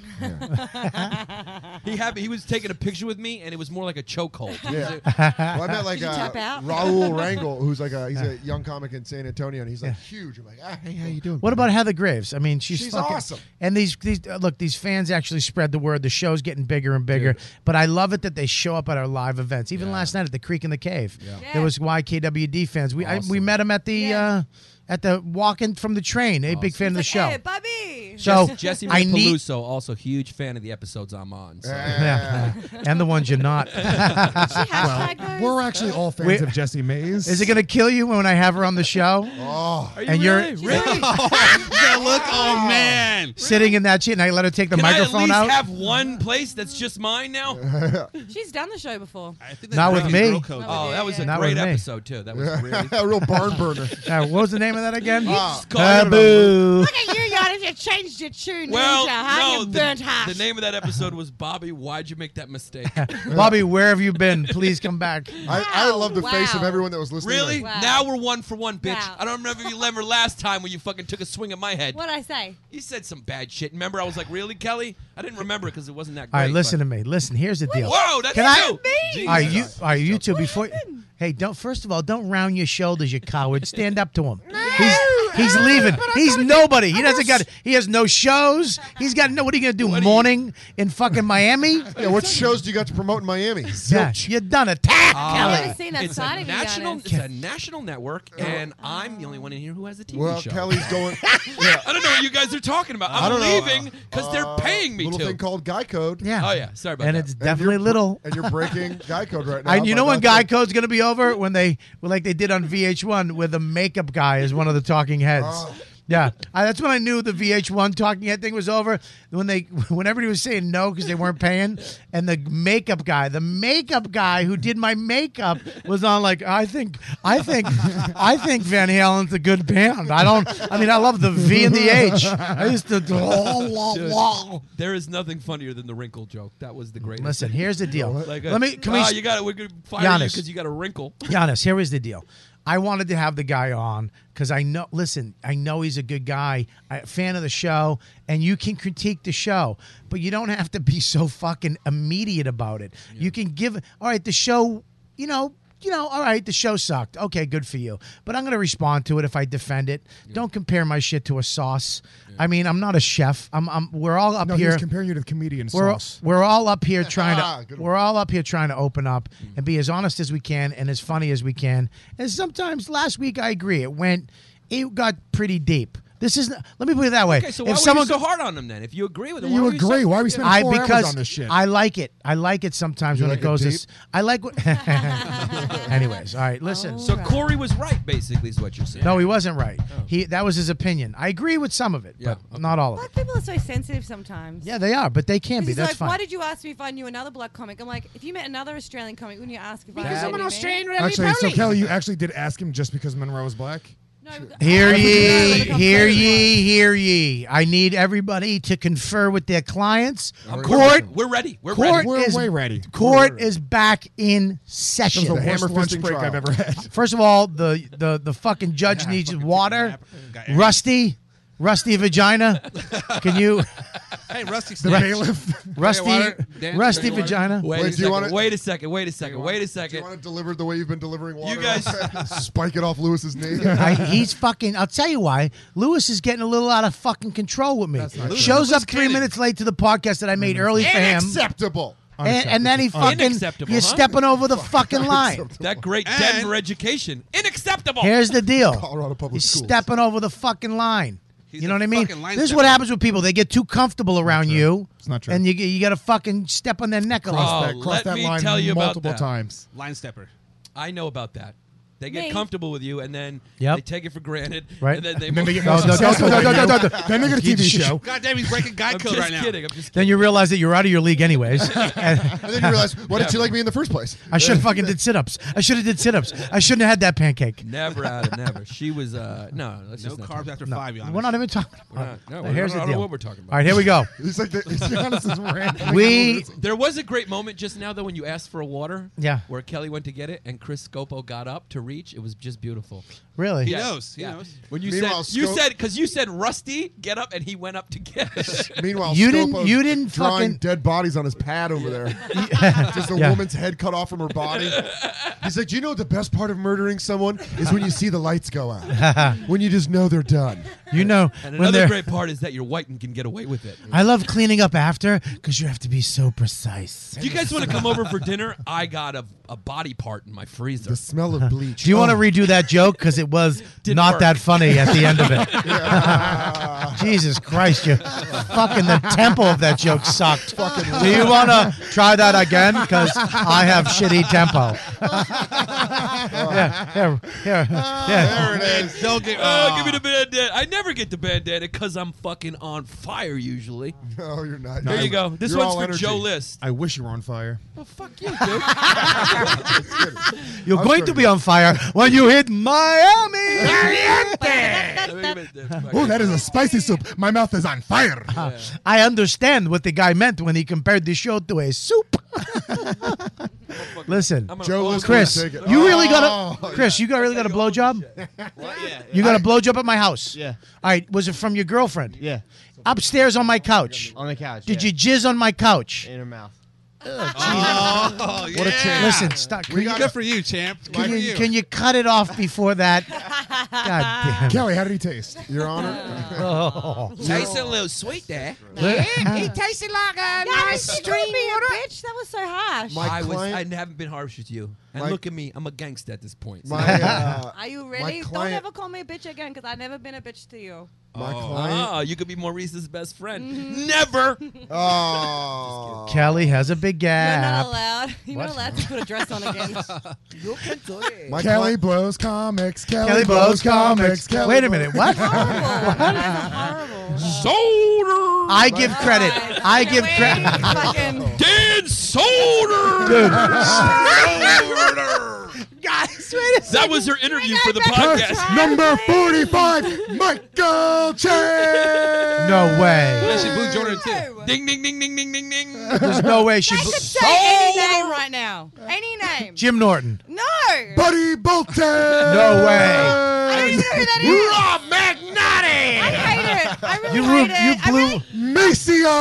(laughs) he had he was taking a picture with me, and it was more like a chokehold. He was
(laughs)
Yeah.
like-
well, I met like
Did you
uh,
tap out? (laughs)
Raul Rangel, who's like a he's a young comic in San Antonio, and he's like huge. I'm like, ah, hey, how you doing?
What about Heather Graves? I mean, she's,
She's
fucking,
awesome.
And these these uh, look, these fans actually spread the word. The show's getting bigger and bigger. But I love it that they show up at our live events. Even last night at the Creek in the Cave, there was YKWd fans. We I, we met them at the. Uh, at the walking from the train, a big fan of the show.
Hey, Bobby.
So
Jess- Jesse
I need-
Peluso, also huge fan of the episodes I'm on. So.
Yeah.
(laughs)
(laughs) and the ones you're not. (laughs)
hashtag Well, those? we're actually all fans of
Jesse Mays. Is it going to kill you when I have her on the show?
(laughs) Oh,
Are you and you're
really?
Oh,
that look, oh man.
(laughs) sitting in that shit, and I let her take the
Can
microphone
I at
out.
least have one place that's just mine now?
She's done the show before. I
think
Not with me.
(laughs) Oh, that was a
Not
great
with me.
episode too. That was really
a real barn burner.
(laughs) Uh, what was the name of that again?
Ah.
Taboo.
Look at you, Yana. You changed your tune.
Well,
didn't you? Huh?
no,
you
the,
burnt half.
the name of that episode was Bobby. Why'd you make that
(laughs)
mistake?
Bobby, where have you been? Please come back.
I, I love the face of everyone that was listening.
Really?
Like,
Now we're one for one, bitch. I don't remember if you remember last time when you fucking took a swing at my head.
What'd I say?
You said some bad shit. Remember, I was like, really, Kelly? I didn't remember because it wasn't that great.
All right, listen to me. Listen, here's the deal.
Whoa, that's
Can
you.
I?
Jesus.
All right, you, all right, you two. Before, hey, don't. First of all, don't round your shoulders, you
(laughs)
coward. Stand up to him. He's, he's leaving. He's nobody. He doesn't got. He has no shows. He's got no. What are you gonna do? morning in fucking Miami?
(laughs) yeah, what shows do you got to promote in Miami? Ah.
Yeah, you're done. Attack,
Uh,
Kelly.
it's a national, It's a national network,
Oh.
and I'm the only one in here who has a TV
Well,
show.
Kelly's
(laughs)
going.
I don't know what you guys are talking about.
I
I'm
don't know. Uh,
leaving because they're paying me
little
to.
thing called Guy Code.
Yeah.
Oh yeah, sorry about
and
that.
it's definitely little.
And you're breaking Guy Code (laughs) right now.
And you
by
know when
not
Guy Code's gonna be over when they well, like they did on VH1, where the makeup guy is one of the talking heads.
Oh.
Yeah, I, that's when I knew the VH1 talking head thing was over. When they (laughs) when everybody was saying no because they weren't paying, and the makeup guy, the makeup guy who did my makeup was on like I think I think I think Van Halen's a good band. I don't. I mean, I love the V and the H. (laughs) I used to. "Oh,
Dude, There is nothing funnier than the wrinkle joke. That was the greatest.
Listen, here's
(laughs)
the deal.
Like a-
Let me- can we
Ah,
s-
you got. We're gonna fire you
Giannis.
because you got a wrinkle.
(laughs)
(laughs)
Giannis, here is the deal. I wanted to have the guy on because I know. Listen, I know he's a good guy, a fan of the show, and you can critique the show, but you don't have to be so fucking immediate about it. You can give. All right, the show. You know. You know. All right, the show sucked. Okay, good for you. But I'm gonna respond to it if I defend it. Don't compare my shit to a sauce. I mean, I'm not a chef. I'm. I'm we're all (laughs) up
No, he
here
was comparing you to the comedian
we're,
Sauce.
We're all up
(laughs)
here trying
Ah,
to. we're all up here trying to open up
Mm.
and be as honest as we can and as funny as we can. And sometimes last week I agree it went. it got pretty deep. This is not, let me put it that way.
Okay, so why
if
were
someone
you so hard on them then? If you agree with them,
You
why were
agree.
So,
Why
are we spending
I
four hours
because
on this shit?
I like it. I like it sometimes
You
when
like
it
it
goes.
deep?
This, I like. What, (laughs) anyways, all right. Listen.
So Corey was right, basically, is what you're saying.
No, he wasn't right.
Oh.
He that was his opinion. I agree with some of it, but not all of it.
Black people are so sensitive sometimes.
Yeah, they are, but they can
This
be.
is
That's
like,
fine.
why did you ask me if I knew another black comic? I'm like, if you met another Australian comic, wouldn't you ask if
Because
I
I'm
knew eh?"
an
me?
Australian Actually, so Kelly, you actually did ask him just because Monroe is black.
Hear ye,
Sure.
hear ye, hear ye. I need everybody to confer with their clients.
I'm
court,
ready. We're ready. We're
court
ready. We're
is-
way ready.
Court is back in session.
That was the The worst hammer lunch fisting break trial. I've ever
(laughs)
had.
First of all, the the, the fucking judge needs water. Rusty, rusty vagina. Can
(laughs)
you?
Hey, Rusty,
The bailiff. (laughs) Rusty- rusty vagina.
Wait,
Wait,
a
do you
second,
wanna-
wait a second. Wait a second. Wait a
Do you
second.
want it delivered the way you've been delivering water?
You guys-
(laughs) spike it off Lewis's name.
(laughs) I, he's fucking. I'll tell you why. Lewis is getting a little out of fucking control with me.
not Lewis.
Shows
Lewis
up three minutes late to the podcast that I made early for him.
Unacceptable.
And, and then he
Unacceptable.
fucking
Unacceptable,
you're
huh?
stepping over the
(laughs)
fucking line.
That great Denver education. Inacceptable.
Here's the deal.
Colorado Public
He's
Schools.
stepping over the fucking line. you know what I mean?
fucking line
This is what
stepper.
happens with people. They get too comfortable around you. It's
not true.
And you you got to fucking step on their neck a
Oh,
lot.
let me tell you about that.
Line stepper.
I know about that. They get
Me.
comfortable with you, and then
Yep.
they take it for granted.
Right.
And then they,
And then
move-
they get more
(laughs)
No, no, successful no, no, than no, you. no,
(laughs)
no, no. Then they get a TV
(laughs)
show.
God damn, he's breaking guy
I'm
code
just
right now.
kidding. I'm just
Then you realize that you're out of your league
(laughs)
anyways. and
(laughs) And then you realize, why did she like me in the first place?
I should have fucking did sit-ups. I should have did sit-ups. I shouldn't have had that pancake.
never out of never. She was uh no. Let's
No
just not
carbs
talk.
after
No.
five, Giannis.
We're not even talking
We're
about
not- no,
it.
we're-
Here's
I
the
don't know
deal.
what we're talking about.
All right, here we go.
(laughs) He's like, the, Giannis is random.
We-
there was a great moment just now though when you asked for a water.
Yeah.
Where Kelly went to get it and Chris Scopo got up to reach. It was just beautiful.
Really? He
knows, he knows.
When you
Meanwhile,
said you
Sco-
said because you said Rusty get up and he went up to get it.
(laughs) Meanwhile,
You didn't-
Scopo's
you didn't
drawing
fucking-
dead bodies on his pad over there. Just a
Yeah.
woman's head cut off from her body. He's like, do you know the best part of murdering someone is when you see the lights go
(laughs)
out, (laughs) when you just know they're done.
You know
And
when
another
they're.
great part is that you're white and can get away with it.
I love cleaning up after because you have to be so precise.
Do you guys want to come over for dinner? I got a, a body part in my freezer.
The smell of bleach.
Do you want to
Oh.
redo that joke? Because it was
Didn't
not
work.
that funny at the end of
Yeah.
it. (laughs) Jesus Christ, you fucking the tempo of that joke sucked.
Fucking
Do you want to try that again? Because I have shitty tempo. yeah, yeah, yeah,
Oh,
(laughs) yeah.
it is. Don't get-
ah.
Oh, give me the bandana. I never get the bandana because I'm fucking on fire usually.
No, you're not.
There you go. This
You're
one's
all
for
energy.
Joe List.
I wish you were on fire.
Well, fuck
(laughs)
you, dude.
You're
I'm
going
sure
to
you
be on fire when you hit Miami.
Oh, that is a spicy soup. My mouth is on fire.
I understand what the guy meant when he compared the show to a soup. Listen,
I'm gonna Joe always
Chris,
wanna take it.
you really
Oh,
got a
yeah.
Chris, you got really got a blowjob. (laughs) You got a blowjob at my house. Yeah. All right. Was it from your girlfriend? Yeah. Upstairs on my couch.
On the couch,
Did
yeah.
you jizz on my couch?
in her mouth.
Uh,
Oh,
What a
yeah.
champ. Listen, stop.
We
Can you-
got good for you, champ. Why
Can
for
you, can you cut it off before that? God damn.
Kelly, how did he taste?
Your
(laughs)
Honor.
(laughs) Oh.
Tastes a little
(laughs)
sweet there.
He tasted like a
Yeah,
nice
this is
stream
gonna be a
water.
bitch. That was so harsh.
My
I was.
client-
I haven't been harsh with you. And
My-
look at me. I'm a gangster at this point.
My,
(laughs)
uh,
Are you
My
ready? Don't
client-
ever call me a bitch again because I've never been a bitch to you.
My
oh,
client-
ah, you could be Maurice's best friend.
Mm-hmm.
Never.
(laughs) Oh.
Kelly has a big
You're
gap.
not allowed. (laughs) You're
What?
not allowed to put a dress on
(laughs)
again.
My
Kelly
cli-
blows comics. Kelly,
Kelly blows comics.
Kelly
Wait a
blows-
minute.
(laughs)
What?
Solder.
I give
(laughs)
credit. I give credit.
Dan
(laughs)
Solder.
Guys, wait a
that was her interview for the podcast.
Number 45, Michael Che.
No way.
Yeah, she blew Jordan too.
Ding ding ding ding ding ding ding.
There's no way she.
I
bl-
could say any name right now. Any name.
Jim Norton.
No.
Buddy Bolton.
No way.
I don't even know who that
Rob Magnotti.
is. I hate it. I really
You
hate
blew.
it.
You blew.
Maceo.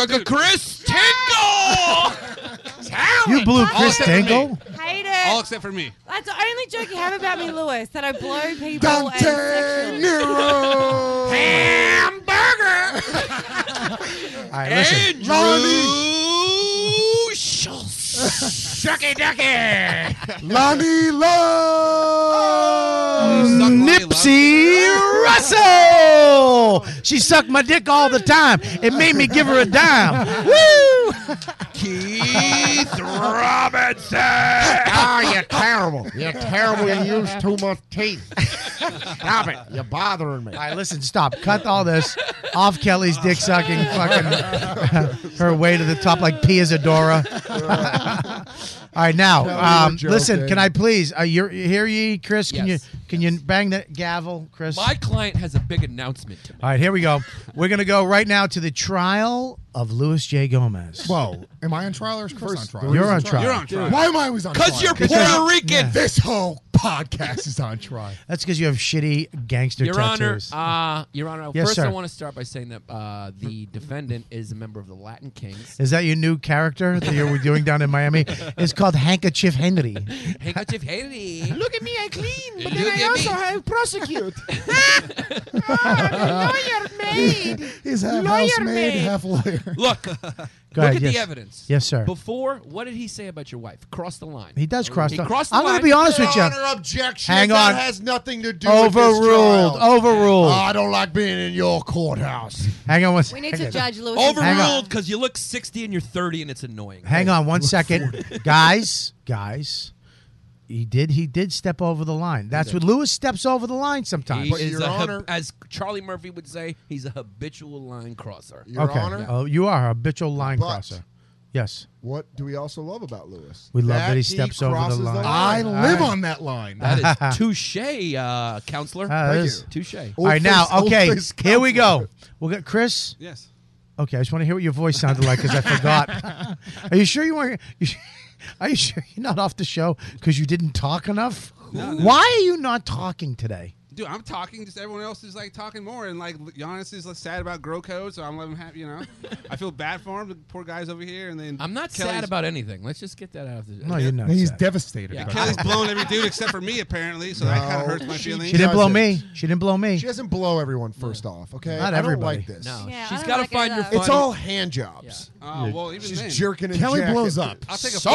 Shut
Chris Tingle.
You blew Chris
except for me.
Dangle.
hate it.
All except for me.
That's the only joke you have about me, Lewis, that I blow people and
Dante
sexually. (laughs)
Nero.
Hamburger.
All right, listen.
Andrew. Schultz. Shucky ducky.
Oh.
Lonnie Love.
Nipsey Russell. She sucked my dick all the time. It made me give her a
(laughs)
dime. Woo!
Keith
Ah,
Robinson. oh, you're terrible. You're terrible. You use too much teeth. Stop it. You're bothering me.
All right, listen, stop. Cut all this off Kelly's dick sucking fucking (laughs) her way to the top like Pia Zadora. (laughs) all right,
Kelly,
now,
you're
um, listen,
joking.
can I please, uh, you hear ye, Chris? Can
Yes.
you can you bang that gavel, Chris?
My client has a big announcement to make.
all right, here we go. We're going to go right now to the trial of Louis J. Gomez.
Whoa, am I on trial or is Chris on trial?
You're on trial. You're on trial.
Why am I always on trial?
'Cause you're Puerto Rican. Yeah.
This whole podcast is on trial.
(laughs) That's because you have shitty gangster
Your Honor,
tattoos.
uh, Your Honor.
Yes,
first, I
sir.
want to start by saying that uh, the defendant is a member of the Latin Kings. (laughs)
Is that your new character that you were doing down in Miami? It's called Handkerchief Henry.
Handkerchief Henry.
Look at me, I clean,
but then Look I at also me.
have
(laughs)
prosecute.
He's half
Lawyer
housemaid,
maid.
half lawyer.
(laughs)
Look,
Go
look
ahead,
at
yes.
the evidence.
Yes, sir.
Before, what did he say about your wife? Cross the line.
He does cross
He
the-
crossed the
I'm
line.
gonna be honest with you.
Your Honor, objection.
Hang
that
on.
has nothing to do with this
Overruled.
trial.
Overruled.
I don't like being in your courthouse.
Hang on one second. Hang on,
Overruled because you look 60 and you're 30 and it's annoying.
hang on one second. guys, guys. He did he did step over the line. That's what Lewis steps over the line sometimes.
He is a hab- as Charlie Murphy would say, he's a habitual line crosser.
okay. Oh, you are a habitual line
But-
crosser. Yes.
What do we also love about Lewis?
We love that, he
he
steps over the
crosses
line.
I live on that
Yeah.
(laughs)
line.
That is touche, uh, counselor.
Ah, that is-
Touche.
All right, now, okay, here we go. We'll get Chris.
Yes.
Okay, I just want to hear what your voice sounded like because I
(laughs)
forgot. Are you sure you weren't? You, (laughs) su- are you sure you're not off the show because you didn't talk enough?
No, no.
Why are you not talking today?
Dude, I'm talking. Just everyone else is like talking more, and like Giannis is like, sad about grow code, so I'm letting him have. You (laughs) know, I feel bad for him. The poor guys over here, and then
I'm not sad
Kelly's-
about anything. Let's just get that out of the.
No, you're not
He's
sad.
devastated.
Yeah,
about
Kelly's
that.
blown every dude except for me apparently, so that kind of hurts my feelings.
She didn't blow me. She didn't blow me.
She doesn't blow everyone first off, okay?
Not
I don't
everybody.
like this.
No,
Yeah, I
she's
don't
got to
like it
find your.
at
Funny.
It's all hand jobs.
Oh well, even
She's
then.
jerking and
Kelly
jacking.
blows up.
I'll take a
So-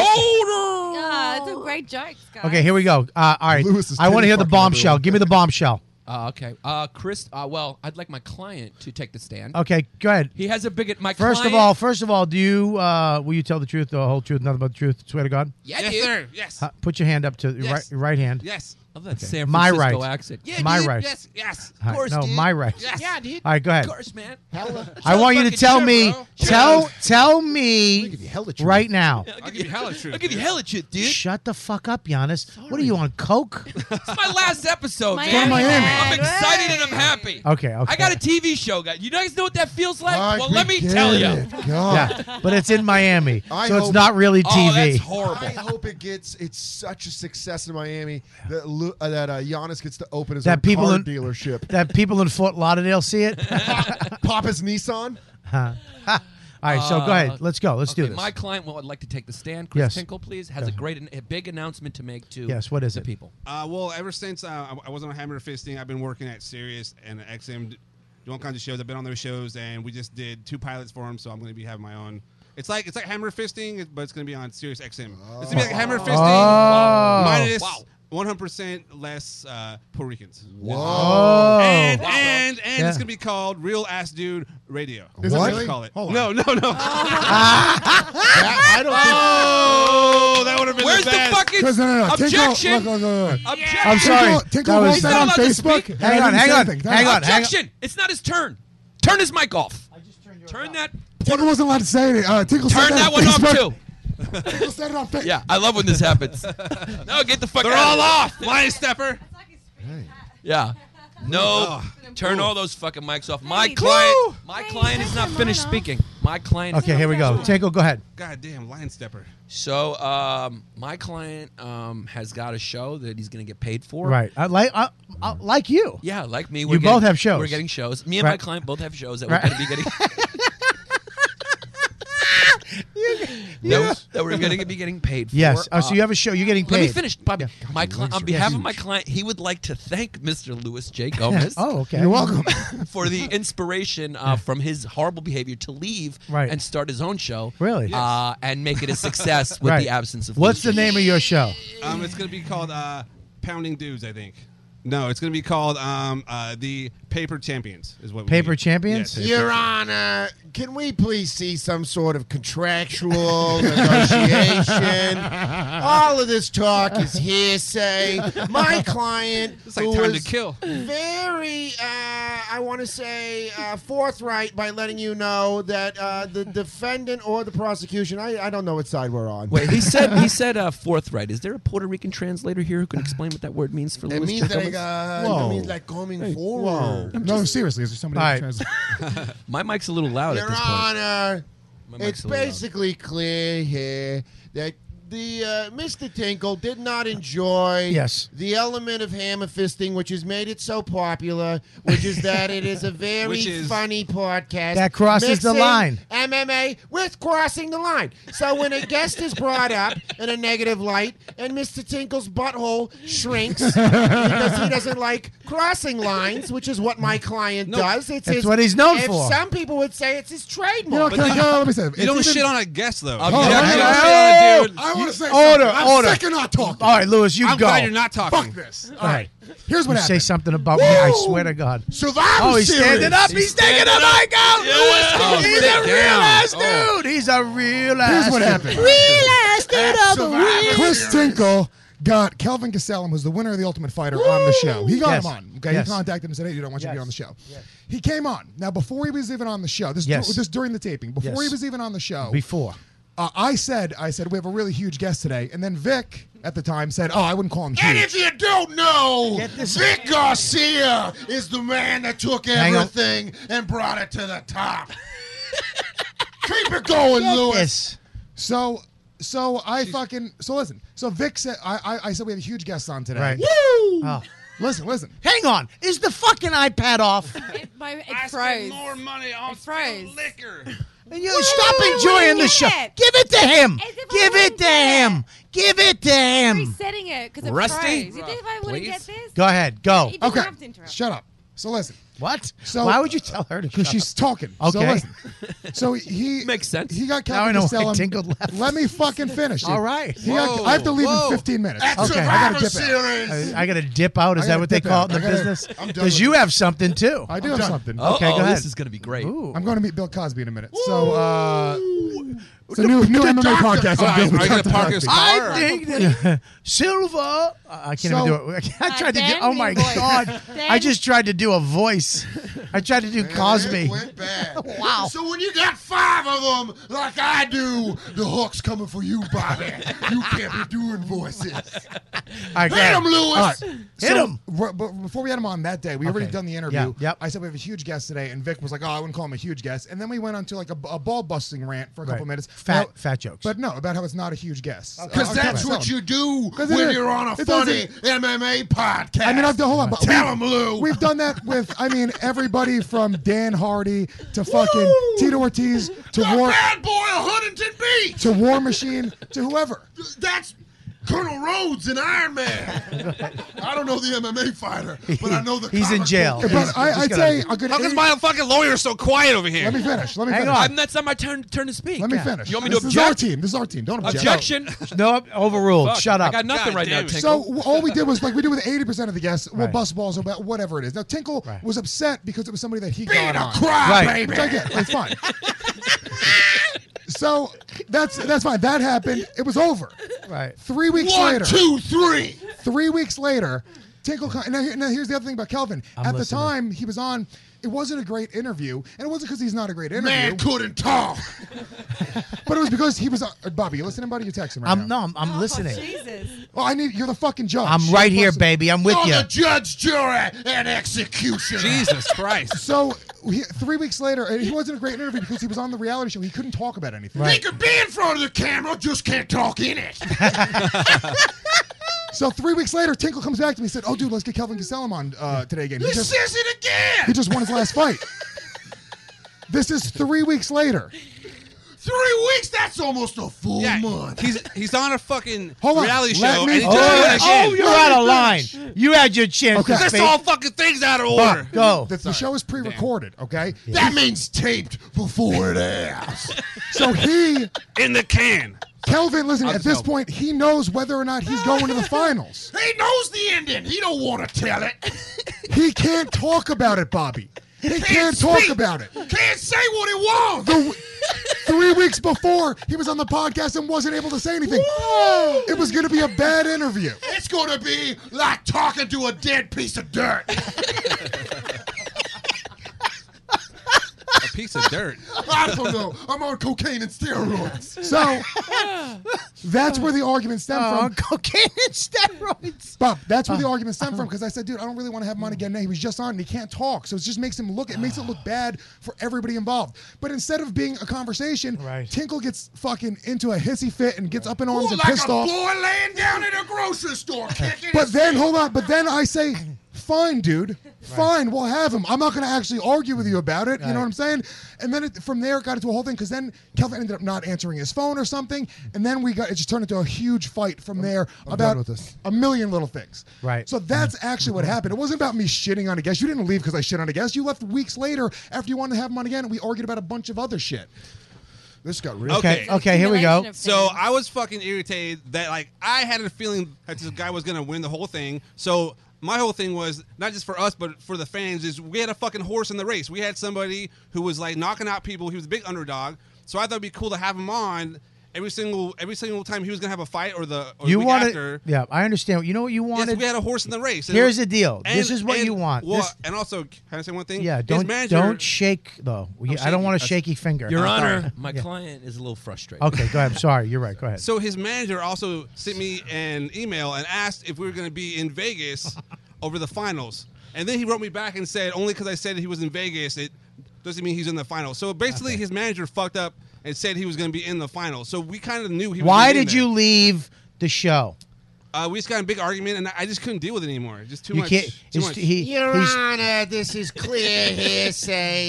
Yeah, it's a great joke, guys.
Okay, here we go. Uh, all right,
Lewis is
I want to
titty
hear the
fucking
bombshell.
everyone.
Give me the bombshell.
Uh, okay, uh, Chris. Uh, well, I'd like my client to take the stand.
Okay, go ahead.
He has a bigot. My
First of
client-
all, first of all, do you uh, will you tell the truth, the whole truth, nothing but the truth? Swear to God.
Yeah, yes, dude. sir.
Yes.
Uh, put your hand up to your right,
Yes.
your right hand.
Yes.
Love that
Okay.
San
my
Francisco
right.
accent. Yeah,
my
dude,
right.
yes, yes.
All right,
Of course,
no,
dude.
my right.
Yes. Yeah, dude.
All right, go ahead.
Of course, man.
I want you to
Fucking
tell
shit,
me,
bro.
tell
Cheers.
tell me right now.
(laughs) I'll give you hella truth. I'll give you hella shit, dude.
Shut the fuck up, Giannis. What are you on
(laughs)
coke?
It's my last episode.
Go to
man.
Miami.
I'm excited and I'm happy.
Okay, okay.
I got a TV show, guys. You guys know what that feels like?
I
well, let me
get
tell you.
it. God.
yeah, but it's in Miami,
I
so it's
hope-
not really TV.
Oh,
Oh,
I hope it gets. It's such a success in Miami that Lu- uh, that uh, Giannis gets to open his
That
own
people
car
in-
dealership.
(laughs) That people in Fort Lauderdale see
(laughs)
it. (laughs)
Pop his Nissan.
Huh. All right, so go
Uh,
ahead. Let's go. Let's do
okay,
this.
My client would like to take the stand. Chris
Yes.
Tinkle, please, has a great, a big announcement to make to
Yes, what is
the
it?
people.
Uh, well, ever since uh, I- I was on Hammer Fisting, I've been working at Sirius and XM, d- doing all kinds of shows. I've been on those shows, and we just did two pilots for them, so I'm going to be having my own. It's like it's like Hammer Fisting, but it's going to be on Sirius XM. It's going to be like Hammer Fisting,
Oh.
minus
Wow.
100% less uh, Puerto Ricans.
Whoa.
And,
Wow.
and, and
Yeah.
it's going to be called Real Ass Dude Radio.
Is it
That's
really?
Call it.
Hold on.
No, no, no.
That- I don't
oh, that would have been
Where's
the
the
best.
fucking
Because no, no, no. Tinkle-
objection?
look, look, look, look.
Objection!
I'm sorry.
Tinkle
That was-
wrote that on
He's not allowed to
Facebook.
speak.
and
Hang
I
on,
didn't
hang
say
on,
anything. No,
hang on.
Objection! It's not his turn. Turn his mic off. I just turned Turn that.
Tinkle wasn't allowed to say it. Uh, Tinkle said
Turn
that,
that
on
one off
(laughs)
Facebook.
too.
Tinkle said it on
(laughs)
Facebook.
Yeah, I love when this happens. no, get the fuck.
They're
out
all
of
off.
here.
Line stepper.
Yeah.
Oh.
No, turn all those fucking mics off. My client, my client is not finished speaking. My client. is
Okay,
not
here we go.
finished.
Tinkle, go ahead.
God damn, line stepper.
So, um, my client um, has got a show that he's going to get paid for.
Right, I like I, I like you.
Yeah, like me.
You
We're
both
getting-
have shows.
We're getting shows. Me and my
Right.
client both have shows that
Right.
we're
(laughs)
going to be getting. that, that we're going to be getting paid for.
Yes. Oh, so
Uh,
you have a show. You're getting paid.
Let me finish, Bobby. My client,
legs
on
are
behalf of
huge.
my client, he would like to thank Mr. Louis J. Gomez.
Oh, okay.
You're welcome.
(laughs) for the inspiration uh, from his horrible behavior to leave
Right.
and start his own show.
Really?
Uh, and make it a success with
Right.
the absence of.
What's
Louis
the name of your show?
Um, it's gonna be called uh, Pounding Dudes, I think. No, it's going to be called um, uh, the Paper Champions. Is what
Paper
we,
Champions?
Yes.
Your Honor, can we please see some sort of contractual (laughs) negotiation? All of this talk is hearsay.
(laughs)
My client,
It's like
who
Time to
was
Kill.
very, uh, I want to say, uh, forthright by letting you know that uh, the defendant or the prosecution, I, I don't know what side we're on.
Wait, he said
(laughs)
he said uh, forthright. Is there a Puerto Rican translator here who can explain what that word means for
It
Luis
means
Jacobus?
like, uh, it means like coming forward.
No, seriously, is there somebody
All
that
right.
(laughs)
translates?
My mic's a little loud at
Your
this point.
Honor,
My mic's
it's
a little loud.
basically clear here that the uh, Mr. Tinkle did not enjoy
Yes.
the element of hammer fisting, which has made it so popular, which is that it is a very
Which is-
funny podcast.
That crosses the
mixing
line.
MMA with crossing the line. So when a guest is brought up in a negative light and Mr. Tinkle's butthole shrinks because he doesn't like crossing lines, which is what my client does. It's
That's
his-
what he's known
if
for.
Some people would say it's his
You know,
trademark.
can I- can I- let me say,
You
it's
don't
even-
shit on a guest though.
Hold on,
you
hang
don't
on.
shit on a dude.
I want to say
Order,
something. I'm
order.
sick of not talking.
All right, Lewis, you
I'm
go.
glad you're
not talking.
Fuck this. All right. Here's what
you
happened.
say something about me. I swear to God.
Survivor
Oh, he's
Series.
standing up. He's, taking the mic out. Lewis,
Oh,
he's
sit
a real
down.
ass dude. He's a real ass.
Here's what
dude.
happened.
Realized it over
Chris Tinkle got Kelvin Gastelum, who's the winner of the Ultimate Fighter, on the show. He got
Yes.
him on. Okay,
Yes.
he contacted him and said, "Hey, dude, I want you to be
Yes.
on the show." He came on. Now, before he was even on the show, this
Yes.
this during the taping, before
Yes.
he was even on the show,
Before.
uh, I said, "I said we have a really huge guest today," and then Vic at the time said, "Oh, I wouldn't call him huge."
And if you don't know, Vic Garcia is the man that took
Hang on.
everything and brought it to the top. Keep it going, Lewis.
So, so I fucking so listen. So Vic said, I, "I I said we have a huge guest on today."
Right.
Woo! Oh. Listen, listen.
Hang on. Is the fucking iPad off?
It, my, it froze.
more money on
it froze. (laughs)
liquor.
And you stop enjoying the show.
it.
Give it to him.
As if I
Give it
wouldn't
to
get
him. Give it to him.
Resetting it because it
Rusty?
froze. You think if I wouldn't get this?
Go ahead. Go.
You didn't have to interrupt.
Shut up. So listen.
What?
So
Why would you tell her to?
Because
shut
she's
up?
talking. So
Okay.
(laughs)
listen. So he makes sense. He got
Now I
Calvin
know why
Gastelum.
Tinkled left.
Let me fucking finish. dude.
All right.
He got-
Whoa,
I have to leave
whoa.
in 15 minutes.
That's Okay.
I gotta
Survivor
dip out.
I- I got to dip out. Is
I
that
gotta
what they
dip
call
out.
it in the
I gotta-
business?
I'm done
Because
with
you
this.
have something too.
I do have something.
Okay, go ahead.
gonna be great.
I'm going to meet Bill Cosby in a minute. So, uh, it's a new, new MMA podcast.
Cosby.
I'm doing with
Are you gonna
Dr.
park
Cosby.
his
I think that (laughs) Silver. I I can't even
So-
do it. (laughs) I tried to
Dan,
do. Oh
your
my
voice.
god!
Dan.
I just tried to do a voice. I tried to do Cosby.
(laughs)
Wow.
So when you got five of them, like I do, the hook's coming for you, Bobby. You can't be doing voices.
I
Hit him, Lewis.
Hit him. but before we had him on that day, we already
Okay.
done the interview.
Yeah.
I said we have a huge guest today, and Vic was like, "Oh, I wouldn't call him a huge guest." And then we went on to like a, a ball busting rant for a couple
Right.
minutes.
Fat-
Now-
fat jokes.
But no, about how it's not a huge guest. Uh,
Because that's what you do
'Cause it
when
is.
you're on a
It
funny
doesn't-
MMA podcast.
I mean, I've done. Hold on, but
Tell
we've-
him, Lou.
We've done that with, I mean, everybody from Dan Hardy to fucking Tito Ortiz to War
Bad boy of Huntington Beach.
to War Machine to whoever.
That's Colonel Rhodes in Iron
(laughs)
Man. I don't know the MMA fighter, but I know the.
He's in jail.
But
He's-
I,
he's
I'd
gonna-
say a good.
How come my fucking lawyer so quiet over here?
Let me finish. Let me
Hang
finish.
on.
I'm, that's not my turn, turn to speak.
Let me finish.
You want me
this
to
is our
object?
team. This is our team. Don't object.
Objection.
No, overruled.
Fuck,
Shut
I
up.
got nothing God right now, damn it. Tinkle.
So w- all we did was like we did with eighty percent of the guests. We'll
Right.
bust balls about whatever it is. Now Tinkle was upset because it was somebody that he
Being
got
a
on.
crybaby.
Which I get. It's fine. so that's that's fine. That happened. It was over.
Right.
Three weeks
One,
later.
two, three.
Three weeks later, Tinkle. Con- now, here- now here's the other thing about Kelvin.
I'm
At the
listening.
time he was on, it wasn't a great interview, and it wasn't because he's not a great interview.
Man couldn't talk.
But it was because he was on. Bobby, you listening, buddy? You're texting right
I'm
now.
no. I'm, I'm listening.
Jesus.
Well, Oh, I need. You're the fucking judge.
I'm
You're
right
the
here,
person-
baby. I'm with
You're
you.
the judge, jury, and executioner.
Jesus Christ.
So he, three weeks later, and he wasn't a great interview because he was on the reality show. He couldn't talk about anything.
He could be in front of the camera, just can't talk in it.
So three weeks later, Tinkle comes back to me and said, "Oh, dude, let's get Kelvin Gastelum on uh, today again." He
He
just,
says it
he
again.
just won his last fight. This is three weeks later.
Three weeks, that's almost a full
Yeah,
month.
he's he's on a fucking
Hold on.
reality
Let
show,
me
and he's
finish.
doing it
Oh,
again.
you're out of line. You had your chance.
Okay.
to
This
speak.
all fucking thing's out of order.
Go.
The, the show is pre-recorded, okay?
That means taped before it airs.
So he
In the can.
Kelvin, listen,
I'll
at
just
this
help.
point, he knows whether or not he's going to the finals.
(laughs) He knows the ending. He don't want to tell it.
(laughs) He can't talk about it, Bobby. He can't talk
speak.
about it.
Can't say what he wants.
The w- three weeks before, he was on the podcast and wasn't able to say anything. It was going to be a bad interview.
It's gonna be like talking to a dead piece of dirt.
a piece of dirt.
I don't know. I'm on cocaine
(laughs)
and
(laughs)
steroids.
(laughs)
So that's where the argument stemmed
Oh,
from. Cocaine and steroids. Bob, that's where the argument stemmed
Uh-huh.
from because I said, dude, I don't really want to have money again. He was just on and he can't talk. So it just makes him look, it makes it
(sighs)
look bad for everybody involved. But instead of being a conversation, Tinkle gets fucking into a hissy fit and gets up in arms
Ooh,
and
like
pissed
a
off.
boy laying down in a grocery store kicking
But
his
then,
feet.
hold on. But then I say, fine, dude. Fine, we'll have him. I'm not going to actually argue with you about it. You know what I'm saying? And then it, from there, it got into a whole thing because then Kelvin ended up not answering his phone or something. And then we got it just turned into a huge fight from there
I'm
about
done with this.
a million little things.
Right.
So that's actually what happened. It wasn't about me shitting on a guest. You didn't leave because I shit on a guest. You left weeks later after you wanted to have him on again, and we argued about a bunch of other shit. This got real.
So I was fucking irritated that like I had a feeling that this guy was gonna win the whole thing. So my whole thing was not just for us, but for the fans. Is we had a fucking horse in the race. We had somebody who was like knocking out people. He was a big underdog. So I thought it'd be cool to have him on every single every single time he was gonna have a fight or the or
you
the week
wanted,
after.
yeah, I understand. You know what you wanted.
Yes, we had a horse in the race. And-
Here's the deal.
and-
this is what
and-
you want.
Well,
This-
and also, can I say one thing?
yeah,
His
don't
manager-
don't shake though. You- I don't
shaking.
want a
That's-
shaky finger.
Your
I'm
Honor,
sorry.
my
Yeah.
client (laughs) is a little frustrated.
Okay, go ahead. I'm sorry. You're right. Go ahead.
So his manager also sent me an email and asked if we were going to be
(laughs)
in Vegas over the finals. And then he wrote me back and said, only because I said he was in Vegas, it doesn't mean he's in the finals. So basically, his manager fucked up and said he was going to be in the finals. So we kind of knew he. was
Why
gonna be in
did you leave the show?
there. Uh, we just got in a big argument, and I just couldn't deal with it anymore. Just too
You
much.
can't-
Too
it's-
much.
he-
Your Honor, this is clear hearsay.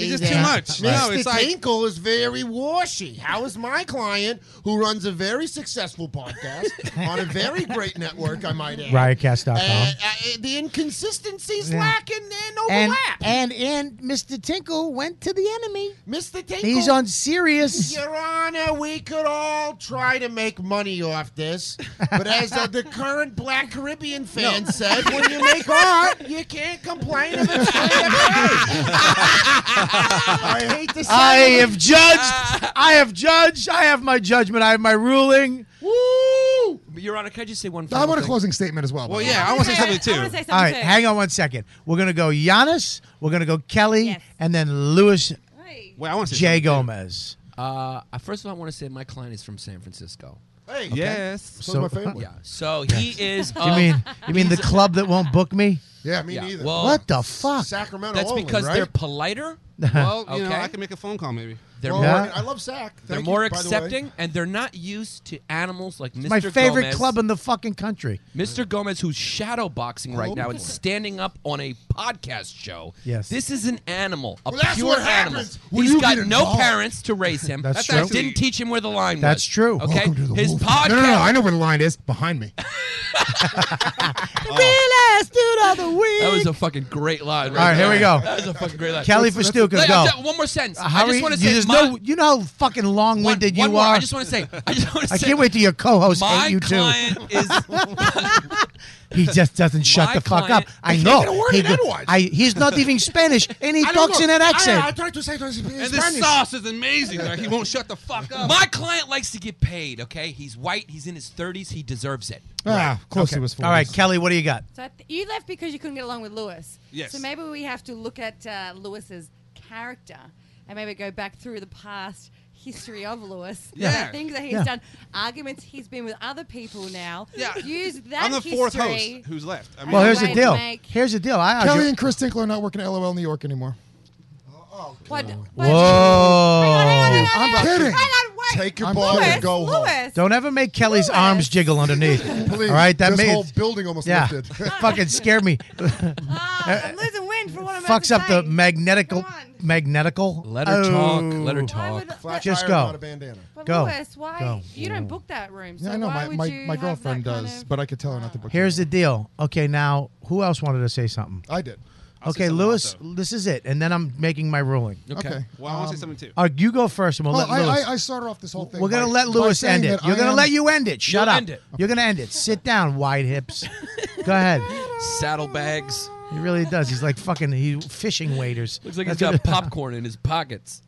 (laughs) It's just too
that
much.
Mr.
No, it's like-
Tinkle is very washy. How is my client, who runs a very successful podcast on a very great network, I might add,
Riotcast.com.
uh, uh, the inconsistencies
Yeah.
lacking and
And-
overlap.
And and Mr. Tinkle went to the enemy.
Mr. Tinkle.
He's on serious.
Your Honor, we could all try to make money off this, but as uh, the current Black Caribbean fan said, when you make art, you can't
(laughs)
complain if it's made up right. I hate to say
I
(laughs)
it.
have judged. I have judged. I have my judgment. I have my ruling.
Woo!
Your Honor, can I just say one
I
final
want a
thing?
closing statement as well.
Well, yeah, I wanna say something, too. I wanna say something,
All right,
too.
hang on one second. We're gonna go Giannis. We're gonna go Kelly, and then Lewis
Wait, I want
Jay Gomez.
Uh, I- first of all, I want to say my client is from San Francisco.
Hey,
yes.
So's So- my family.
Yeah, so he is.
(laughs) you
of-
mean you mean the
Uh, he's-
club that won't book me?
Yeah, me Yeah, neither. well-
what the fuck?
Sacramento.
That's
only,
because
right?
they're
(laughs)
politer.
Well, you know,
Okay.
I can make a phone call maybe.
They're
Well,
more,
I love Zach. Thank
they're
you,
more
by the way.
accepting, and they're not used to animals like Mr.
It's my favorite
Gomez.
club in the fucking country.
Mr. Gomez, who's shadow boxing right
Oh.
now and standing up on a podcast show.
Yes.
This is an animal, a
Well, that's
pure
what
animal.
happens when
He's
you
got
get
no
involved.
parents to raise
(laughs)
him.
That's That's true. actually-
Didn't teach him where the line was.
That's true.
Okay.
Welcome to the
His
Wolf
podcast.
Pack. No, no, no. I know where the line is. Behind me.
Oh.
The real ass dude on the wheel.
That was a fucking great line. Right
All right, here
there.
we go.
That was a fucking great line.
Kelly Festuca,
Wait,
go. Uh,
I'll tell- One more sentence.
How
I
are
just
you-
want to
you
say,
just
my,
know you know how fucking long winded you
one more.
are.
I just want to
(laughs)
say, I just want to
I
say,
can't wait till your co-host
my
hate you too.
client
(laughs)
is
He just doesn't shut
My
the fuck
client-
up. I
He
know.
can't get a word
He
in
go-
edgewise.
I, he's not even Spanish, and he
(laughs) I don't
talks
know.
in an
I-
accent.
I
tried to say this in
And this sauce is amazing. Like, he won't shut the fuck up.
My client likes to get paid, okay? He's white, he's in his 30s, he deserves it.
Ah,
close it was
All right, Kelly, what do you got?
So I th- you left because you couldn't get along with Lewis.
Yes.
So maybe we have to look at uh, Lewis's character and maybe go back through the past history of Lewis.
Yeah.
The things that he's
Yeah.
done, arguments he's been with other people now.
Yeah.
Use that
I'm the fourth
history.
host who's left. I
Well, here's the
Wait,
deal.
Mike.
Here's the deal. I
Kelly
argue.
and Chris Tinkler are not working at LOL New York anymore.
What?
Whoa!
I'm kidding.
Take your
I'm
ball
kidding.
and go home.
Don't ever make Kelly's arms jiggle
(laughs)
underneath.
Please.
All right, that
This
made
whole building almost
yeah,
lifted.
(laughs) fucking scared
(laughs)
me.
Ah, I'm losing wind for what I'm
Fucks
about
up
to
the
say.
magnetical, magnetical.
Let her talk,
Oh.
let her talk.
Flat
Just
tire,
go.
not a bandana.
But
Go.
Lewis, why
Go.
you don't book that room? So
Yeah, I know.
why
My,
would
my,
you
my
have that
girlfriend
kind
does,
of- Oh.
but I could tell her not to book.
Here's the deal. Okay, now who else wanted to say something?
I did.
I'll say
okay,
something
Lewis, this is it, and then I'm making my ruling. Um,
Okay. Okay. Well, I wanna say something too.
All right, you go first, and we'll
Oh,
let Lewis.
I, I, I started off this whole thing.
We're gonna
by-
let
by
Lewis
saying
end it.
that
You're
I
gonna
am-
let you end it. Shut
You'll
up.
end it.
You're gonna end it. Sit down, wide hips. Go ahead.
Saddlebags.
He really does. He's like fucking he fishing waiters.
Looks like he's
That's
got
what-
popcorn in his pockets.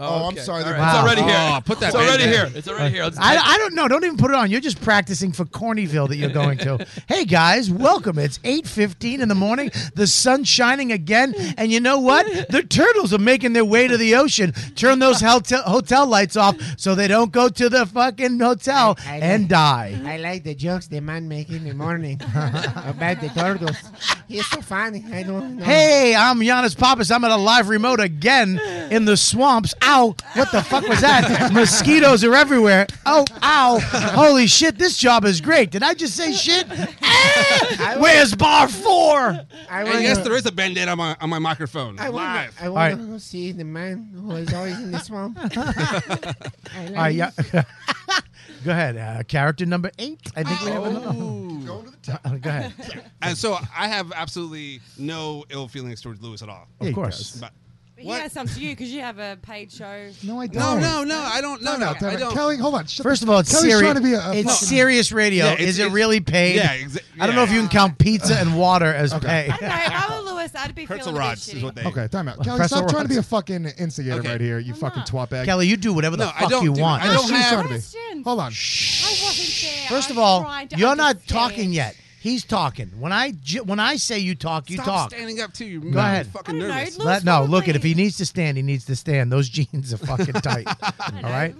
Oh, I'm sorry,
All
they're
right. It's
Wow.
already here.
Oh,
put that
It's already
baby.
here. It's already here. Let's
I,
take-
I don't know. Don't even put it on. You're just practicing for Cornyville that you're going
(laughs)
to. hey guys, welcome. It's 8:15 in the morning. The sun's shining again, and you know what? The turtles are making their way to the ocean. Turn those hotel hotel lights off so they don't go to the fucking hotel
I
and
like-
die.
I like the jokes the man make in the morning about the turtles. He's so funny. I don't know.
(laughs) Hey, I'm Giannis Pappas. I'm at a live remote again in the swamps. Ow! What the fuck was that?
(laughs)
Mosquitoes are everywhere. Oh, ow! Holy shit! This job is great. Did I just say
(laughs)
shit? Ah! Where's bar four?
I
And yes, there is a band-aid on my on my microphone.
I want,
Live.
I want to go see the man who is always in the swamp. I like
All right, yeah. (laughs)
it.
Go ahead. Uh, character number eight. I think we have another.
Going
to the top. (laughs) go ahead.
(laughs) And so I have absolutely no ill feelings towards Lewis at all.
Of Yeah, course.
But-
But you guys, something to you because you have a paid show.
No, I
No, no, no, I don't. No,
Time
no,
out, time
I
out.
don't.
Kelly, hold on. Shut
First
the-
of all, it's
Kelly's
serious.
trying to be a, a
it's
fucking-
serious radio.
Yeah, it's-
is it
it's-
really paid?
yeah, exa-
I don't know if you can count pizza and water as
I don't know. If I were Lewis, I'd be feeling a bit shitty.
Okay, time out.
Well,
Kelly,
press
stop
the
trying to be a
rods.
fucking instigator right here, you fucking twat
pay.
bag.
Kelly, you do whatever the
No, I
fuck
don't
you
do-
want.
I don't
She's
have-
trying to be.
Hold on.
First of all, you're not talking yet. He's talking. When I ju- when I say you talk, you
Stop
talk.
standing up too. You're
Go ahead.
fucking nervous.
Let, no, look at if he needs to stand, he needs to stand. Those jeans are fucking tight. all right.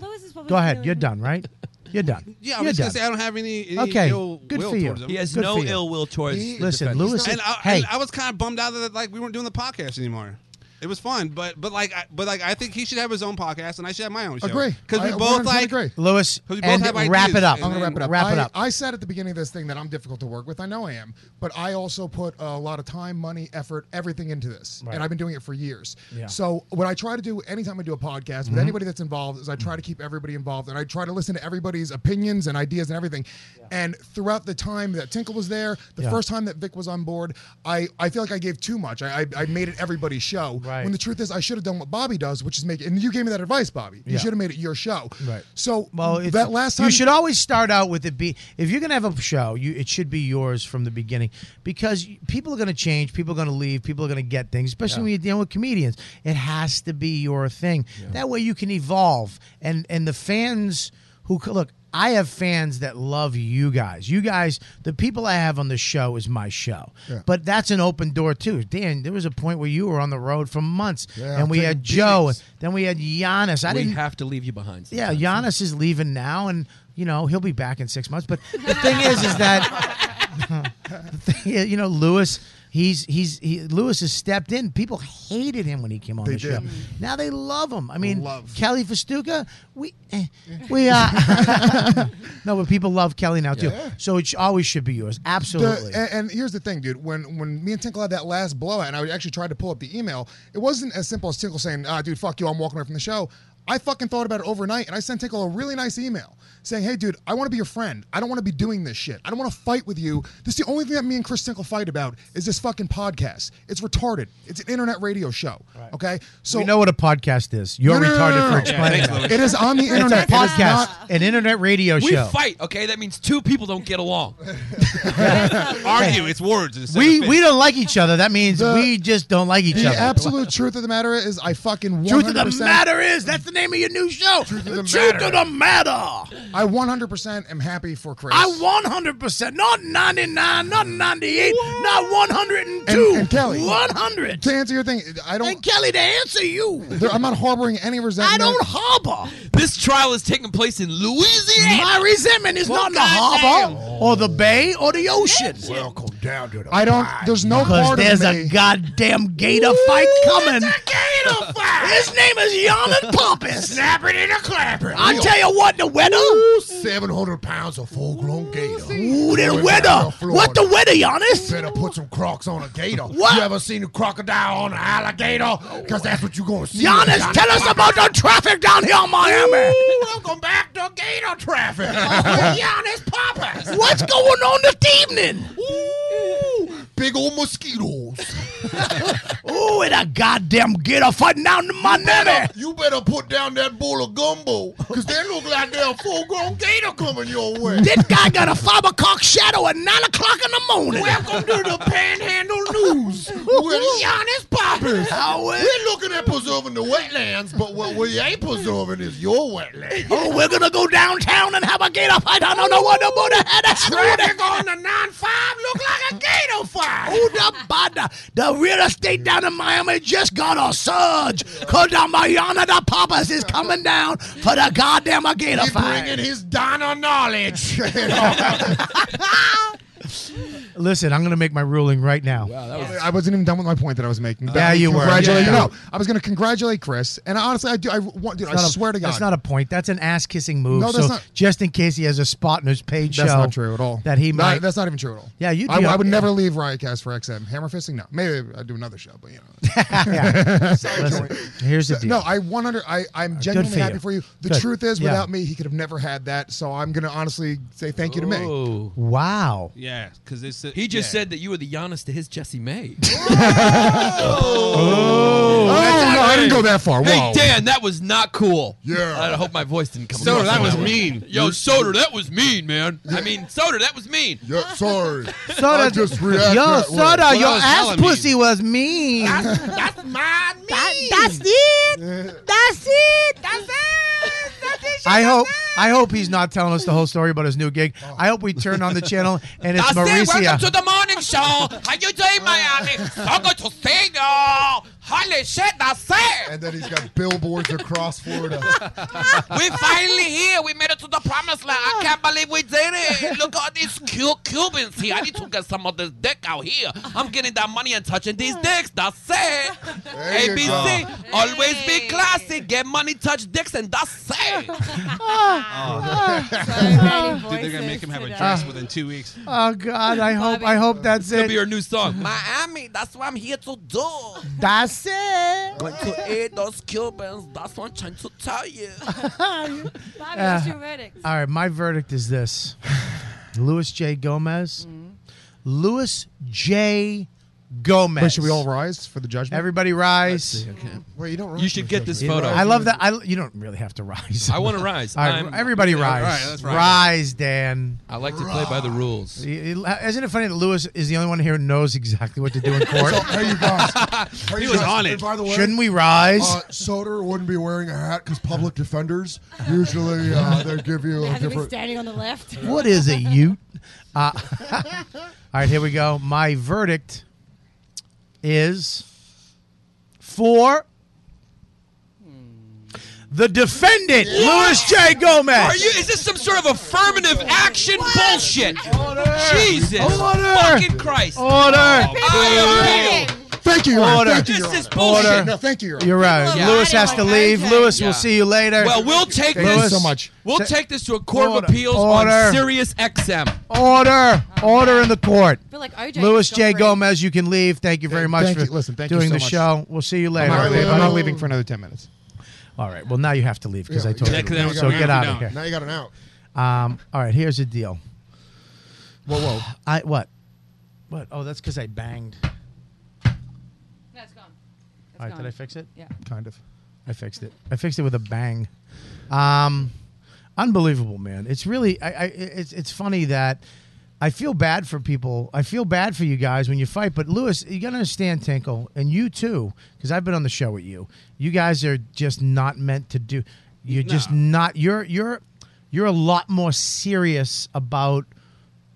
Go ahead. You're done, right? You're done.
(laughs)
You're
Yeah, I'm just
done.
gonna say I don't have any, any
okay.
ill
good
will
for you.
towards him.
He has no ill will towards.
He-
the
Listen,
defense.
Lewis-
And I,
Hey.
and I was kind of bummed out that like we weren't doing the podcast anymore. It was fun, but but like I, but like I think he should have his own podcast and I should have my own show.
Agree.
because
I
we
100%
both like
agree.
Lewis,
'cause we both
and
have ideas,
wrap it up.
and then-
Wrap it
I-
up.
I said at the beginning of this thing that I'm difficult to work with. I know I am, but I also put a lot of time, money, effort, everything into this,
Right.
and I've been doing it for years.
Yeah.
So what I try to do anytime I do a podcast
Mhm.
with anybody that's involved is I try to keep everybody involved, and I try to listen to everybody's opinions and ideas and everything. And throughout the time that Tinkle was there, the
Yeah.
first time that Vic was on board, I, I feel like I gave too much. I, I, I made it everybody's show.
Right.
When the truth is, I should have done what Bobby does, which is make. And you gave me that advice, Bobby. You
Yeah.
should have made it your show.
Right.
So
Well, it's,
that last time
you should always start out with it. Be if you're gonna have a show, you it should be yours from the beginning because y- people are gonna change, people are gonna leave, people are gonna get things. Especially
Yeah.
when you're dealing with comedians, it has to be your thing. That way you can evolve, and and the fans who c- look. I have fans that love you guys. You guys, the people I have on the show is my show.
Yeah.
But that's an open door too. Dan, there was a point where you were on the road for months,
Yeah,
and we
taking
had Joe, and then we had Giannis. I
we
didn't
have to leave you behind.
yeah, Giannis is leaving now, and you know he'll be back in six months. But the thing is, is that (laughs) the thing is, you know Lewis, he's he's he, Lewis has stepped in. People hated him when he came on
They
the show.
did.
Now they love him. I mean,
Love.
Kelly Festuca, we eh, we uh, (laughs) no, but people love Kelly now too.
Yeah.
So it sh- always should be yours. Absolutely.
The- eh, and, and here's the thing, dude. When when me and Tinkle had that last blowout, and I actually tried to pull up the email, it wasn't as simple as Tinkle saying, "Ah, dude, fuck you, I'm walking away from the show." I fucking thought about it overnight, and I sent Tinkle a really nice email saying, "Hey, dude, I want to be your friend. I don't want to be doing this shit. I don't want to fight with you. This is the only thing that me and Chris Tinkle fight about is this fucking podcast. It's retarded. It's an internet radio show. Okay,
so we know what a podcast is. You're
No, no, no,
retarded
no, no,
for
no.
explaining
Yeah,
that.
thanks, Louis. It is on the
It's
internet. It
a
is
podcast,
not-
an internet radio
we
show.
fight. Okay, that means two people don't get
(laughs)
along. (laughs)
argue. It's words. Instead
we
of
we don't like each other. That means we just don't like each
the
other.
absolute truth of the matter is, I fucking 100%,
Truth of the (laughs) matter is that's the name of your new show. Truth of the,
matter. I 100% am happy for Chris.
I 100 percent, not 99, not 98, not 102,
and Kelly,
100.
To answer your thing, I don't.
And Kelly, to answer you,
There- I'm not harboring any resentment.
I don't harbor.
This trial is taking place in Louisiana.
My resentment is not in the harbor or the bay or the ocean. Welcome
down to
I don't. There's no
Because
part
there's
of
a
me.
goddamn gator fight coming. (laughs) gator fight. His name is Yaman Pompous.
Snapping and a clapping.
I tell you what, the weather.
Seven hundred pounds of full-grown gator.
Ooh, the
Going
weather.
down to Florida.
What the weather, Giannis?
Better put some Crocs on a gator.
What?
You ever seen a crocodile on an alligator? Because that's what you gonna see.
Giannis, tell us about the traffic down here in Miami. Oh,
Ooh, (laughs) welcome back to gator
(laughs)
traffic. with Giannis Papas.
What's going on this evening?
Big old mosquitoes.
(laughs) Ooh, and a goddamn gator fighting down to my nanny.
You better put down that bowl of gumbo, because they look like they're a full grown gator coming your way.
This guy got a five o'clock shadow at nine o'clock in the morning.
Welcome to the Panhandle News with Giannis Poppers.
How is-
We're looking at preserving the wetlands, but what we ain't preserving is your wetland.
Oh, we're gonna go downtown and have a gator fight. I don't know what the motor had
Traffic
on the nine five look like a gator fight. Oh, the bada. The real estate down in Miami just got a surge. Cause the Mariana the Papas is coming down for the goddamn gator
He
fight.
bringing his
(laughs)
Donna knowledge. (laughs)
Listen, I'm going to make my ruling right now.
I wasn't even done with my point that I was making.
Yeah, you were.
Congratulate.
Yeah.
No, I was going to congratulate Chris, and honestly, I do. I, want- dude, I
It's not a-
swear to God,
That's not a point. That's an ass kissing move.
No, that's
so
not-
just in case he has a spot in his paid show.
That's not true at all.
That he
No,
might.
that's not even true at all.
Yeah, you'd
I,
be
I
up-
would
yeah.
never leave Riotcast for XM. Hammer fisting? No, maybe I'd do another show, but you know.
(laughs) Listen, here's the deal.
No, I 100. I I'm genuinely
for
happy
you.
for you. The
Good.
truth is,
Yeah.
without me, he could have never had that. So I'm gonna honestly say thank you to me.
Oh.
Wow.
Yeah, because it's
He just said that you were the Giannis to his Jesse (laughs) May.
Oh, no, I didn't go that far.
Hey
Whoa.
Dan, that was not cool.
Yeah.
I hope my voice didn't come.
Soder,
across
that was
way.
mean.
Yo, Soder, that was mean, man. I mean, Soder, that was mean.
Yeah, sorry.
Soda, yo, Soda, your ass pussy was mean.
That's my me.
that's it. That's
That's
it.
it. That's it.
I hope I hope he's not telling us the whole story about his new gig. I hope we turn on the channel and it's
That's it. Welcome to
Mauricia.
the morning show. How you doing, Miami? So good to see you. Holy shit, that's it.
And then he's got billboards across Florida.
(laughs) We finally here. We made it to the promised land. I can't believe we did it. Look at all these cute Cubans here. I need to get some of this dick out here. I'm getting that money and touching these dicks. That's it.
you go.
ABC. Always be classy. Get money, touch dicks, and that's it.
Oh. (laughs)
Oh.
Ah.
Dude, they're gonna make him have a
today.
dress within two weeks.
Oh God, I hope I hope that's
Could
it.
be our
(laughs)
new song.
Miami, that's what I'm here to do.
That's it.
Going to eat those Cubans. That's what I'm trying to
(laughs)
tell you. Bobby,
Uh, All right, my verdict is this: Louis J. Gomez, Louis J. Gomez.
Wait, should we all rise for the judgment?
Everybody rise.
Wait, you don't. Rise
You should get this
You
photo.
know, I love that. I you don't really have to rise.
I wanna
(laughs)
rise.
All right,
I'm-
everybody
Yeah, all
rise.
right, let's rise.
Rise, Dan.
I like to play by the rules.
Isn't it funny that Lewis is the only one here who knows exactly what to do in court?
There
(laughs)
you go.
He was on it.
By the way,
Shouldn't we rise?
Uh, Soder wouldn't be wearing a hat because public defenders usually uh, they give you
They
a
have to be
different.
standing on the left.
(laughs) What is a
(laughs)
Ute? Uh, (laughs) all right, here we go. My verdict is for
Hmm.
the defendant, Louis J. Gomez.
Are you? Is this some sort of affirmative action bullshit? Jesus
Order.
fucking Christ!
Order.
I appeal.
Thank you, Your Honor.
Order.
Thank you, Your
This is
Honor.
bullshit.
Order.
No, thank you, Your Honor.
You're right.
Yeah.
Lewis has to leave. Lewis,
Yeah.
we'll see you later.
Well, we'll take
Thank you
this.
so much.
We'll
Ta-
take this to a court
Order.
of appeals
Order.
on Sirius XM.
Order, order in the court.
feel like OJ
Louis
got
J.
raped.
Gomez, you can leave. Thank you very much
thank
for
you. Listen, thank you
doing
so
the
much.
show. We'll see you
I'm
later.
not, leaving, I'm not
everybody.
leaving for another ten minutes.
All right. Well, now you have to leave because
Yeah,
I told
yeah, 'cause
you.
then
to.
we
So
gotta
get
knock
out
you
of
down.
here.
Now you got an out.
Um, all right. Here's the deal.
Whoa, whoa.
I what? What? Oh, that's because I banged.
No, it's gone. It's
All right,
gone.
did I fix it?
Yeah.
Kind of.
I fixed it. I fixed it with a bang. Um, unbelievable, man. It's really, I, I, it's, it's funny that I feel bad for people. I feel bad for you guys when you fight. But Lewis, you gotta understand, Tinkle, and you too, because I've been on the show with you. You guys are just not meant to do. You're just not. You're you're you're a lot more serious about.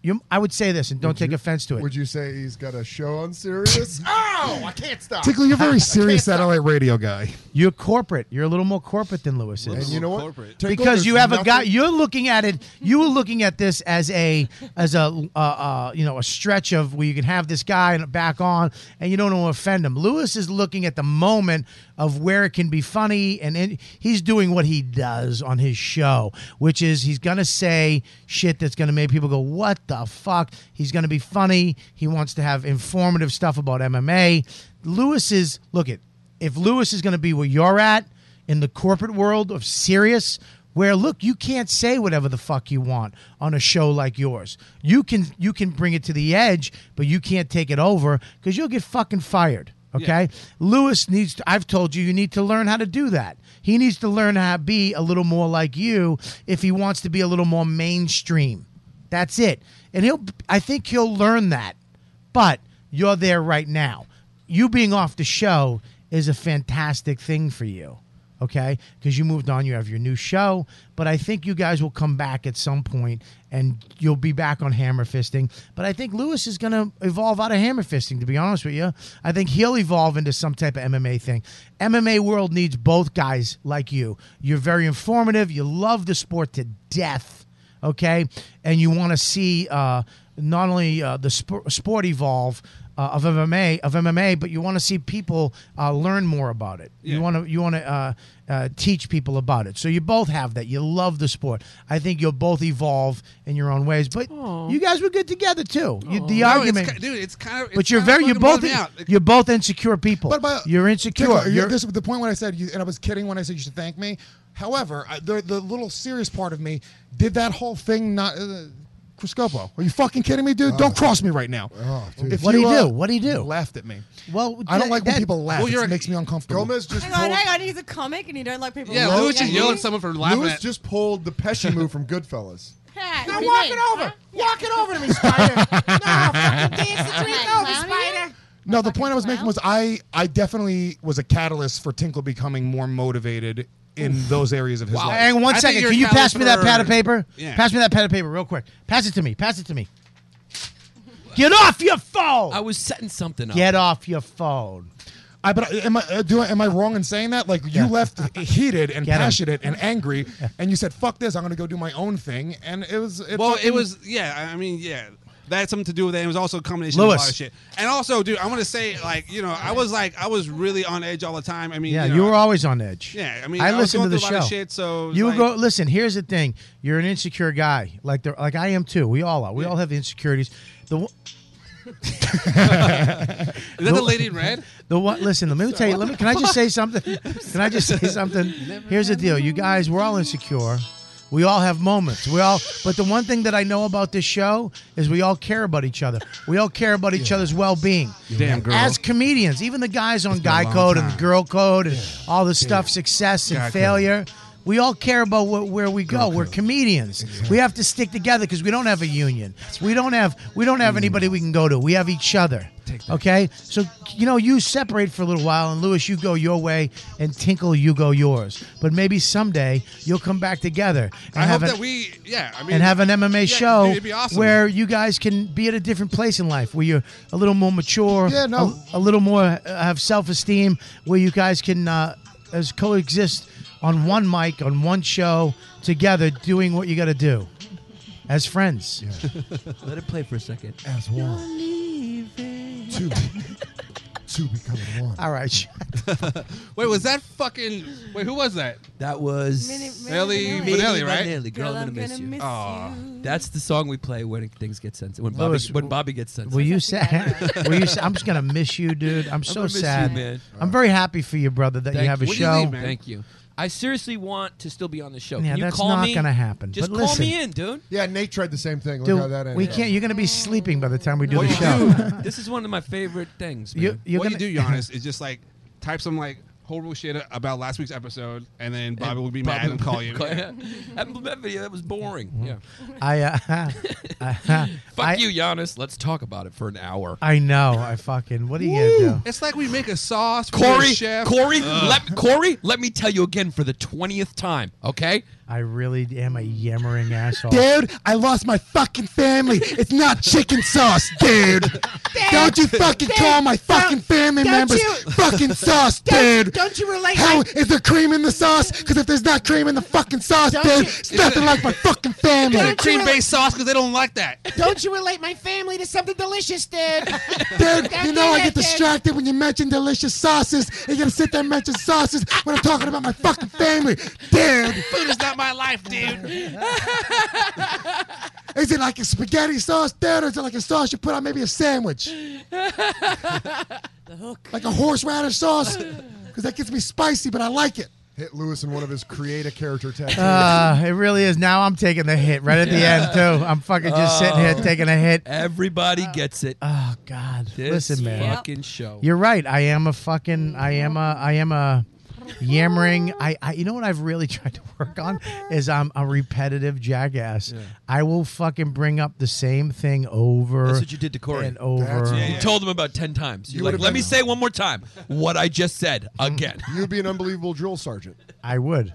You, I would say this, and don't take offense to it.
Would you say he's got a show on Sirius? oh, (laughs) I can't stop.
Tickle, you're very
(laughs)
serious
satellite
radio guy.
You're corporate. You're a little more corporate than Lewis is.
And you know what? Tickle,
because you
there's
have a guy.
nothing-
You're looking at it. You were looking at this as a as a uh, uh, you know a stretch of where you can have this guy and back on, and you don't want to offend him. Lewis is looking at the moment of where it can be funny, and, and he's doing what he does on his show, which is he's gonna say shit that's gonna make people go, "What the fuck?" He's gonna be funny. He wants to have informative stuff about MMA. Lewis is look at if Lewis is gonna be where you're at in the corporate world of serious where look, you can't say whatever the fuck you want on a show like yours. You can you can bring it to the edge, but you can't take it over because you'll get fucking fired. Okay, Lewis needs. To, I've told you, you need to learn how to do that. He needs to learn how to be a little more like you if he wants to be a little more mainstream. That's it, and he'll. I think he'll learn that. But you're there right now. You being off the show is a fantastic thing for you okay? Because you moved on, you have your new show, but I think you guys will come back at some point and you'll be back on hammer fisting. But I think Lewis is going to evolve out of hammer fisting, to be honest with you. I think he'll evolve into some type of MMA thing. MMA world needs both guys like you. You're very informative, you love the sport to death, okay? And you want to see uh, not only uh, the sp- sport evolve, uh, of MMA of MMA, but you want to see people uh, learn more about it. You want to you want to uh, uh, teach people about it. So you both have that. You love the sport. I think you'll both evolve in your own ways. But you guys were good together too. You, the
No, it's
argument,
ki- dude, it's kind of.
but you're very you're both you're both insecure people.
But by-
you're insecure.
Taylor,
You're-
this is the point when I said, you, and I was kidding when I said you should thank me. However, I, the, the little serious part of me did that whole thing not. Uh, Criscopo, are you fucking
Oh.
kidding me, dude? Don't
Uh,
cross me right now.
Oh, dude.
If uh,
What'd he do?
What'd he do?
Laughed at me.
Well,
I don't
that-
like when
that-
people laugh.
Well,
It
you're a-
makes me uncomfortable.
Gomez just
Hang on,
pulled-
hang on. He's a comic, and you don't like people.
Lewis-
laughing at you?
Lewis just pulled the Pesci move from Goodfellas.
Hey, what
Now
do you
walk
mean?
it over. Walk it over to
(laughs)
me, (laughs) Spider. now fucking dance the drink
Clown
over,
you?
Spider.
No, the point I was making was I I definitely was a catalyst for Tinkle becoming more motivated in those areas of his life.
Hang on one second. Can you pass me that pad of paper?
Yeah.
Pass me that pad of paper real quick. Pass it to me. Pass it to me. Get off your phone. I
was setting something
Get off your phone.
I, but am I uh, do I, am I wrong in saying that? Like you
(laughs)
left heated and
Get him.
passionate and angry, and you said "fuck this," I'm gonna go do my own thing, and it was it
well,
fucking-
it was yeah. I- I mean, yeah, that had something to do with it. It was also a combination of a lot
Lewis.
of shit. And also, dude, I want to say like you know, I was like I was really on edge all the time. I mean,
yeah,
you, know,
you were always on edge.
Yeah, I mean,
I,
I was
listened
going
to the
through
show.
a lot of shit, so it was
you
like-
go listen. Here's the thing: you're an insecure guy, like the, like I am too. We all are. We all have insecurities. The
(laughs)
one-
Is that the lady in red?
The one. Listen, let me tell you. Let me. Can I just say something?
(laughs)
Can I just say something? Here's the deal, you guys. We're all insecure. We all have moments. We all. But the one thing that I know about this show is we all care about each other. We all care about each other's well-being.
Damn, girl.
As comedians, even the guys on
been a
guy
long
code and
time.
girl code and all this stuff, success and
Guy code.
failure. We all care about what, where we go. We're comedians. We have to stick together because we don't have a union. We don't have we don't
Mm.
have anybody we can go to. We have each other. Okay, so you know you separate for a little while, and Lewis, you go your way, and Tinkle, you go yours. But maybe someday you'll come back together. And
I
have
hope
an-
that we yeah. I mean,
and have an MMA
yeah,
show
dude, it'd be awesome.
where you guys can be at a different place in life, where you're a little more mature,
Yeah, no.
a, a little more uh, have self esteem, where you guys can uh, as coexist on one mic, on one show, together, doing what you got to do as friends.
(laughs) Let it play for a second.
As one. Two. (laughs) Two becoming one.
All right. (laughs)
(laughs)
Wait, was that fucking? Wait, who was that?
That was
Milli Vanilli, right?
Vanilli, girl, I'm gonna miss you. That's the song we play when things get sensitive. When Bobby,
Lewis,
when Bobby gets sensitive.
Were you (laughs) sad? Were you? Sad? I'm just gonna miss you, dude. I'm
I'm
so
gonna miss you,
sad.
man.
I'm very happy for you, brother, that you
Thank
have a
What do
show.
mean, man? Thank you. I seriously want to still be on the show.
Yeah,
Can you
that's
call
not
me?
gonna happen,
Just
but
call
listen.
me in, dude.
Yeah, Nate tried the same thing. Look how that
Dude,
ended.
we can't. You're gonna be sleeping by the time we do the
What you
show.
do-
(laughs) this is one of my favorite things. Man.
You- you're
what
gonna-
you do, Giannis, is just like type some like horrible shit about last week's episode, and then Bobby will be mad and call you.
that, that video that was boring. Yeah.
(laughs) I, uh, Mm-hmm. I,
Fuck you, Giannis. Let's talk about it for an hour.
I know. I fucking. What are you gonna do?
It's like we make a sauce. for
Corey,
the chef.
Corey,
Ugh.
let, Corey, let me tell you again for the twentieth time. Okay.
I really am a yammering asshole.
Dude, I lost my fucking family. It's not chicken sauce,
(laughs)
dude. don't you fucking call my fucking family
don't
members (laughs)
you-
fucking sauce,
Don't-
dude.
don't you relate
How
my-
is there cream in the sauce? Because if there's not cream in the fucking sauce,
Don't
dude,
you-
it's nothing like my fucking family.
Don't you Cream relate-
based sauce because they don't like that.
Don't you relate my family to
(laughs)
something
(laughs)
delicious, dude?
Dude, you know I get
Dude.
distracted when you mention delicious sauces. You're gonna sit there and mention sauces when I'm talking about my fucking family. Dude,
Food is not my life, dude.
is it like a spaghetti sauce, dude, or is it like a sauce you put on maybe a sandwich?
the hook.
Like a horseradish sauce? Because that gets me spicy, but I like it.
hit Lewis in one of his create a character tattoos.
Uh, it really is. Now I'm taking the hit right at the end too. I'm fucking just sitting here
Oh.
taking a hit.
Everybody gets it.
Oh God!
This
Listen, man.
Fucking show.
You're right. I am a fucking. I am a. I am a. Yammering. I, I. You know what I've really (laughs) tried to work on is I'm a repetitive jackass. I will fucking bring up the same thing over.
That's what you did to Corey.
and over.
You told him about ten times. You're
You
like,
would've
let
been-
me say one more time what I just (laughs) said again.
You'd be an unbelievable drill sergeant.
I would.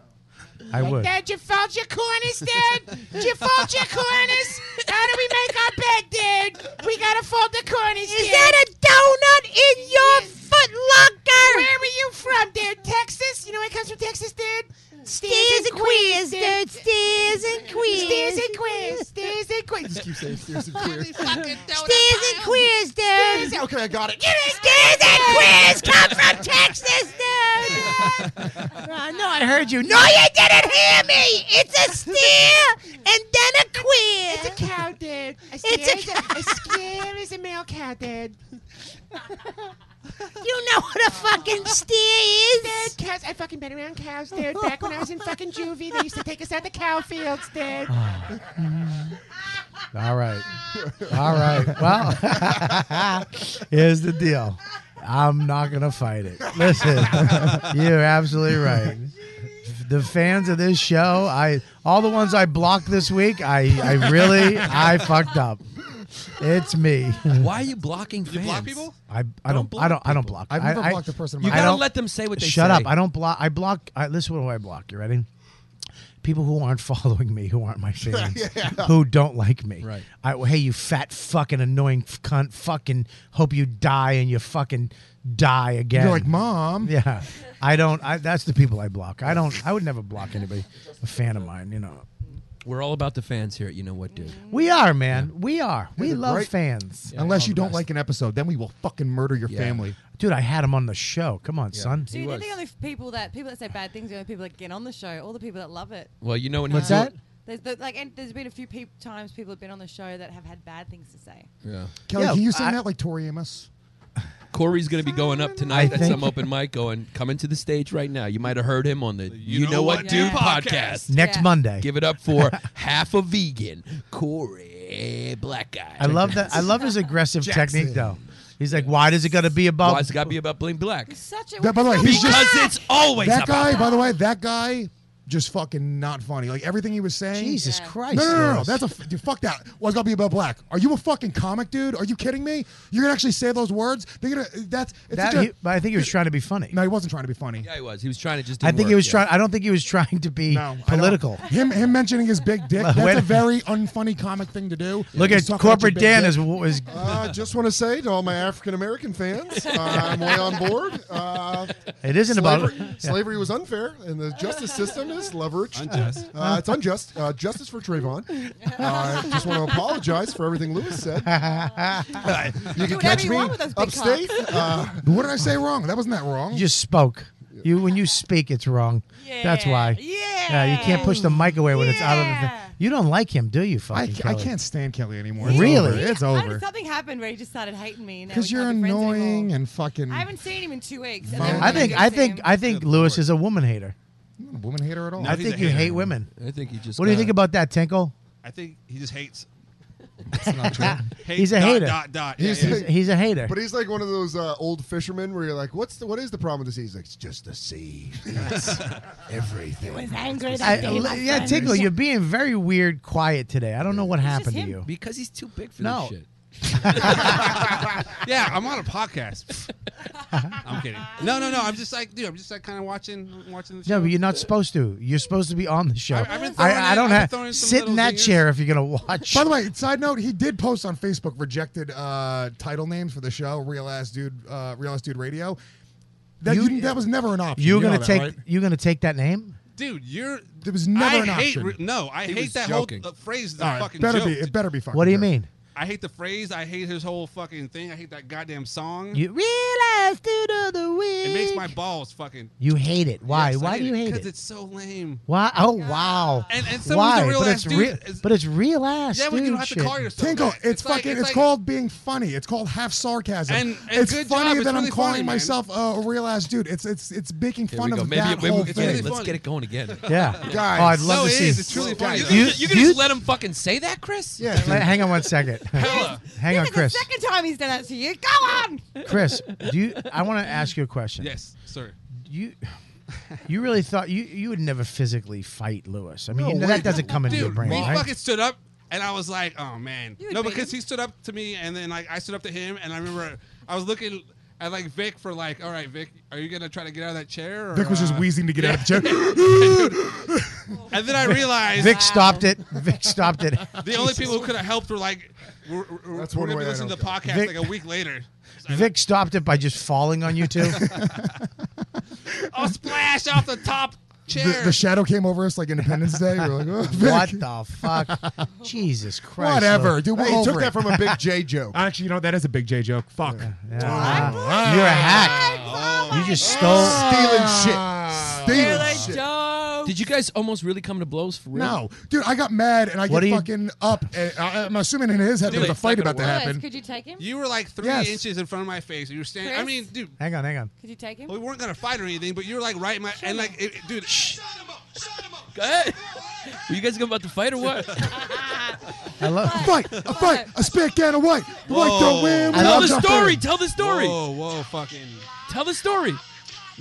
I would.
Dad, you fold your corners, Dad. you fold your corners. How do we make our bed, Dad? We gotta fold the corners. Is that a donut in your foot locker? Where are you from, Dad? Texas? You know where it comes from, Texas, Dad? Stairs,
Stairs and queers,
Dad.
Dad. Stairs and queers.
Stairs and queers. Stairs and queers.
Just keep saying stairs and queers.
Stairs and queers, Dad. Okay, I got it.
Stairs and queers come from Texas, dude. (laughs)
I know. I heard you.
No, you didn't hear me. It's a steer and then a queer. It's a
cow, dude. A
steer
It's a, a scare is a male cow, Dad.
You know what a fucking steer is?
Dad, cows. I fucking been around cows, dude. Back when I was in fucking juvie, they used to take us out the cow fields, dude.
Oh.
All right. All right. Well, (laughs) here's the deal. I'm not going to fight it. Listen, (laughs) you're absolutely right. The fans of this show, I all the ones I blocked this week, I I really I fucked up. It's me.
Why are you blocking fans? You block people?
I, I don't, I don't I don't block.
I've
I-
never
I-
blocked a person in
I
my life. You gotta
don't-
let them say what they
Shut
say.
up! I don't block. I block. I, listen, what do I block? You ready? People who aren't (laughs) following me, who aren't my fans,
Yeah.
who don't like me.
Right.
I, hey, you fat fucking annoying f- cunt. Fucking hope you die and you fucking die again.
You're like, "Mom."
Yeah. I don't. I, that's the people I block. I don't. I would never block anybody. A fan of mine, you know.
We're all about the fans here. at You know what, dude?
We are, man. We are. we
They're
love
great.
fans.
Unless you don't like an episode, then we will fucking murder your family.
Dude, I had him on the show. Come on, son.
Dude, they're the only people that people that say bad things are the only people that get on the show. All the people that love it.
Well, you know when
What's
you do
that?
it-
There's the, like, and there's been a few peop times people have been on the show that have had bad things to say.
Yeah.
Kelly,
Yeah,
can you sing
I-
that like Tori Amos?
Corey's going to be going up
I
tonight at
think-
some open mic going, coming to the stage right now. You might have heard him on the You, Know, What, Dude podcast.
Next Yeah. Monday.
Give it up for
(laughs)
half a vegan, Corey Black Guy.
I love that. I love his aggressive
Jackson.
technique, though. He's like, why does it got to be about?
Why it's got to be about Bling Black?
Such
That, by the way, he's
because
just-
it's always
that
about
guy. By the way, that guy just fucking not funny. Like everything he was saying.
Jesus Yeah. Christ,
No, no, no, no.
Lewis.
That's a f- dude, fuck that. Why it's gotta be about black? Are you a fucking comic, dude? Are you kidding me? You're gonna actually say those words? They're gonna. uh, That's. It's
That-
such a-
he- but I think he was trying to be funny.
No, he wasn't trying to be funny.
Yeah, he was. He was trying to just.
I
didn't
think he
work,
was
yeah.
trying. I don't think he was trying to be political.
Him, him mentioning his
(laughs)
big dick.
Well, wait
That's
a-
a very unfunny comic thing to do.
Look
Just
at
talk about your
corporate
big
Dan
dick.
is is.
Uh,
just want to say to all my African American fans, uh, I'm way on board. Uh,
It isn't about-
slavery,
(laughs) yeah.
slavery was unfair, and the justice system is leverage.
Unjust.
Uh, it's
(laughs)
unjust. Uh, justice for Trayvon.
(laughs)
Uh, just want to apologize for everything Lewis
(laughs)
said. Uh, you
Do
can
whatever
catch
you
me
want with those big
upstate.
cocks.
Uh,
what did I say wrong? That wasn't that wrong.
You just spoke. You when you speak, it's wrong. That's why. Yeah. you can't push the mic away when it's out of the. Thing. You don't like him, do you?
I,
Fucking.
I
Kelly?
can't stand Kelly anymore. It's
Really?
over. It's
I
over.
don't know, something happened where he just started hating me. and now we
Because you're
can't be friends anymore.
annoying and fucking.
I haven't seen him in two weeks. and
I think. I think. I think Lewis is a woman hater.
I'm not a woman hater at all.
I think you hate women.
I think he just
What do you
got-
think about that, Tinkle?
I think he
(laughs)
just hates.
That's not true.
(laughs) Hate
He's a
dot,
hater.
Dot, dot.
He's-
Yeah, yeah.
he's- he's a hater.
But he's like one of those uh, old fishermen where you're like, "What's the, what is the problem with the sea?" He's like, "It's just the sea. It's (laughs) everything."
was angry
I- yeah, Tinkle, you're being very weird, quiet today. I don't know what happened to you.
Because he's too big for
No.
this shit.
(laughs)
yeah, I'm on a podcast. (laughs) I'm kidding. No, no, no. I'm just like, dude. I'm just like kind of watching, watching the show.
No, but you're not supposed to. You're supposed to be on the show.
I've been
I, I
throwing in- I've
don't
been throwing in
have
some
sit in
little
that
zingers.
chair if you're gonna watch.
By the way, side note, he did post on Facebook rejected uh, title names for the show, Real Ass Dude, uh, Real Ass Dude Radio. That,
You-
you, that was never an option.
you're
You know
gonna
that,
take
right?
you're gonna take that name.
dude, you're.
There was never
I
an
hate
option.
re- no, I
He was
hate that
joking.
whole uh, phrase. The
All right,
fucking
better
joke.
be- it better be fucking
What do you
joke.
mean?
I hate the phrase. I hate his whole fucking thing. I hate that goddamn song.
You-
Realize through the wheel.
It makes my balls fucking.
You hate it. Why?
Yes, I
Why do you hate
Because
it?
it's so lame.
Why? Oh wow!
And- and someone's
Why?
a real
but
ass
it's
dude.
real,
It's-
but it's real ass.
Yeah, but you
dude
don't have to
shit.
call yourself
Tinkle,
that.
it's, fucking.
like-
it's
it's like-
called being funny. It's called half sarcasm.
And- and
it's
good
funny
job,
that
it's
I'm
really
calling
funny, man.
myself a, a real ass dude. It's it's it's making
Here
fun
we go.
of
Maybe,
that
maybe
whole
we,
thing.
let's get it going again.
Yeah. Guys. Oh, I'd love
no,
to
it
see-
is. It's really funny.
Guys.
You,
You-
you can
you-
just let him fucking say that, Chris?
Yeah. hang on one second. (laughs) hang on, Chris.
Second time he's done that to you. Go on.
Chris, do you? I
(laughs)
want to ask you a question.
Yes, sir.
You. You really thought you you would never physically fight Lewis. I mean,
No
you know,
way.
that doesn't come into
Dude,
your brain,
He
right? (laughs)
fucking stood up, and I was like, "Oh man!"
You would
No,
beat
because he stood up to me, and then like I stood up to him, and I remember I was looking at like Vic for like, "All right, Vic, are you gonna try to get out of that chair?" Or,
Vic was just
uh,
wheezing to get out of
(laughs) yeah.
the chair.
and then I realized
Vic stopped it. Vic stopped it.
(laughs) the only people who could have helped were like, "We're, we're,
That's
we're
one
gonna
way
be
I
listening to the
don't
podcast
Vic-
like a week
(laughs)
later."
Vic stopped it by just falling on you two.
I'll splash off the top
the,
(laughs) chair.
(laughs)
the shadow came over us like Independence Day. We were like, oh, Vic.
what the fuck? Jesus Christ!
Whatever,
Lou.
dude. We're
Hey,
over
took
it.
that from a big
J (laughs) joke.
Actually, you know that is a big J joke. Fuck.
Ah, You're a hack.
Oh
Oh
you just stole
Stealing Stealing shit.
Did you guys almost really come to blows for real?
No, dude, I got mad and I
What
get
do you-
fucking up. And I, I'm assuming in his head there was a fight about to happen.
Could you take him?
You were like three
Yes.
inches in front of my face. You were standing. I
Chris?
mean, dude.
Hang on, hang on.
Could you take him?
We weren't gonna fight or anything, but you were like right in my and like, it, it- dude.
Go ahead. Were you guys about to fight or (laughs) what?
I love
a fight, a fight, a spit can of white. White don't win.
Tell
without
the
jumping.
story. Tell the story.
Whoa, whoa, fucking.
Tell the story.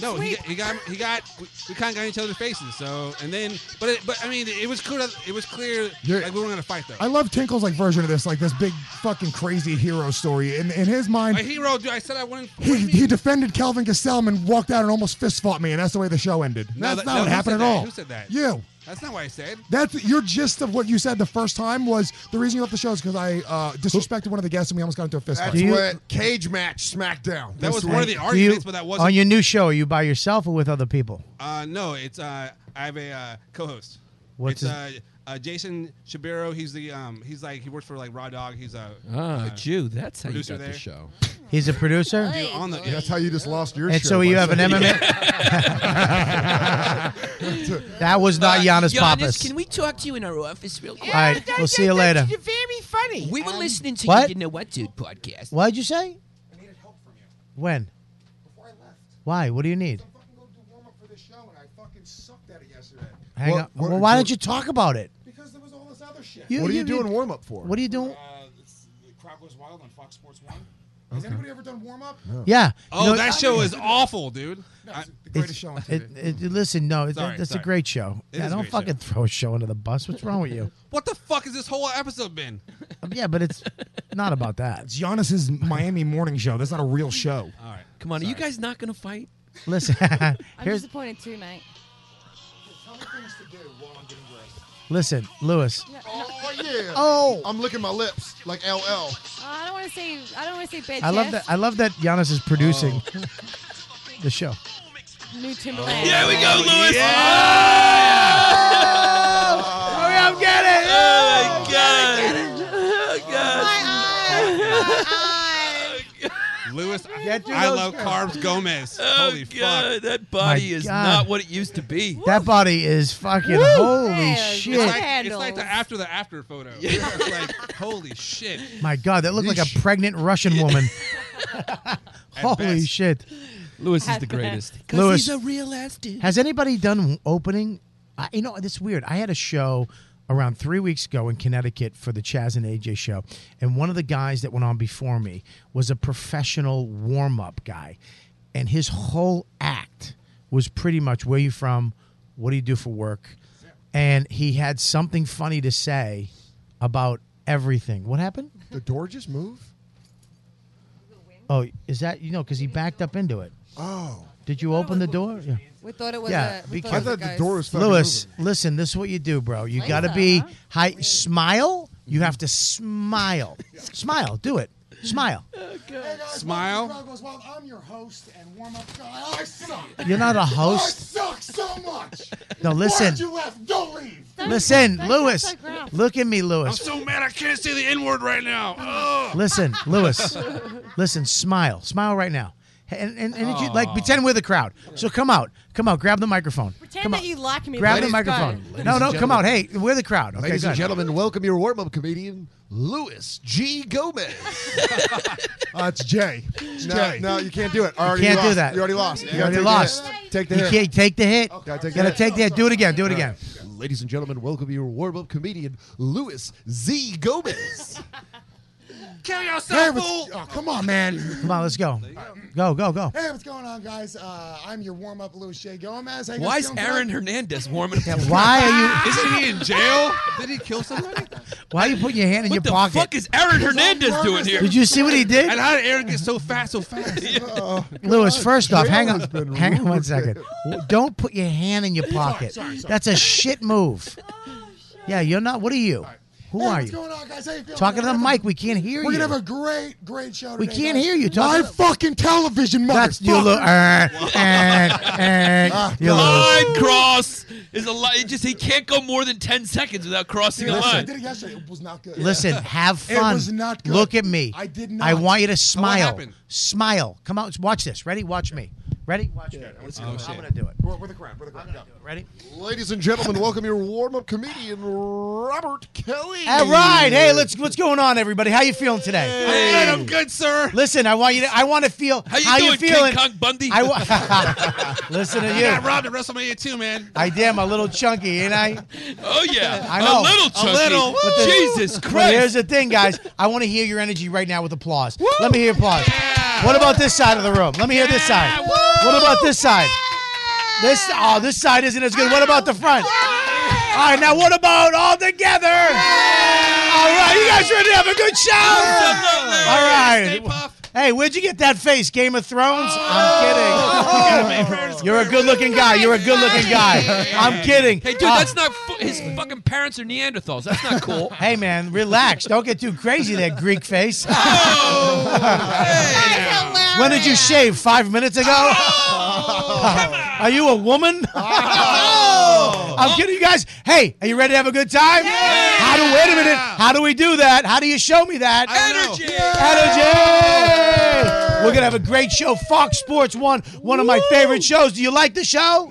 No, he, he got he got we, we kind of got in each other's faces. So and then, but it, but I mean, it was clear it was clear
You're-
like we weren't gonna fight though.
I love Tinkle's like version of this, like this big fucking crazy hero story. In in his
A
mind,
hero, dude. I said I wouldn't.
he, he defended Calvin Gastelman, walked out and almost fist fought me, and that's the way the show ended.
No,
that's
that-
not
no,
what
who
happened at
said that?
all.
Who said that?
You.
That's not what I said.
That's your gist of what you said the first time was the reason you left the show is because I uh, disrespected one of the guests and we almost got into a fist
That's
fight.
Do you- what
cage match SmackDown.
That was one of the
Do
arguments,
you-
but that wasn't.
on your new show. Are you by yourself or with other people?
Uh, no, it's uh, I have a uh, co-host.
What's
it's,
his-
uh, uh, Jason Shabiro. He's the um, he's like he works for like Raw Dog. He's a
Ah,
uh,
Jew. That's how you
producer
got the
there.
show.
He's a
(laughs)
producer.
Dude, on the,
That's how you just lost your
And
show.
so you have an MMA. (laughs)
(laughs)
that was not Giannis, Papas.
can we talk to you in our office real quick?
All right, we'll see you later.
You're very funny. We
Um,
were listening to
what?
you didn't know what dude podcast.
What'd you say? When? Why? What do you need? Hang
What-
on.
what-
well, why
what-
don't you talk about it?
Because there was all this other shit.
You-
what are you,
you-
doing
you-
warm up for?
What are you doing?
Uh, the crowd goes wild on Fox Sports One. Has anybody ever done warm up?
Yeah.
Oh,
You know-
that show is awful, dude. I-
It's- it- it- listen, no, it,
Sorry,
that's
sorry.
a great show.
It
Yeah,
is a
don't
great
fucking throw a show under the bus. What's wrong with you?
What the fuck has this whole episode
(laughs)
been? (laughs)
Um, yeah, but it's not about that.
It's Giannis's Miami morning show. That's not a real show.
All right.
Come on, are you guys not gonna fight?
Listen, (laughs)
I'm
here's
disappointed too, mate.
listen, Lewis.
Oh yeah.
Oh.
I'm licking my lips like LL.
Oh, I don't want to say. I don't want to say bitch.
I love
yes.
that. I love that Giannis is producing (laughs)
Oh.
the show.
New Timberland.
Here we go, Lewis.
Hurry up, get it!
Oh, my God. Oh, God.
Lewis,
Get you
I
those
love
guys.
Carbs Gomez.
Oh,
Holy
God,
fuck.
that body
My
is
God.
not what it used to be.
That body is fucking
Woo!
holy
Yeah,
shit.
It's like, it's like the after the after photo. It's like, holy shit.
My God, that looked like a pregnant Russian
(laughs)
woman. Holy
best.
shit.
Lewis is the greatest.
'Cause
Lewis,
he's a real ass dude.
Has anybody done opening? I, you know, this is weird. I had a show around three weeks ago in Connecticut for the Chaz and AJ show, and one of the guys that went on before me was a professional warm up guy, and his whole act was pretty much where you from, what do you do for work, and he had something funny to say about everything. What happened?
The door just moved.
Oh, is that you know? Because he backed up into it.
Oh.
Did you open the door? Yeah.
We thought it was.
Yeah,
a,
be
we thought it
careful.
was a ghost.
Lewis, listen, this is what you do, bro. You
Lisa,
got to be high. Smile. You have to
(laughs)
smile. Smile. Do it. Smile.
Smile.
I'm your host and warm up guy. I suck.
You're not a
I
host.
suck so much.
No, listen.
Why'd you left? Don't leave.
Listen, Lewis. Look at me,
I'm
(laughs)
Lewis.
so mad I can't say the N word right now. Ugh. (laughs)
(laughs)
Listen, Lewis. Listen, smile. Smile right now. and and, and if you, like pretend we're the crowd. So come out, come out, grab the microphone.
Pretend
come
that
out.
you like me.
Grab
but
the
it's
microphone.
fine.
No, no, come out. Hey, we're the crowd. Okay,
Ladies and
good.
gentlemen, welcome your warm up comedian, Louis G.
(laughs)
Gomez.
Uh, it's Jay. It's
No,
Jay.
no,
you can't do it.
I already
you can't do
lost.
that.
You already lost. You
You
gotta
already
take the
lost.
hit. Take the
you
hit.
can't take the hit.
Okay, take the
gotta
hit.
take the hit. Do it again. Do it again.
Ladies and gentlemen, welcome your warm up comedian, Louis Z. Gomez.
Kill
yourself, fool!
Oh, come on, man.
Come on, let's go. Go, go, go.
Hey, what's going on, guys? Uh, I'm your warm up, Louis J. Gomez. How you guys
Why is
feeling
Aaron
tonight?
Hernandez warming
(laughs)
up?
why are you-
Isn't he
(laughs)
in jail? Did he kill somebody?
Why are you putting your hand in your pocket?
Fuck is Aaron Hernandez doing here?
Did you see what he did? Uh,
And how did Aaron get so fast, so (laughs) fast?
Lewis, first off, hang on, hang on one second.
(laughs)
W- Don't put your hand in your pocket.
sorry, sorry.
That's a shit
(laughs)
move.
Oh,
Yeah, you're not. What are you? Who
Hey,
are
what's
you?
going on, guys? How you feeling?
Talking to the
Welcome.
mic. We can't hear
We're
you.
gonna have a great, great show.
We
today,
can't
guys.
hear you.
(laughs) Live
Talk-
fucking television, motherfucker.
That's you.
(laughs)
Lo- uh,
Ah,
uh, you lose.
Line Ah, cross is a lot. Just he can't go more than ten seconds without crossing a
Listen, I
line.
did
(laughs)
it yesterday. It was not good.
Listen, have
It
fun.
was not good.
Look at me.
I did
I
not.
want you to
So what
smile.
happened?
Smile. Come out. Watch this. Ready? Watch me. Ready? Watch me. I'm gonna do it.
We're, we're the crowd. We're the crowd. Go.
Ready?
Ladies and
(laughs)
gentlemen, welcome your warm up comedian, Robert Kelly.
All right, hey, let's what's going on, everybody? How you feeling today?
Hey. I'm
good, sir.
Listen, I want you to. I want to feel
How you doing, King
feeling.
Kong Bundy?
I wa- (laughs) listen to
I
you.
got robbed at WrestleMania too, man.
I damn a little chunky, ain't I?
Oh yeah,
I know
a little chunky.
But the-
Jesus
but
Christ!
here's the thing, guys. I want to hear your energy right now with applause. Let me hear applause. What about this side of the room? Let me hear this side. What about this side? This oh, this side isn't as good. What about the front? All right, now what about all together? All right, you guys ready to have a good show? All right. Hey, where'd you get that face? Game of Thrones?
Oh.
I'm kidding. (laughs) You're a good-looking guy. You're a good-looking guy. I'm kidding.
Hey, dude,
Uh,
that's not fu- his fucking parents are Neanderthals. That's not
(laughs)
cool.
Hey man, relax. Don't get too crazy there, Greek face. when did you shave? Five minutes ago? (laughs) Are you a woman? (laughs) I'm kidding you guys. Hey, are you ready to have a good time? How do wait a minute? How do we do that? How do you show me that? Energy! Energy! We're gonna have a great show. Fox Sports One, one of my favorite shows. Do you like the show?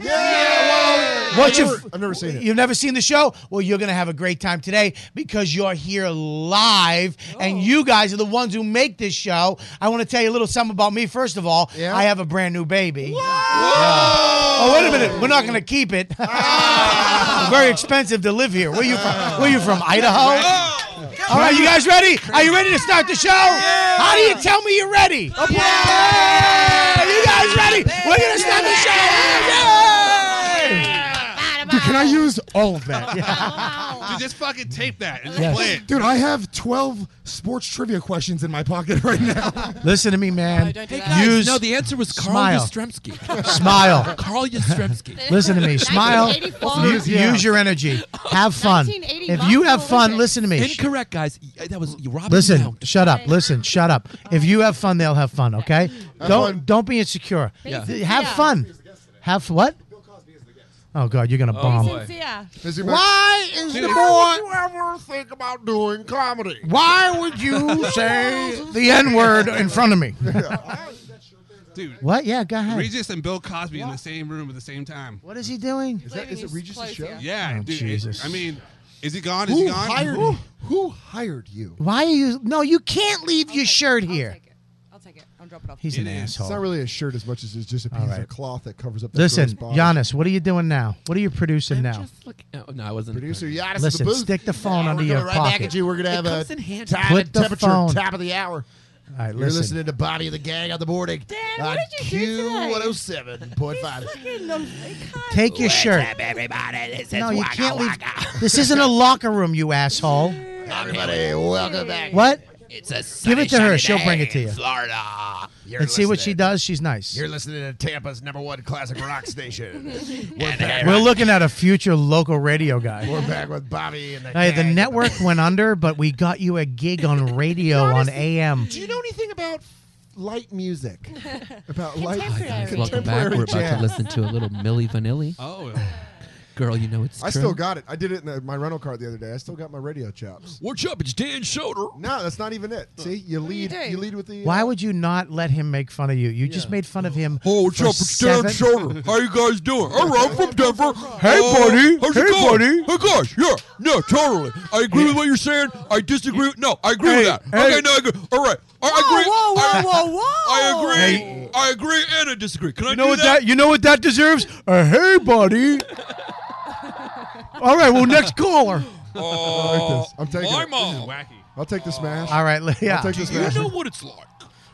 What's your
I've never- I've never seen it.
You've never seen the show? Well, you're going to have a great time today because you're here live
Oh.
and you guys are the ones who make this show. I want to tell you a little something about me, first of all.
Yeah?
I have a brand new baby. Yeah. Oh, wait a minute. We're not going to keep it.
Ah.
It's (laughs) Very expensive to live here. Where you from? Where you from? Idaho?
Oh,
All right, you guys ready? Are you ready to start the show? How do you tell me you're ready? Are you guys ready? We're going to start the show. Yay!
Dude, can I use all of that?
Dude, just fucking tape that and just
Yes.
play it.
Dude, I have 12 sports trivia questions in my pocket (laughs) right now.
Listen to me, man.
Hey, guys,
Use
no, the answer was Carl
smile.
Yastrzemski.
Smile. (laughs)
Carl Yastrzemski.
Listen to me. Smile.
1984.
Use, use your energy. (gasps) Have fun.
1980
If you have
Moscow
fun,
Olympics.
listen to me.
Incorrect, guys. Y- That was Robin
Listen,
Young.
shut up. Listen, shut up. If you have fun, they'll have fun. Okay. Don't don't be insecure.
Yeah.
Th- Have fun. Have what? Oh God, you're gonna bomb.
Yeah.
Why is
Dude,
the
how
boy?
would you ever think about doing comedy?
Why would
(laughs)
you say
The N word in front of me. (laughs)
Dude.
What? Yeah, go ahead.
Regis and Bill Cosby in the same room at the same time.
What is he doing?
Is, that, is it Regis' show?
Yeah,
Oh,
dude. it-
Jesus.
I mean, is he gone? Is
Who
he gone?
hired
Who?
you? Who hired you?
Why are you? No, you can't leave your shirt here.
I'll take it. I'll drop it off.
He's an asshole.
It's not really a shirt as much as it's just a piece of cloth that covers up. That
Listen,
gross body.
Giannis, what are you doing now? What are you producing now?
No, no, I wasn't.
Producer Giannis in
Listen,
the booth.
stick the phone
Yeah,
under
we're
your
coming right
pocket.
back at you. We're gonna have
It
a
comes in handy.
time
Put
and
the
temperature
phone-
top of the hour.
All right,
You're
listen.
listening to Bobby of the Gang on the morning. Uh, Dan,
what did you do today?
Q107.5.
Take your shirt.
everybody? This
No, you can't leave. This isn't a locker room,
(laughs)
you asshole.
Everybody, welcome back.
What?
It's a sunny,
Give it to her.
sunny
She'll
day
bring it to
in
you.
Florida. You're
and see what she
listening.
does. She's nice.
You're listening to Tampa's number one classic rock station.
We're looking at a future local radio guy.
We're back with (laughs) Bobby and the
Hey, the
gang.
network went under, but we got you a
(laughs)
gig on radio on AM.
Do you know anything about
(laughs)
light music? About light
Contemporary.
contemporary
Welcome back. We're about
(laughs)
jazz.
to listen to a little Milli Vanilli.
Oh.
girl, you know it's
I
true.
still got it. I did it in uh, my rental car the other day. I still got my radio chops.
What's up? It's Dan Schroeder.
No, that's not even it. See, you
do you
lead. You,
do?
lead with the.
Why would you not let him make fun of you? You just made fun of him.
Oh,
for seven-
How you guys doing? All right, I'm from Denver.
Hey, buddy.
How's
Hey,
it
buddy.
going? Hey, gosh. Yeah. No, totally. I agree with what you're saying. I disagree. with No, I agree with that. Okay, no, I agree. All right. I agree.
whoa,
I-
whoa, whoa, whoa.
(laughs) I agree. I agree and I disagree. Can I
You know
do
what that? You know what that deserves? A hey, buddy. All right. Well, next caller.
I like this. I'm taking
my
it. This is
mom.
wacky. I'll take the smash.
All right, yeah.
I'll take the
Do you
smash.
know
what it's like?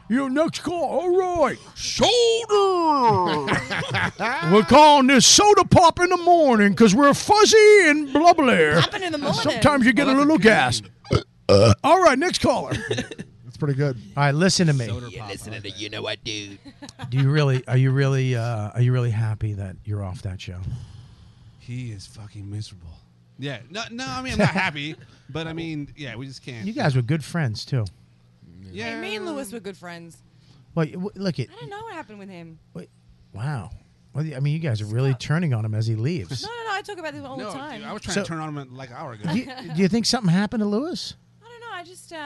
Your next call. All right.
Shoulder.
We're calling this soda pop in the morning because we're fuzzy and blubbly.
Popping in the morning.
Sometimes you get a little gas. All right, next caller.
That's pretty good.
All right, listen to me.
You're listening to You Know What, Dude.
Do you really? Are you really? Uh, are you really happy that you're off that show?
He is fucking miserable. Yeah. No, no, I mean, I'm (laughs) not happy, but I mean, yeah, we just can't.
You guys were good friends too.
Yeah.
Hey, me and Lewis were good friends.
Well, you- look at
I don't know what happened with him.
wow. Well, I mean, you guys are really turning on him as he leaves.
No, no, no. I talk about this all
No,
the time.
dude, I was trying
So-
to turn on him like an hour ago.
Do (laughs) you, do you think something happened to Lewis?
I don't know. I just, uh,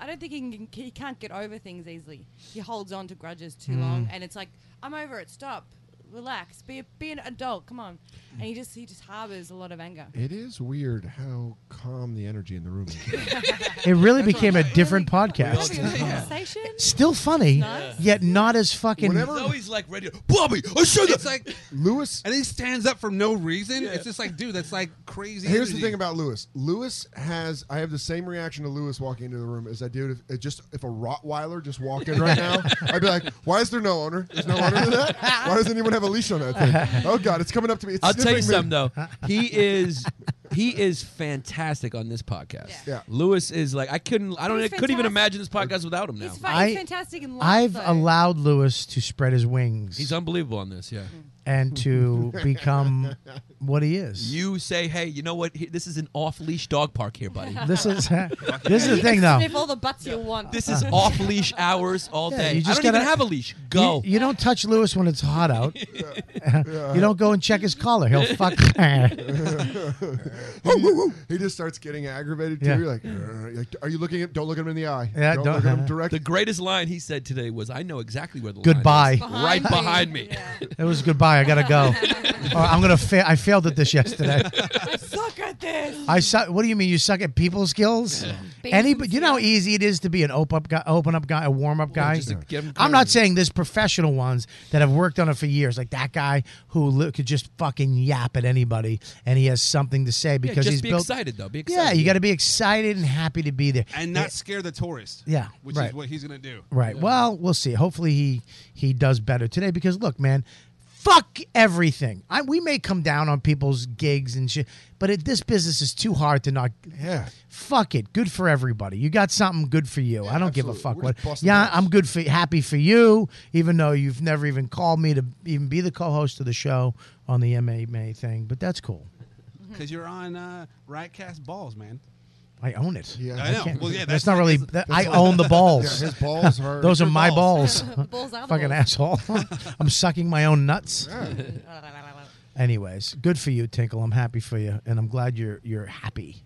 I don't think he, can, he can't get over things easily. He holds on to grudges too
Mm.
long, and it's like, I'm over it. Stop. Relax. Be a, be an adult. Come on. And he just, he just harbors a lot of anger.
It is weird how calm the energy in the room is.
It really became a different podcast.
Having a conversation.
Still funny,
Nice.
yet not as fucking.
Whenever he's always like ready. to- Bobby, I said that. It's like
Lewis,
and he stands up for no reason. It's just like, dude, that's like crazy.
Here's the
energy.
thing about Lewis. Lewis has I have the same reaction to Lewis walking into the room as I do if it just if a Rottweiler just walked in right now. I'd be like, "Why is there no owner? There's no owner to that. Why does anyone have a leash on that thing? Oh God, it's coming up to me. It's
I'll tell you
sniffing
something
me.
though.
Uh, (laughs)
He is he is fantastic on this podcast.
Yeah.
Lewis is like I couldn't I don't
He's
I couldn't even
fantastic.
imagine this podcast without him now.
He's, fi-
I,
he's fantastic in life.
I've
though.
allowed Lewis to spread his wings
He's unbelievable on this, yeah.
and
(laughs)
(laughs)
to become what he is.
You say, "Hey, you know what? He- This is an off-leash dog park here, buddy."
(laughs) This
(laughs)
is (laughs) this is
(laughs) You
the
can
thing though.
Sniff all the butts you want. (laughs)
This is off-leash hours all
Yeah,
day.
you just
I don't
gotta-
even have a leash.
You-
Go.
You, don't touch Lewis when it's hot
(laughs)
out.
Yeah.
(laughs) you don't go and check his collar. He'll oh,
(laughs)
fuck. (laughs)
he, he just starts getting aggravated too.
Yeah.
You're like, "Arr," you're like, are you looking at? Don't look him in the eye.
Yeah,
don't,
don't-
look at him direct.
The greatest line he said today was, "I know exactly where the
Goodbye.
line is. right behind me."
it was goodbye. I gotta
(laughs)
go. Oh, I'm gonna fail. I failed at this
(laughs)
yesterday.
(laughs)
I suck at this.
I suck. What do you mean you suck at people skills? Any, but you know how easy it is to be an open up guy, open up guy, a warm up guy.
just to give 'em
I'm not saying there's professional ones that have worked on it for years, like that guy who li- could just fucking yap at anybody, and he has something to say because
just
he's
be
built.
excited, though. Be
Yeah,
excited.
you got to be excited and happy to be there,
and not
Yeah.
scare the tourist.
Yeah,
which
right.
is what he's gonna do.
Right. Well, we'll see. Hopefully he he does better today because look, man, fuck everything. I, we may come down on people's gigs and shit, but it, this business is too hard to not.
Yeah.
Fuck it. Good for everybody. You got something good for you. I don't give a fuck
absolutely. We're just
what.
busting
Yeah,
balls.
I'm good for happy for you, even though you've never even called me to even be the co-host of the show on the MMA thing. But that's cool.
Mm-hmm.
Because you're on uh, Rightcast balls, man.
I own it. Yeah,
I know. Well, yeah,
that's,
that's-
not really.
that's-
that-
that's
I
all-
own the balls.
(laughs) Yeah, his
(laughs)
balls are-
Those are
Your
my balls.
balls.
Balls are (laughs) the
Fucking
balls.
asshole. (laughs) I'm sucking my own nuts. (laughs) Anyways, good for you, Tinkle. I'm happy for you, and I'm glad you're you're happy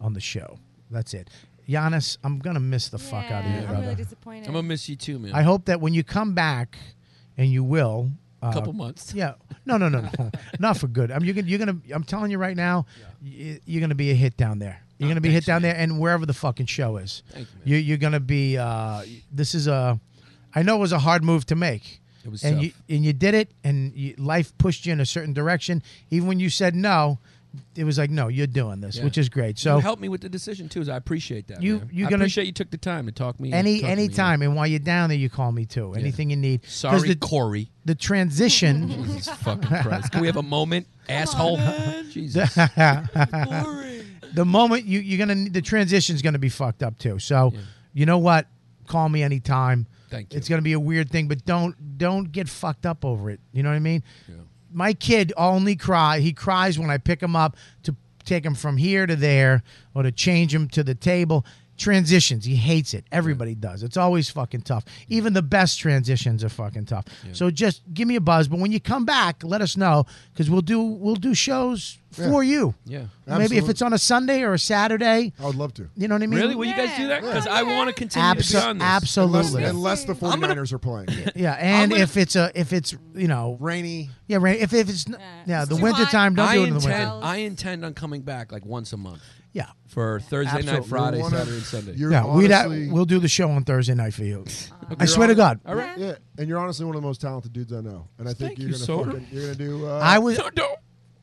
on the show. That's it, Giannis. I'm gonna miss the fuck out of you,
I'm
brother.
really disappointed.
I'm gonna miss you too, man.
I hope that when you come back, and you will. uh,
Couple months.
(laughs) Yeah. No, no, no,
(laughs)
no. Not for good. I'm you're gonna, you're gonna I'm telling you right now, y- you're gonna be a hit down there. You're gonna be a hit down there, and wherever the fucking show is,
Ah, Thank
you, you're gonna be. Uh, this is a. I know it was a hard move to make.
It was
and
tough.
you and you did it, and you, life pushed you in a certain direction. Even when you said no, it was like no, you're doing this,
Yeah.
which is great. So
you helped me with the decision too. So I appreciate that.
You-
man.
you
I
gonna-
appreciate you took the time to talk me.
any
talk to me,
any
yeah.
time, and while you're down there, you call me too. Anything you need. 'Cause
Sorry,
the,
Corey.
The transition.
(laughs) Jesus fucking Christ. Can we have a moment,
(laughs)
asshole? (laughs) Jesus.
the moment you you're gonna need- the transition's gonna be fucked up too. So you know what? Call me anytime.
Thank
you. It's gonna be a weird thing, but don't don't get fucked up over it. You know what I mean? My kid only cry. He cries when I pick him up to take him from here to there or to change him to the table. Transitions, he hates it. Everybody does. It's always fucking tough. Even the best transitions are fucking tough. So just give me a buzz. But when you come back, let us know because we'll do we'll do shows
Yeah.
for you.
Yeah.
Maybe if
Absolutely.
it's on a Sunday or a Saturday.
I would love to.
You know what I mean?
Really? Will you guys do that? 'Cause I wanna continue to be
Abso-
on this.
Absolutely.
Unless- unless the 49ers
(laughs)
are playing.
Yeah,
I'm
and
gonna-
if it's a if it's you know
rainy.
Yeah, rain. If if it's n- yeah, the winter time. Don't
I
do it in the
intend,
winter.
I intend on coming back like once a month.
Yeah.
For Thursday night,
Absolutely.
Friday,
You're one of-
Saturday, and Sunday.
yeah, we'd ha- we'll do the show on Thursday night for
(laughs)
you. I
You're
swear to
hon-
God.
All right. Yeah, and you're honestly one of the most talented dudes I know, and I
Thank
think you're
you,
gonna
sir.
fucking, you're gonna do. Uh,
I was.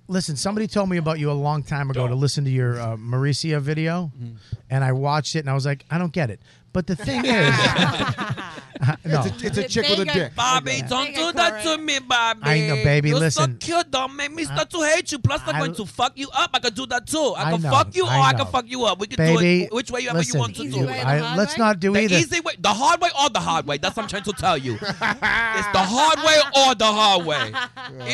Listen, somebody told me about you a long time ago to listen to your uh, Mauricia video,
Mm-hmm.
and I watched it and I was like, I don't get it. But the thing
(laughs)
is, no.
Bobby, don't do that to me, Bobby.
I know, baby,
You're
listen.
so cute. Don't make me start to hate you. Plus, I'm
I-
going to fuck you up. I can do that too. I
I
can
know,
fuck you,
I
or I can
know.
fuck you up. We can
Baby,
do it which way you ever
listen,
you want to
you-
do it.
I- let's not do
the
either.
easy way, the hard way, or the hard way. That's what I'm trying to tell you. it's the hard way or the hard
(laughs)
way.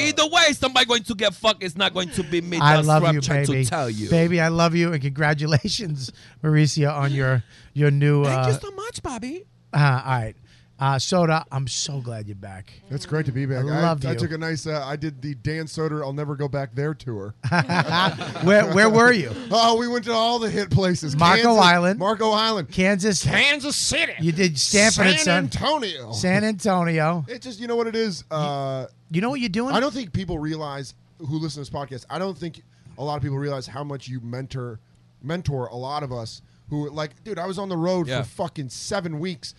Either way, somebody going to get fucked. It's not going to be me.
I
That's
love
what I'm
you,
trying
baby.
to tell you.
Baby, I love you, and congratulations, (laughs) Mauricia, on your your new.
Thank
uh,
you so much, Bobby.
Uh, all right. Uh, Soda, I'm so glad you're back.
It's great to be back.
I love
I
you.
took a nice. Uh, I did the Dan Soder. I'll never go back there tour.
(laughs) Where- where were you?
Oh, we went to all the hit places.
Marco
Kansas-
Island.
Marco Island.
Kansas.
Kansas City.
You did Stanford and
San
Son.
Antonio.
San Antonio.
It just you know what it is. Uh,
you know what you're doing.
I don't think people realize who listen to this podcast. I don't think a lot of people realize how much you mentor mentor a lot of us who are like, dude, I was on the road
Yeah.
for fucking seven weeks,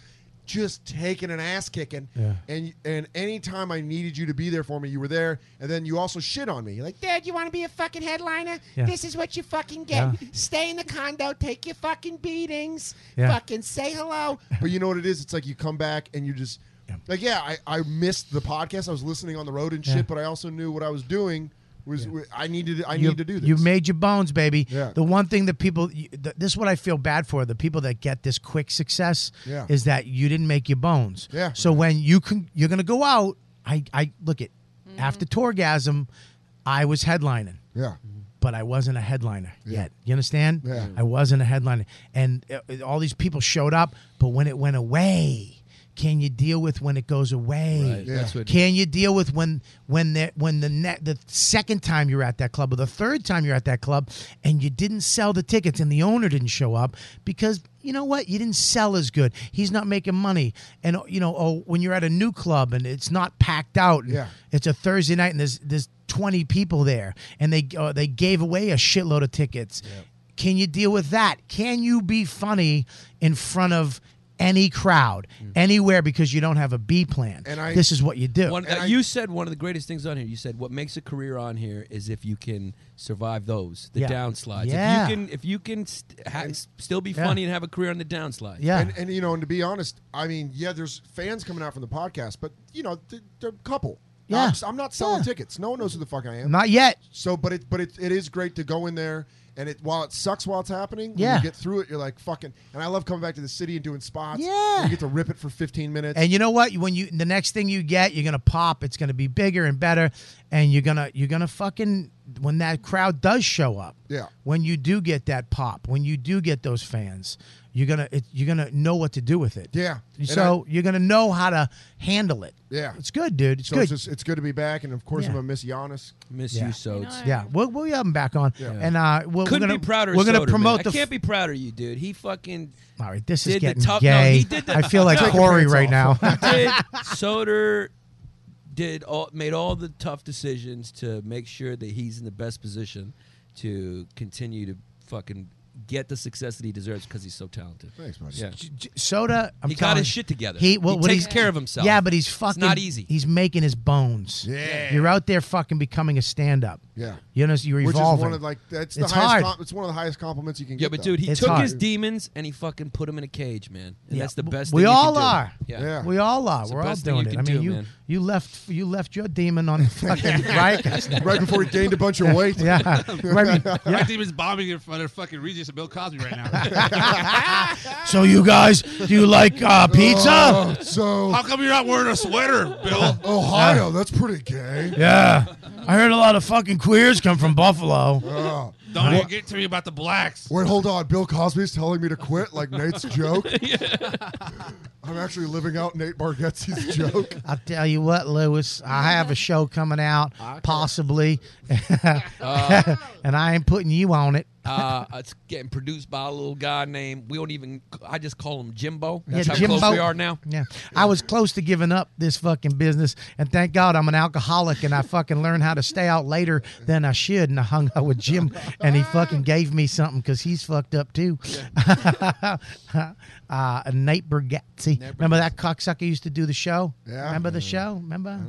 just taking an ass kicking,
Yeah.
and and anytime I needed you to be there for me, you were there, and then you also shit on me, You're like. (laughs)
Dad, you want to be a fucking headliner?
Yeah.
This is what you fucking get.
Yeah.
Stay in the condo, take your fucking beatings,
Yeah.
fucking say hello.
But you know what it is? It's like you come back and you just like, yeah, I, I missed the podcast. I was listening on the road and shit,
Yeah.
but I also knew what I was doing was I needed I
you,
needed to do this.
You made your bones, baby.
Yeah.
The one thing that people, you- th- this is what I feel bad for the people that get this quick success
Yeah.
is that you didn't make your bones.
Yeah.
So when you can, you're gonna go out. I, I look at after Torgasm, I was headlining.
Yeah.
But I wasn't a headliner yet. You understand? Yeah. I wasn't a headliner, and uh, all these people showed up. But when it went away, can you deal with when it goes away?
Right, Yeah. that's what-
Can you deal with when when the when the net the second time you're at that club or the third time you're at that club and you didn't sell the tickets and the owner didn't show up because you know what you didn't sell as good. He's not making money, and you know oh when you're at a new club and it's not packed out. and
Yeah.
It's a Thursday night and there's there's 20 people there and they uh, they gave away a shitload of tickets. Can you deal with that? Can you be funny in front of any crowd, anywhere, because you don't have a B plan?
Mm. And I-
this is what you do.
One- uh, you said one of the greatest things on here. You said what makes a career on here is if you can survive those, the
Yeah.
downslides.
Yeah.
If you can, if you can st- ha- s- still be
Yeah.
funny and have a career on the downslide.
And, and you know, and to be honest, I mean, yeah, there's fans coming out from the podcast, but you know, th- they're a couple.
Yeah.
I'm, I'm not selling tickets. No one knows who the fuck I am.
Not yet.
So, but it, but it, it is great to go in there. And it while it sucks while it's happening, when
Yeah.
you get through it, you're like fucking. And I love coming back to the city and doing spots.
Yeah.
you get to rip it for 15 minutes.
And you know what? When you the next thing you get, you're gonna pop. It's gonna be bigger and better, and you're gonna you're gonna fucking when that crowd does show up.
Yeah.
When you do get that pop, when you do get those fans, you're gonna it, you're gonna know what to do with it.
Yeah. And
So you're gonna know how to handle it.
Yeah,
It's good, dude. It's
so
good.
It's, just, it's good to be back, and of course, I'm
Yeah.
gonna miss Giannis.
Miss
yeah.
Sodes.
Yeah. We'll we'll have him back on,
Yeah.
and uh, we're, we're
Couldn't
gonna
be prouder. of
we're gonna
Soder,
promote
man.
the
I can't be prouder of you, dude. He fucking.
All right, this is
did
getting
the tough, No,
gay.
he did the, (laughs)
I feel like
no.
Corey right now.
(laughs) He did, Soder did all, made all the tough decisions to make sure that he's in the best position to continue to fucking get the success that he deserves because he's so talented.
Thanks, buddy.
Yeah.
J- Soda, I'm
he got
telling
his
you,
shit together.
He, well,
he
what
takes
he's-
care of himself.
Yeah, but he's
It's
fucking.
not easy.
He's making his bones.
Yeah.
you're out there fucking becoming a stand-up.
Yeah.
you know, you're
Which is
evolving.
one of like that's the
it's
highest.
hard.
com- it's one of the highest compliments you can
Yeah,
get.
but
though.
dude, he
It's
took
hard.
his demons and he fucking put them in a cage, man. And
Hmm. Yeah.
that's the best.
We
thing
all
you can
are.
Do.
We all are.
It's the
We're all
best thing
doing
you
it. I
can
mean,
do,
you
man.
you left you left your demon
(laughs)
on the fucking right
Right before he gained a bunch of
(laughs)
weight. (laughs)
yeah,
(laughs)
right,
My
yeah.
team is bombing in front of fucking Regis and Bill Cosby right now.
(laughs) So you guys, do you like uh, pizza?
Oh,
so
How come you're not wearing a sweater, Bill?
Oh.
Ohio, that's pretty gay.
Uh,
Yeah. I heard a lot of fucking queers come from Buffalo.
Oh.
Don't
What?
even get to me about the blacks.
Wait, hold on. Bill Cosby's telling me to quit like
(laughs)
Nate's joke. I'm actually living out Nate Bargatze's
(laughs)
joke.
I'll tell you what, Lewis. I have a show coming out, possibly, (laughs)
Uh,
and I ain't putting you on it.
Uh, it's getting produced by a little guy named. We don't even. I just call him Jimbo. That's how
Jimbo.
close we are now.
Yeah, I was close to giving up this fucking business, and thank God I'm an alcoholic, and I fucking learned how to stay out later than I should, and I hung out with Jim, and he fucking gave me something because he's fucked up too. (laughs) uh, Nate Bargatze, remember that cocksucker used to do the show?
Yeah.
remember
Mm-hmm.
the show? Remember?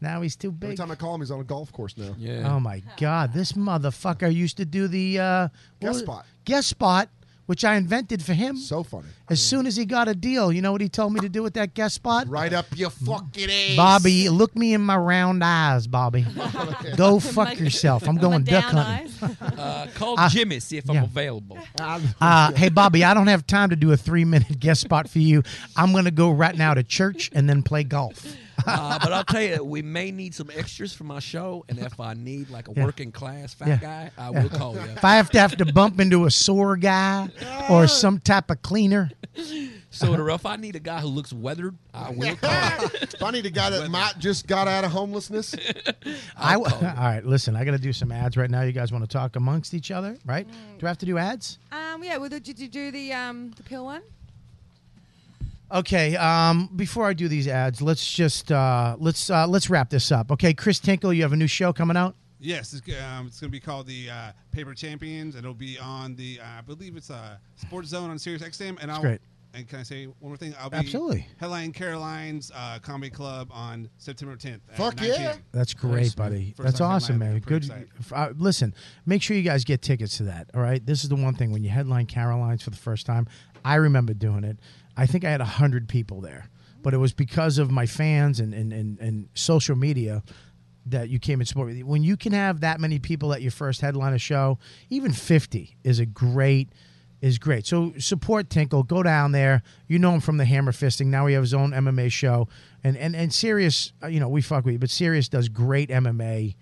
Now he's too big.
Every time I call him, he's on a golf course now.
Oh my God, this motherfucker used to do the uh, what
Guest
was-
spot.
Guest spot, which I invented for him. So
funny.
As soon as he got a deal, you know what he told me to do with that guest spot?
Right up your fucking ass.
Bobby, look me in my round eyes,
(laughs)
Bobby. Go fuck yourself. I'm going duck hunting.
Uh, call
I-
Jimmy see if
yeah. (laughs)
I'm available.
Uh, hey, Bobby, I don't have time to do a three minute guest spot for you. I'm going to go right now to church and then play golf.
(laughs) Uh, but I'll tell you, we may need some extras for my show, and if I need like a
Yeah.
working class fat
Yeah.
guy, I
Yeah.
will call you.
If I have to have to bump into a sore guy or some type of
(laughs)
cleaner.
So to rough, I need a guy who looks weathered. I will call.
(laughs) if I need a guy that might just got out of
(laughs)
homelessness,
I w- (laughs) all right, listen, I got to do some ads right now. You guys want to talk amongst each other, right? Do I have to do ads?
Um, yeah. Well, did you do the um the pill one?
Okay. Um, before I do these ads, let's just uh, let's uh, let's wrap this up. Okay, Chris Tinkle, you have a new show coming out.
Yes, it's, g- um, it's going to be called the uh, Paper Champions. It'll be on the, uh, I believe it's uh, Sports Zone on Sirius XM. And I'll,
great.
And can I say one more thing? I'll be
Absolutely.
headlining Caroline's uh, Comedy Club on September 10th. at
Fuck
9
yeah.
p.m.
That's great,
First-
buddy.
first
That's
time
awesome,
headliner.
man. Good.
excited.
f- Uh, listen, make sure you guys get tickets to that. All right. This is the one thing when you headline Caroline's for the first time. I remember doing it. I think I had hundred people there, but it was because of my fans and and, and, and social media that you came and supported me. When you can have that many people at your first headliner show, even fifty is a great is great. So support Tinkle. Go down there. You know him from the Hammer Fisting. Now he has his own MMA show, and and and Sirius. uh, You know we fuck with you, but Sirius does great MMA.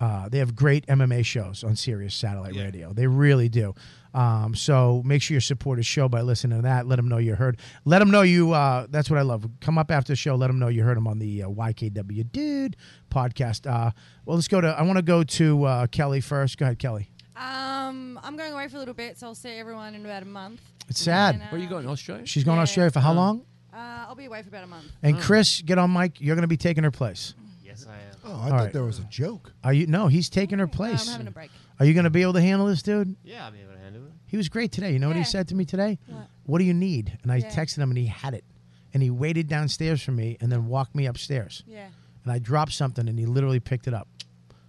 Uh, they have great MMA shows on Sirius Satellite Radio. They really do. Um, so make sure you support his show by listening to that. Let them know you heard. Let them know you. Uh, that's what I love. Come up after the show. Let them know you heard him on the uh, YKW Dude podcast. Uh, well, let's go to. I want to go to uh, Kelly first. Go ahead, Kelly.
Um, I'm going away for a little bit, so I'll see everyone in about a month.
It's sad.
Where you going? Australia? Oh.
She's going to Australia for how long?
Uh, I'll be away for about a month.
And Chris, get on mic. You're going to be taking her place.
Yes,
I am.
Oh, I
All
thought
right.
there was a joke.
Are you? No, he's taking her place.
having a break.
Are you going to be able to handle this, dude?
Yeah, I'll be able to handle it.
He was great today. You know what he said to me today? What, do you need? And I
Yeah.
texted him, and he had it. And he waited downstairs for me, and then walked me upstairs.
Yeah.
And I dropped something, and he literally picked it up.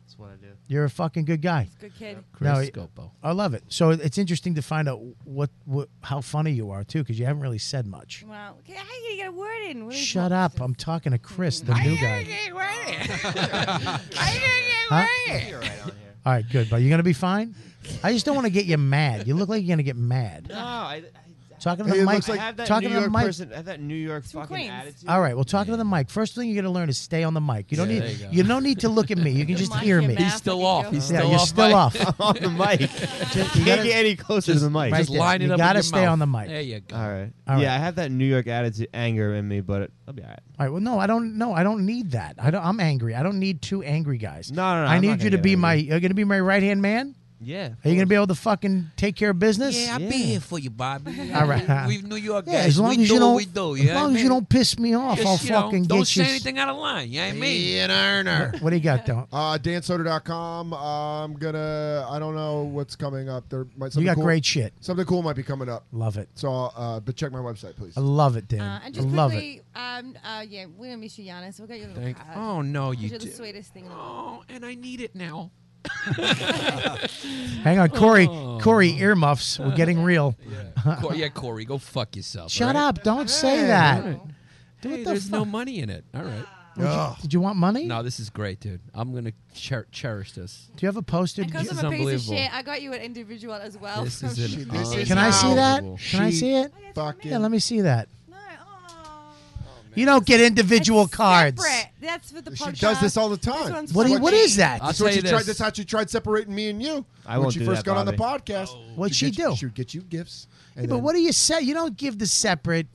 That's what I do.
You're a fucking good guy.
good kid.
No,
Chris
it-
Scopo.
I love it. So it- it's interesting to find out what, what how funny you are too, because you haven't really said much.
Wow. Okay, how you gonna get a word in? What are you-
Shut up! I'm talking to Chris, the new guy. Huh? All right, good. But you're gonna be fine. I just don't want to get you mad. You look like you're gonna get mad.
No, I,
Talking
I,
to the
I
mic.
have that
talking
New
to the
York
mic.
person. I have that New York fucking attitude.
All right, well, talking to the mic. First thing you're gonna learn is stay on the mic. You don't
Yeah,
need
there you
you,
go.
don't need to look at me. You can just
Mic
hear
and
me.
mouth He's still like off. you do. He's
yeah,
still
you're
off
still
mic.
off.
(laughs)
I'm (laughs)
(laughs)
on the mic. Can't get any closer to the mic.
Right
Just
there.
line it
you
up with
gotta
your
stay
mouth.
on the mic.
There
you
All right.
All
Yeah, I have that New York attitude, anger in me, but I'll be all right.
All right. Well, no, I don't. No, I don't need that. I don't. I'm angry. I don't need two angry guys.
No, no, no,
I
I'm not
need you
gonna
to
get
be my. You're gonna be my right hand man.
Yeah.
Are you gonna be able to fucking take care of business?
Yeah, I'll be here for you, Bobby.
All right.
We New York
Yeah,
guys.
as long
we
as
do
you don't,
what we do.
as
yeah,
long as you don't piss me off,
Just,
I'll
you know,
fucking
don't
get
say
you.
anything out of line.
(laughs)
You ain't me.
Be an earner.
What do you got, Don?
(laughs) Uh, DanSoder.com. I'm gonna. I don't know what's coming up. There might.
You
something
got
cool-
great shit.
Something cool might be coming up.
Love it.
So, uh, but check my website, please.
I love it, Dan.
Uh, and
I
just
love it.
quickly, um, uh, yeah, we're gonna miss you, Giannis. We'll get you a little
Thank-
card.
Oh, no, you
You're the
did.
sweetest thing. In the world.
Oh, and I need
(laughs)
it now.
Hang on, Corey.
Uh, Oh.
Corey earmuffs. We're getting real.
Cor- yeah, Corey, go fuck yourself.
Shut
all right?
up! Don't say
Hey,
that.
all right.
Do
Hey,
what the
there's no
fuck?
money in it. All right.
Would you- Ugh. did you want money?
No, this is great, dude. I'm gonna cher- cherish this.
Do you have a posted?
Because
This
I'm a
is
piece of
unbelievable.
shit, I got you an individual as well. (laughs)
This is an
Can I see that? Can I see it?
Fucking
Yeah, let me see that. You don't get individual cards.
Separate. That's what the
She
punk
does
shop-
this all the time.
one's
What do you- what is that? I'll
That's
tell
what she
you
tried.
this.
That's how she tried separating me and you
I
when
won't
she
do
first
that,
got on the
Bobby.
podcast.
What'd she
get you-
do?
She would get you gifts.
Yeah, but what do you say? You don't give the separate.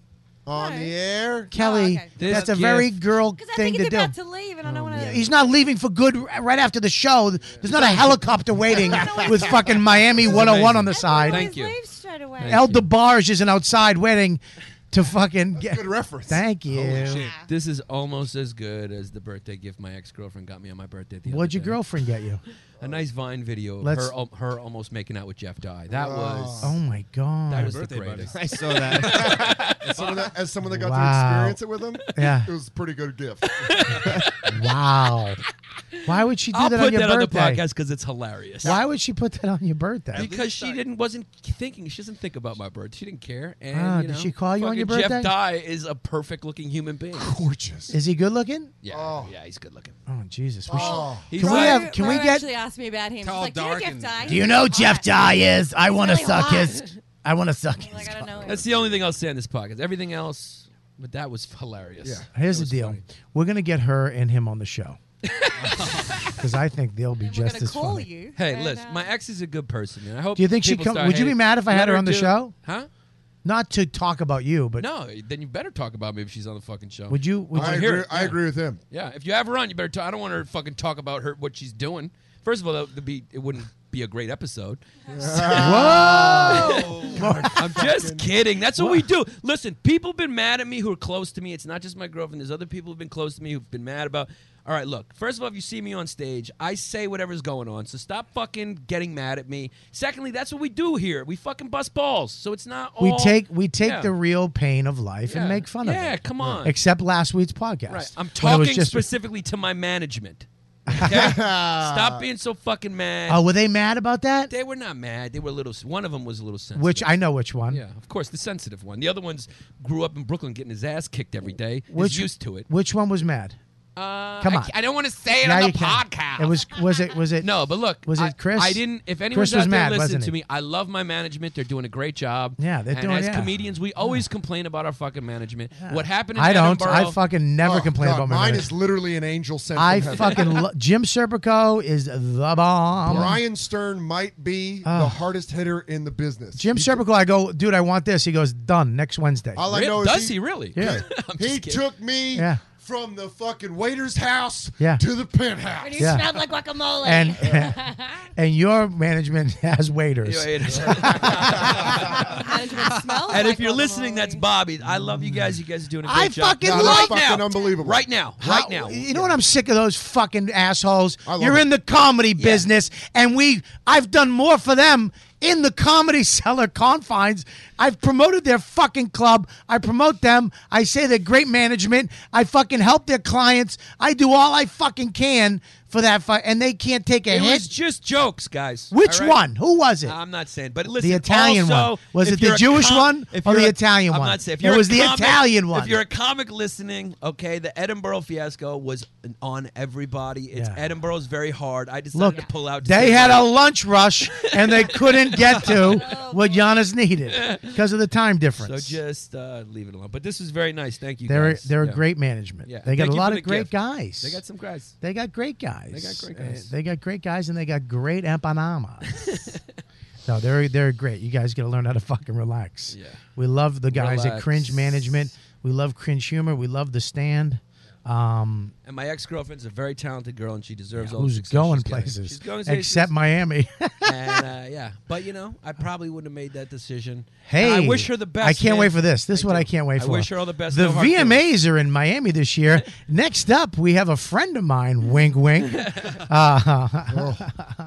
On the air,
Kelly,
This
that's a very
gift-
girl
Oh, I
thing
think he's
to do.
about to leave, and I
Oh,
don't want to.
He's not leaving for good r- right after the show. There's not a helicopter
(laughs)
waiting with fucking Miami
This is
101 on
amazing.
the side.
Thank you.
El DeBarge isn't outside waiting to fucking get.
good reference.
Thank you.
Holy shit. This is almost as good as the birthday gift my ex girlfriend got me on my birthday. The
What'd
other
your
day.
girlfriend get you?
A nice Vine video of
Let's-
her, al- her almost making out with Jeff Dye. That
Wow.
was.
Oh my God.
That
Happy
was
birthday,
the
buddy.
greatest.
I
(laughs)
(laughs)
saw that. As someone that- as someone that got to
Wow.
experience it with him,
Yeah.
it was a pretty
(laughs)
good gift.
Wow. Why would she do
I'll
that
put
on your
that on the
birthday?
podcast 'cause it's hilarious.
Why would she put that on your birthday?
Because she didn't wasn't thinking she doesn't think about my birthday. She didn't care. And
Ah,
you
did
know,
she call you on your
fucking
birthday?
Jeff Dye is a perfect looking human being.
Gorgeous.
Is he good looking?
Yeah, yeah, he's good looking.
Oh Jesus. We should-
Oh. He's
can we
like-
have? Can we
Laura
get?
Actually, asked me about him. She's like, do you know Jeff Dye?
Do you know Jeff Dye is? I
He's
want to
really
suck
hot.
his. I want to suck his.
Like, I don't know.
That's the only thing I'll say in this podcast. Everything else, but that was hilarious.
Here's the deal. We're gonna get her and him on the
(laughs)
show. Because I think they'll be just as funny.
Hey, listen, my ex is a good person, man. I hope.
Do you think she
people
come?
start
Would you be
hating-
mad if I
Let
had her on the
do-
show?
Huh?
Not to talk about you, but
no, then you better talk about me if she's on the fucking show.
Would you- would
I
you-
wanna
I
hear
agree-
it,
I
yeah.
agree with him.
Yeah, if you have her on, you better. Talk, I don't want her to fucking talk about her what she's doing. First of all, that would be it wouldn't be a great
(laughs)
episode.
Whoa!
(laughs) I'm just kidding. That's what we do. Listen, people have been mad at me who are close to me. It's not just my girlfriend. There's other people who've been close to me who've been mad about. All right, look. First of all, if you see me on stage, I say whatever's going on. So stop fucking getting mad at me. Secondly, that's what we do here. We fucking bust balls. So it's not all
we take we take
Yeah.
the real pain of life and
Yeah.
make fun of it.
Yeah, come on.
Except last week's podcast.
Right. I'm
when it was (laughs)
talking specifically to my management. Okay? Stop being so fucking mad.
Oh, were they mad about that?
They were not mad. They were a little. One of them was a little sensitive.
Which I know which one.
Yeah, of course, the sensitive one. The other one's grew up in Brooklyn, getting his ass kicked every day.
Which
He's used to it.
Which one was mad?
Uh,
Come
I
on.
ca- I don't wanna say it
Now
on the
you can.
podcast.
It was was it was it
(laughs) No, but look,
was
I-
it Chris?
I didn't. If anyone's
Chris was
out there
mad,
listening
wasn't
to
he?
me, I love my management. They're doing a great job.
Yeah, they're
and
doing-
As
yeah.
comedians, we always complain about our fucking management. What happened? In
I don't. I
Edinburgh-
fucking never complain
God,
about my
mine
marriage.
is literally an angel sent.
I
from heaven.
fucking
(laughs)
lo- Jim Serpico is the bomb.
Brian Stern might be the
Ugh.
hardest hitter in the business.
Jim Serpico, I go, dude, I want this. He goes, done next Wednesday.
All I know is
(laughs) Yeah.
he took me
Yeah.
from the fucking waiter's house
Yeah.
to the penthouse.
And you Yeah. smelled
like guacamole.
(laughs)
(laughs)
and and your management (laughs) has waiters.
Yeah, it is. and if you're listening, that's Bobby. I love you guys. You guys are doing a great
I
job.
fucking No, they're love-
right
fucking
now. unbelievable. Right now,
How-
right now.
(laughs) You know what? I'm sick of those fucking assholes.
love
You're
it.
in the comedy business, and we I've done more for them in the comedy (laughs) cellar confines. I've promoted their fucking club. I promote them. I say they're great management. I fucking help their clients. I do all I fucking can for that. Fu- and they can't take a
It
hit.
was just jokes, guys.
Which
all
one? Who was it?
I'm not saying, but listen.
The Italian
also,
one. Was
if
it the
you're a
Jewish one
if
or
you're
the
a-
Italian
I'm
one?
Not saying, if
It
you're a
was the
comic-
Italian one.
If you're a comic listening, okay, the Edinburgh fiasco was on everybody. It's
Yeah.
Edinburgh's very hard. I decided
Look,
to pull out. to
they
save
had
my-
a lunch rush and they couldn't get
(laughs)
to what Giannis needed because of the time
So
difference.
just uh, leave it alone. But this was very nice. Thank you.
They're-
guys.
they're a great management.
Yeah.
They got
Thank
a
you
lot
for
of
the
great
gift.
guys.
They got some guys.
they got great guys.
They got great
Uh,
guys.
They got great guys and they got great empanadas. no, they're they're great. You guys got to learn how to fucking relax.
Yeah.
We love the guys at
Relax.
Cringe Management. We love Cringe Humor. We love the Stand. Um,
And my ex girlfriend's a very talented girl, and she deserves all. the
who's
success
going
she's getting.
places
She's going places.
except Miami? (laughs)
and uh, yeah, but you know, I probably wouldn't have made that decision.
Hey,
And I wish her the best.
I can't
man.
wait for this. This is
I
what
do.
I can't wait
I
for.
wish her all the best.
The
No hard
VMAs are in Miami this
(laughs)
year. Next up, we have a friend of mine. Wink, wink. Uh,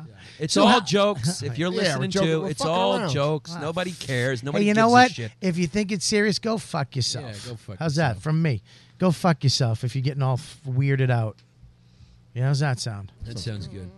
(laughs)
It's
So
all
how-
jokes. If
(laughs)
you're
Yeah, we're
listening
joking.
to,
We're
it's
fucking
all
around.
jokes. Nobody cares. Nobody.
hey, you know
gives a
what?
shit.
If you think it's serious, go fuck yourself.
Yeah, go fuck
How's that from me? Go fuck yourself if you're getting all f- weirded out. Yeah, how's that sound?
That sounds good.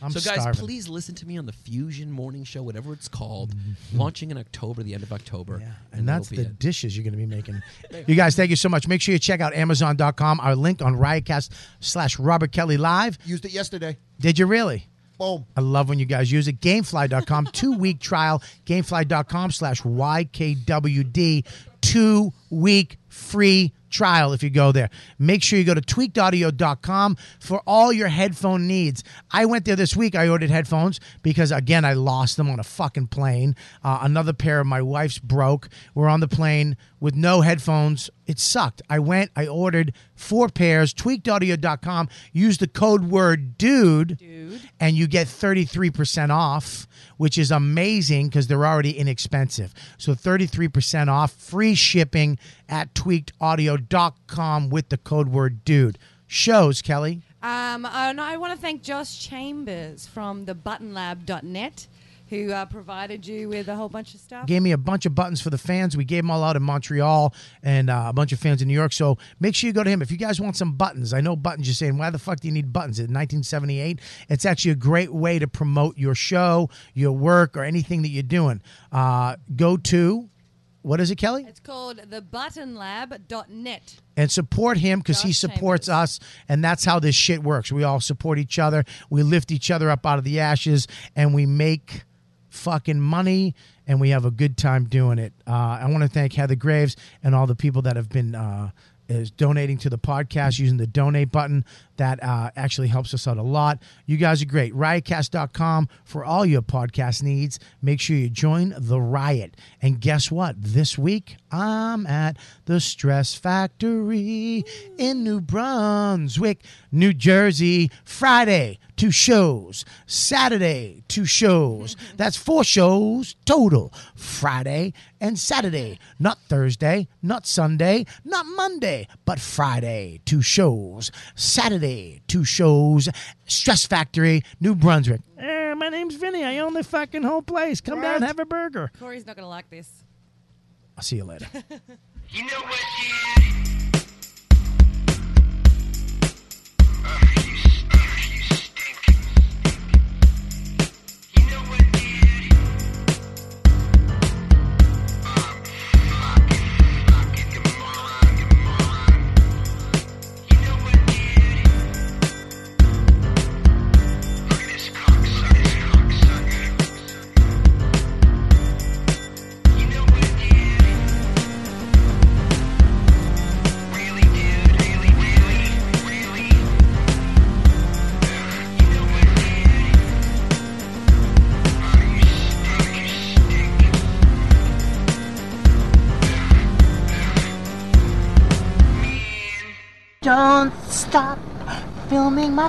I'm
so, guys,
starving.
please listen to me on the Fusion Morning Show, whatever it's called, launching in October, the end of October.
Mm-hmm. And, that's
that'll be
the
it.
dishes you're going to be making. you guys, thank you so much. Make sure you check out Amazon.com, our link on Riotcast slash Robert Kelly Live.
(laughs) Used it yesterday.
Did you really?
Boom.
I love when you guys use it. (laughs) Gamefly.com, two week trial. Gamefly.com slash YKWD, two week free trial if you go there. Make sure you go to tweakedaudio.com for all your headphone needs. I went there this week. I ordered headphones because, again, I lost them on a fucking plane. Uh, another pair of my wife's broke. We're on the plane with no headphones. It sucked. I went, I ordered four pairs, tweakedaudio.com. Use the code word dude, and you get 33% off, which is amazing because they're already inexpensive. So 33% off, free shipping at tweakedaudio.com with the code word dude. Shows, Kelly.
Um, and I want to thank Josh Chambers from the buttonlab.net who uh, provided you with a whole bunch of stuff.
Gave me a bunch of buttons for the fans. We gave them all out in Montreal and uh, a bunch of fans in New York. So make sure you go to him if you guys want some buttons. I know buttons. You're saying, why the fuck do you need buttons? In 1978, it's actually a great way to promote your show, your work, or anything that you're doing. Uh, go to what is it, Kelly?
It's called thebuttonlab.net.
and support him because he supports us and that's how this shit works we all support each other we lift each other up out of the ashes and we make fucking money and we have a good time doing it uh, i want to thank heather graves and all the people that have been uh, is donating to the podcast using the donate button that uh, actually helps us out a lot you guys are great riotcast.com for all your podcast needs make sure you join the riot and guess what this week i'm at the stress factory in new brunswick new jersey friday two shows saturday two shows that's four shows total friday and saturday not thursday not sunday not monday but friday two shows saturday two shows stress factory new brunswick Eh, my name's Vinny. I own the fucking whole place. Come down, have a burger.
Corey's not going to like this.
i'll see you later
(laughs) You know what,
Don't stop filming my